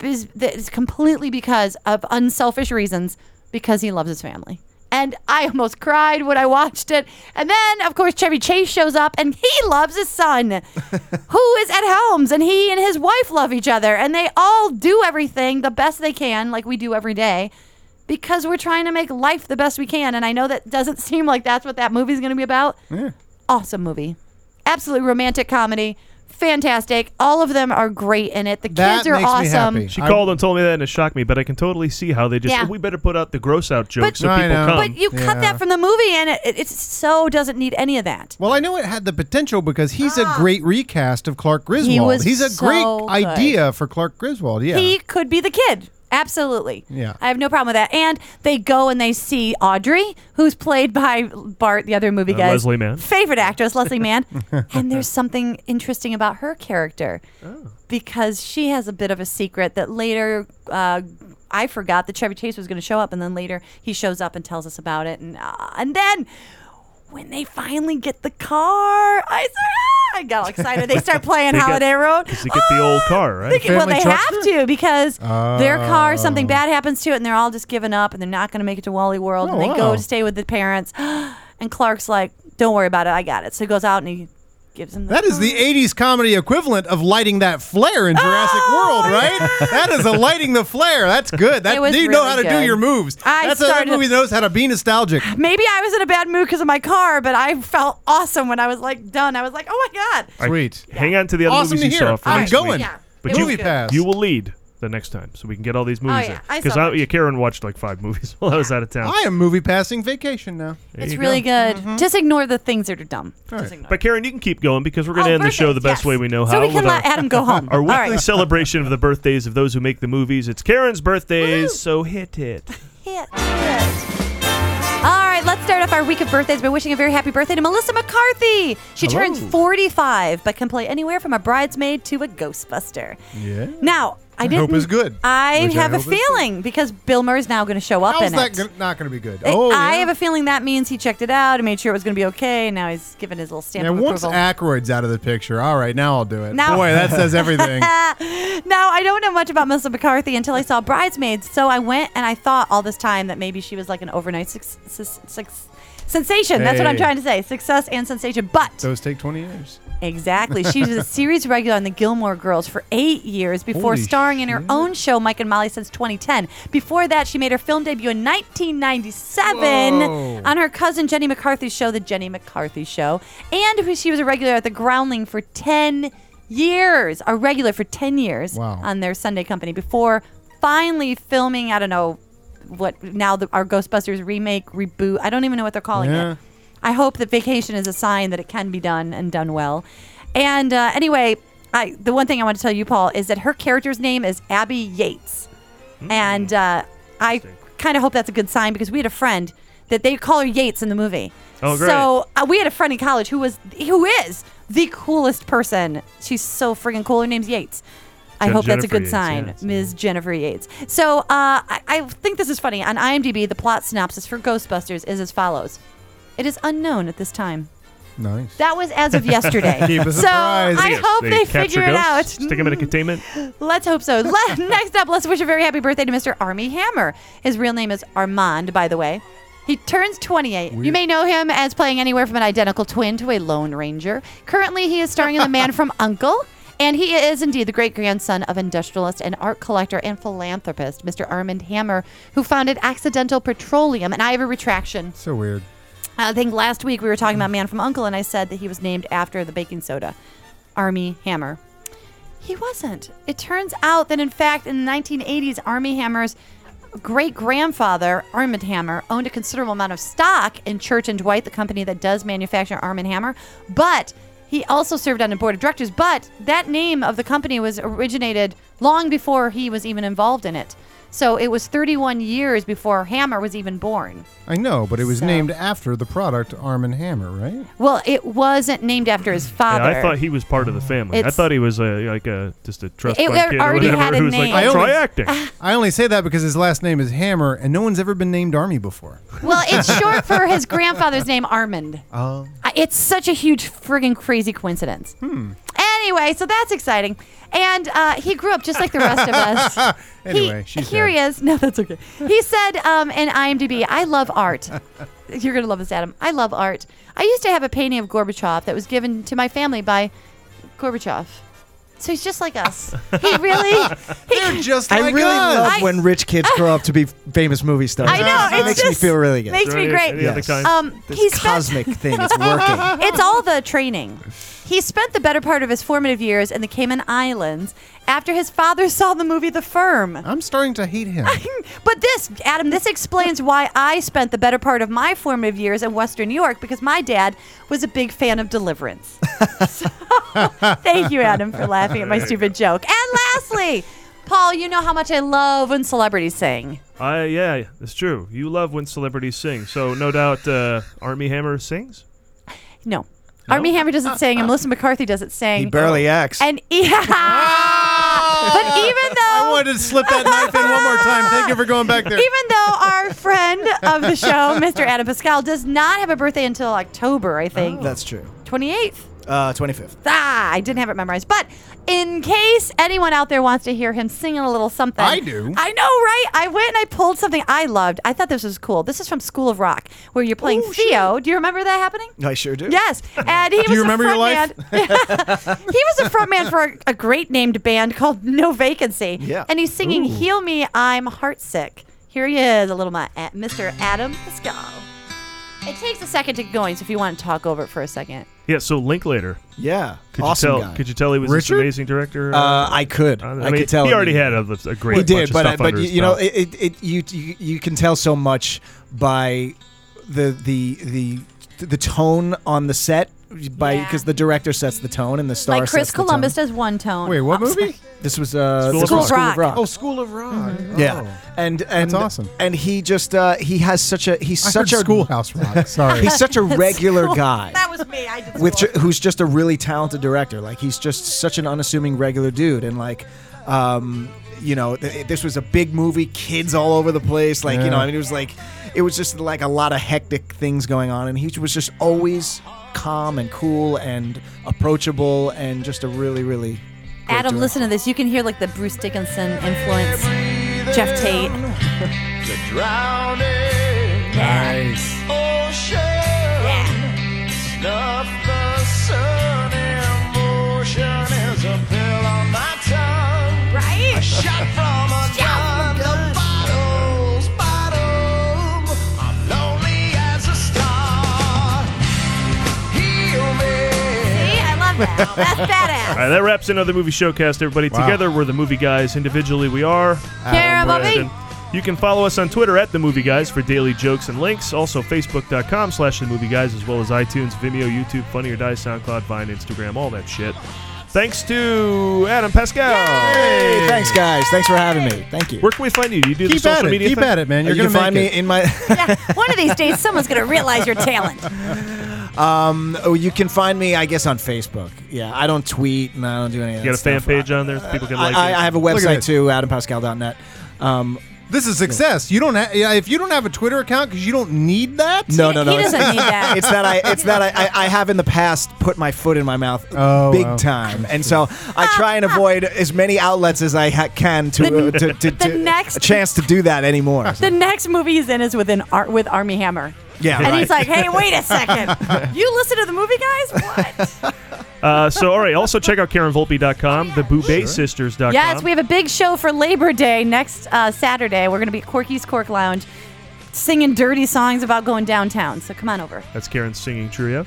S4: is, that is completely because of unselfish reasons because he loves his family. And I almost cried when I watched it. And then, of course, Chevy Chase shows up and he loves his son, who is at Helms, and he and his wife love each other. And they all do everything the best they can, like we do every day, because we're trying to make life the best we can. And I know that doesn't *laughs* seem like that's what that movie's going to be about. Awesome movie. Absolutely romantic comedy. Fantastic. All of them are great in it. The kids are awesome.
S2: She called and told me that, and it shocked me. But I can totally see how they just.
S4: Yeah.
S2: "Oh, we better put out the gross out joke
S4: But-
S2: so
S3: No, I
S2: people
S3: know.
S2: come.
S4: But you cut that from the movie, and it, it, it so doesn't need any of that.
S3: Well, I know it had the potential because he's
S4: *gasps*
S3: a great recast of Clark Griswold.
S4: was
S3: he's a great
S4: so good.
S3: idea for Clark Griswold. Yeah.
S4: He could be the kid. Absolutely.
S3: Yeah.
S4: I have no problem with that. And they go and they see Audrey, who's played by Bart, the other movie
S2: Uh,
S4: guy.
S2: Leslie Mann.
S4: Favorite actress, Leslie
S3: *laughs*
S4: Mann. and there's something interesting about her character
S2: Oh.
S4: because she has a bit of a secret that later uh, I forgot that Chevy Chase was going to show up, and then later he shows up and tells us about it, and uh, and then when they finally get the car, I said, "Ah!" I got all excited. They start playing
S2: They got-
S4: Holiday Road.
S2: Because they get the old car, right?
S4: They get- well, they have to because their
S3: Oh.
S4: car, something bad happens to it, and they're all just giving up, and they're not going to make it to Wally World,
S3: Oh,
S4: and they
S3: wow.
S4: go to stay with the parents. *gasps* and Clark's like, "Don't worry about it, I got it." So he goes out and he gives him. The
S3: That is the 80s comedy equivalent of lighting that flare in Jurassic World, right? That is a lighting the flare. That's good. That
S4: Oh, It was
S3: you know
S4: really
S3: how to do
S4: good.
S3: your moves.
S4: I
S3: That's a, that
S4: started-
S3: movie knows how to be nostalgic.
S4: Maybe I was in a bad mood because of my car, but I felt awesome when I was like done. I was like, "Oh my god!"
S2: All right,
S3: Sweet.
S2: Hang on to the other
S3: Awesome
S2: movies
S3: to
S2: you saw
S3: hear.
S2: for
S3: I'm
S2: next week.
S3: going. Yeah,
S2: But
S3: it
S2: you,
S3: was good. Pass.
S2: you will lead the next time, so we can get all
S4: Oh,
S2: these movies
S3: yeah,
S2: in.
S3: I
S2: Because
S3: saw
S2: yeah, Karen watched like five *laughs* movies while I was out of town.
S3: I am movie passing vacation now.
S2: There
S4: It's
S2: you
S4: really
S2: go.
S4: good.
S3: Mm-hmm.
S4: Just ignore the things that are dumb. Just ignore.
S2: But Karen, you can keep going because we're going to
S4: Oh,
S2: end the show the
S4: birthdays,
S2: best way we know
S4: So
S2: how.
S4: we can
S2: with
S4: let
S2: our,
S4: Adam
S2: *laughs*
S4: go home.
S2: Our
S4: All *laughs*
S2: weekly
S4: right.
S2: celebration of the birthdays of those who make the movies. It's Karen's birthdays, so
S4: *laughs*
S2: hit it.
S4: All right, let's start off our week of birthdays by wishing a very happy birthday to Melissa McCarthy. She
S9: Hello.
S4: turns 45, but can play anywhere from a bridesmaid to a Ghostbuster.
S3: Yeah.
S4: Now, I
S3: I
S4: didn't.
S3: hope it's good,
S4: I
S3: which I
S4: have a
S3: hope it's good.
S4: feeling because Bill Murray's now going to show up
S3: How's
S4: in
S3: that
S4: it.
S3: go- not going to be good?
S4: I-
S3: oh,
S4: I
S3: yeah.
S4: have a feeling that means he checked it out and made sure it was going to be okay. And now he's giving his little stamp
S3: Now,
S4: of
S3: once
S4: approval.
S3: Aykroyd's out of the picture, all right, now I'll do it.
S4: Now-
S3: Boy, that
S4: *laughs*
S3: says everything.
S4: now, I don't know much about Melissa McCarthy until I saw Bridesmaids. So I went and I thought all this time that maybe she was like an overnight suc- suc- suc- sensation. That's what I'm
S3: Hey.
S4: trying to say success and sensation. But
S3: Those take 20 years.
S4: exactly, she
S9: *laughs*
S4: was a series regular on the Gilmore Girls for eight years before
S3: Holy
S4: starring in her own show, Mike and Molly, since 2010. Before that, she made her film debut in 1997
S9: Whoa.
S4: on her cousin Jenny McCarthy's show, The Jenny McCarthy Show. And who- she was a regular at The Groundling for 10 years, a regular for 10 years
S9: Wow.
S4: on their Sunday Company before finally filming, I don't know, what now the, our Ghostbusters remake reboot. I don't even know what they're calling
S3: Yeah.
S4: it. I hope that vacation is a sign that it can be done and done well. And uh, anyway, I, the one thing I want to tell you, Paul, is that her character's name is Abby Yates,
S2: Hmm.
S4: and uh, I kind of hope that's a good sign because we had a friend that they call her Yates in the movie.
S2: Oh, great.
S4: So uh, we had a friend in college who was who is the coolest person. She's so freaking cool. Her name's Yates. I
S12: Jen-
S4: hope that's a
S12: Jennifer
S4: good
S12: Yates,
S4: sign,
S12: yeah.
S4: Ms. Jennifer Yates. So uh, I, I think this is funny. On IMDb, the plot synopsis for Ghostbusters is as follows: It is unknown at this time.
S3: Nice.
S4: That was
S12: *laughs*
S4: as of yesterday.
S2: Keep a
S4: so
S2: surprise.
S4: I hope they,
S2: capture
S4: figure it out. Mm,
S2: ghosts, Stick them in a containment.
S4: Let's hope so. Let, next up, let's wish a very happy birthday to Mr. Army Hammer. His real name is Armand, by the way. He turns 28. You
S12: Weird.
S4: may know him as playing anywhere from an identical twin to a Lone Ranger. Currently, he is starring in The Man from Uncle, and he is indeed the great grandson of industrialist and art collector and philanthropist, Mr. Armand Hammer, who founded Accidental Petroleum. And I have a retraction.
S3: So weird.
S4: I think last week we were talking about Man from Uncle, and I said that he was named after the baking soda, Army Hammer. He wasn't. It turns out that, in fact, in the 1980s, Army Hammer's great grandfather, Arm & Hammer, owned a considerable amount of stock in Church and Dwight, the company that does manufacture Arm & Hammer. But he also served on a board of directors. But that name of the company was originated long before he was even involved in it. So it was 31 years before Hammer was even born.
S3: I know, but it was
S4: So-
S3: named after the product Arm and Hammer, right?
S4: Well, it wasn't named after his
S2: Yeah,
S4: father.
S2: I
S3: *laughs*
S2: thought he was part of the family. I
S4: It's-
S2: thought he was a, like a just a trust
S4: It-
S2: fund
S4: it
S2: kid or
S4: already
S2: whatever *laughs*
S4: had a
S2: who was
S4: name.
S2: like,
S4: I
S2: "I'll
S4: *laughs*
S2: try
S4: only-
S2: acting.
S3: I only say that because his last name is Hammer, and no one's ever been named Army before.
S4: well, it's short for his grandfather's name, Armand.
S3: Oh.
S4: I- It's such a huge, friggin' crazy coincidence.
S3: Hmm.
S4: Anyway, so that's exciting. And uh, he grew up just like the rest of us. He-
S3: *laughs* Anyway, she's
S4: here he is. No, that's okay. He said um, in IMDb, I love
S3: *laughs*
S4: art. You're going to love this, Adam. I love art. I used to have a painting of Gorbachev that was given to my family by Gorbachev. So he's just like us. he
S3: *laughs*
S4: really. They're
S3: just
S8: I really love when rich kids grow up to be famous movie stars.
S4: I know,
S8: it
S4: it's
S8: makes
S4: just-
S8: me feel really good.
S4: makes me great. Um,
S8: this
S4: he spent-
S8: cosmic thing is
S4: *laughs*
S8: working.
S4: It's all the training. He spent the better part of his formative years in the Cayman Islands after his father saw the movie The Firm.
S3: I'm starting to hate him.
S4: *laughs* but this, Adam, this explains why I spent the better part of my formative years in Western New York because my dad was a big fan of Deliverance.
S8: *laughs*
S4: Thank you, Adam, for laughing at my
S2: There you
S4: stupid joke. And lastly, Paul, you know how much I love when celebrities sing.
S2: I yeah, it's true. You love when celebrities sing, so no doubt uh, Army Hammer sings.
S4: No. Army Hammer doesn't sing, and Melissa McCarthy doesn't sing. *laughs*
S2: He barely acts.
S4: And yeah,
S2: *laughs*
S4: but even though
S3: I wanted to slip that knife in one more time. Thank you for going back there.
S4: Even though our friend of the show, Mr. Adam Pascal, does not have a birthday until October, I think.
S2: Oh.
S8: That's true.
S4: 28th.
S8: Uh, 25th.
S4: Ah, I didn't have it memorized. But in case anyone out there wants to hear him singing a little something.
S8: I do.
S4: I know, right? I went and I pulled something I loved. I thought this was cool. This is from School of Rock, where you're playing
S8: Oh,
S4: Theo. Do you remember that happening?
S8: I sure do.
S4: Yes, and he
S8: Do
S4: was
S8: you
S4: a
S8: remember your
S4: frontman. *laughs* he was a frontman for a, a great named band called No Vacancy.
S12: Yeah.
S4: and he's singing
S12: Ooh.
S4: "Heal Me, I'm Heartsick." Here he is, a little my, uh, Mr. Adam Pascal. It takes a second to get going, so if you want to talk over it for a second.
S2: Yeah, so Linklater.
S8: Yeah,
S2: could
S8: awesome
S2: you tell?
S8: guy.
S2: Could you tell he was this
S8: Richard?
S2: amazing director?
S8: Uh, I could.
S2: I
S8: I,
S2: mean,
S8: could tell.
S2: he already had a- a great
S8: He
S2: bunch
S8: did,
S2: of
S8: but uh,
S2: stuff
S8: but
S2: under
S8: you,
S2: his
S8: know,
S2: belt.
S8: it, it, it you, you you can tell so much by the the the the tone on the set by
S4: Yeah.
S8: because the director sets the tone and the star
S4: like Chris
S8: sets the
S4: Columbus does one tone. I'm sorry.
S8: This was uh,
S4: School
S8: this
S4: of
S8: was
S4: Rock.
S8: School of Rock. Mm-hmm.
S3: Oh, School of Rock.
S8: Yeah, and and
S3: awesome.
S8: And he just uh, he has such a he's
S3: I
S8: such
S3: heard
S8: a *laughs*
S3: Schoolhouse Rock. Sorry.
S8: he's
S3: *laughs*
S8: such a regular guy.
S4: That was me. I did.
S8: with ju- who's just a really talented director. Like he's just such an unassuming regular dude, and like, um, you know, th- this was a big movie, kids all over the place. Like you know,
S3: Yeah.
S8: I mean, it was like, it was just like a lot of hectic things going on, and he was just always calm and cool and approachable, and just a really, really. great
S4: Adam,
S8: director.
S4: listen to this. You can hear like the Bruce Dickinson influence, Jeff Tate.
S11: The drowning. Nice. Ocean. Yeah. Snuff the sun. Emotion is a pill on my tongue.
S4: Right?
S11: A shot from a gun. The bottle's bottom. I'm lonely as a star. Heal me.
S4: See, I love that. That's badass.
S2: All right, that wraps another movie showcast. Everybody,
S3: Wow.
S2: together we're the movie guys. Individually, we are
S4: Cara
S2: Adam Brandon, You can follow us on Twitter at The Movie Guys for daily jokes and links. Also, Facebook.com slash The Movie Guys, as well as iTunes, Vimeo, YouTube, Funny or Die, SoundCloud, Vine, Instagram, all that shit. Thanks to Adam Pascal.
S8: Hey, thanks, guys. Thanks for having me. Thank you.
S2: Where can we find you? Do you do the
S8: Keep at
S2: social
S8: it.
S2: media
S8: Keep
S2: thing? Uh,
S8: at it, man. You're You can gonna find make me it. in my-
S4: *laughs* One of these days, someone's going to realize your talent.
S8: Um, *laughs* oh, you can find me, I guess, on Facebook. Yeah, I don't tweet and I don't do any.
S2: You
S8: of
S2: got a
S8: that
S2: fan
S8: stuff.
S2: page on there so people can like
S8: I,
S2: it?
S8: I have a
S2: Look at
S8: website
S2: it.
S8: too, AdamPascal.net. Um,
S3: this is success. You don't have yeah, if you don't have a Twitter account because you don't need that.
S8: No, no, no. it's- *laughs* It's that I. It's that I, I. I have in the past put my foot in
S2: *laughs*
S8: my mouth
S3: Oh,
S8: big
S3: wow.
S8: time, and so I try and avoid as many outlets as I ha- can to,
S4: The-
S8: uh, to, to,
S4: the
S8: to-
S4: next-
S8: a chance to do that anymore.
S4: The next movie he's in is with an ar- with Army Hammer.
S8: Yeah,
S4: and
S8: right.
S4: he's like, "Hey, wait a
S8: *laughs*
S4: second! you listen to the movie, guys? What?
S2: Uh, so, all right. Also, check out KarenVolpe.com, the Boubet Sisters.com.
S4: Yes, we have a big show for Labor Day next uh, Saturday. We're going to be at Corky's Cork Lounge, singing dirty songs about going downtown. So come on over.
S2: That's Karen's singing trio.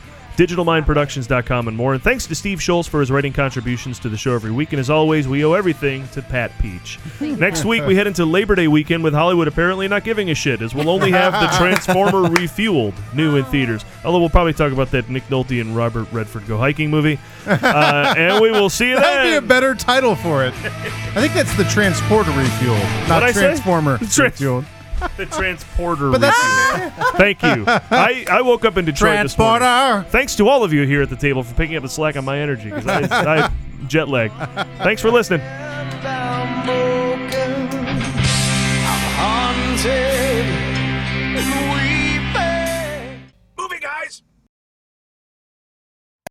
S2: DigitalMindProductions.com and more. And thanks to Steve Schultz for his writing contributions to the show every week. And as always, we owe everything to Pat
S3: *laughs*
S2: Peach. Next week, we head into Labor Day weekend with Hollywood apparently not giving a shit, as we'll only have
S3: *laughs*
S2: the Transformer Refueled new in theaters. Although we'll probably talk about that Nick Nolte and Robert Redford go hiking movie. Uh, and we will see you
S3: *laughs* That would be a
S2: then.
S3: better title for it. I think that's the transporter refuel, not
S2: What'd I say?
S3: transformer
S2: The trans-
S3: refuel.
S2: *laughs* The Transporter
S3: But that's-
S2: Refueled. Thank you. I, I woke up in Detroit this morning.
S3: Transporter.
S2: Thanks to all of you here at the table for picking up the slack on my energy because I, I jet lag. Thanks for listening.
S12: I'm haunted and weak.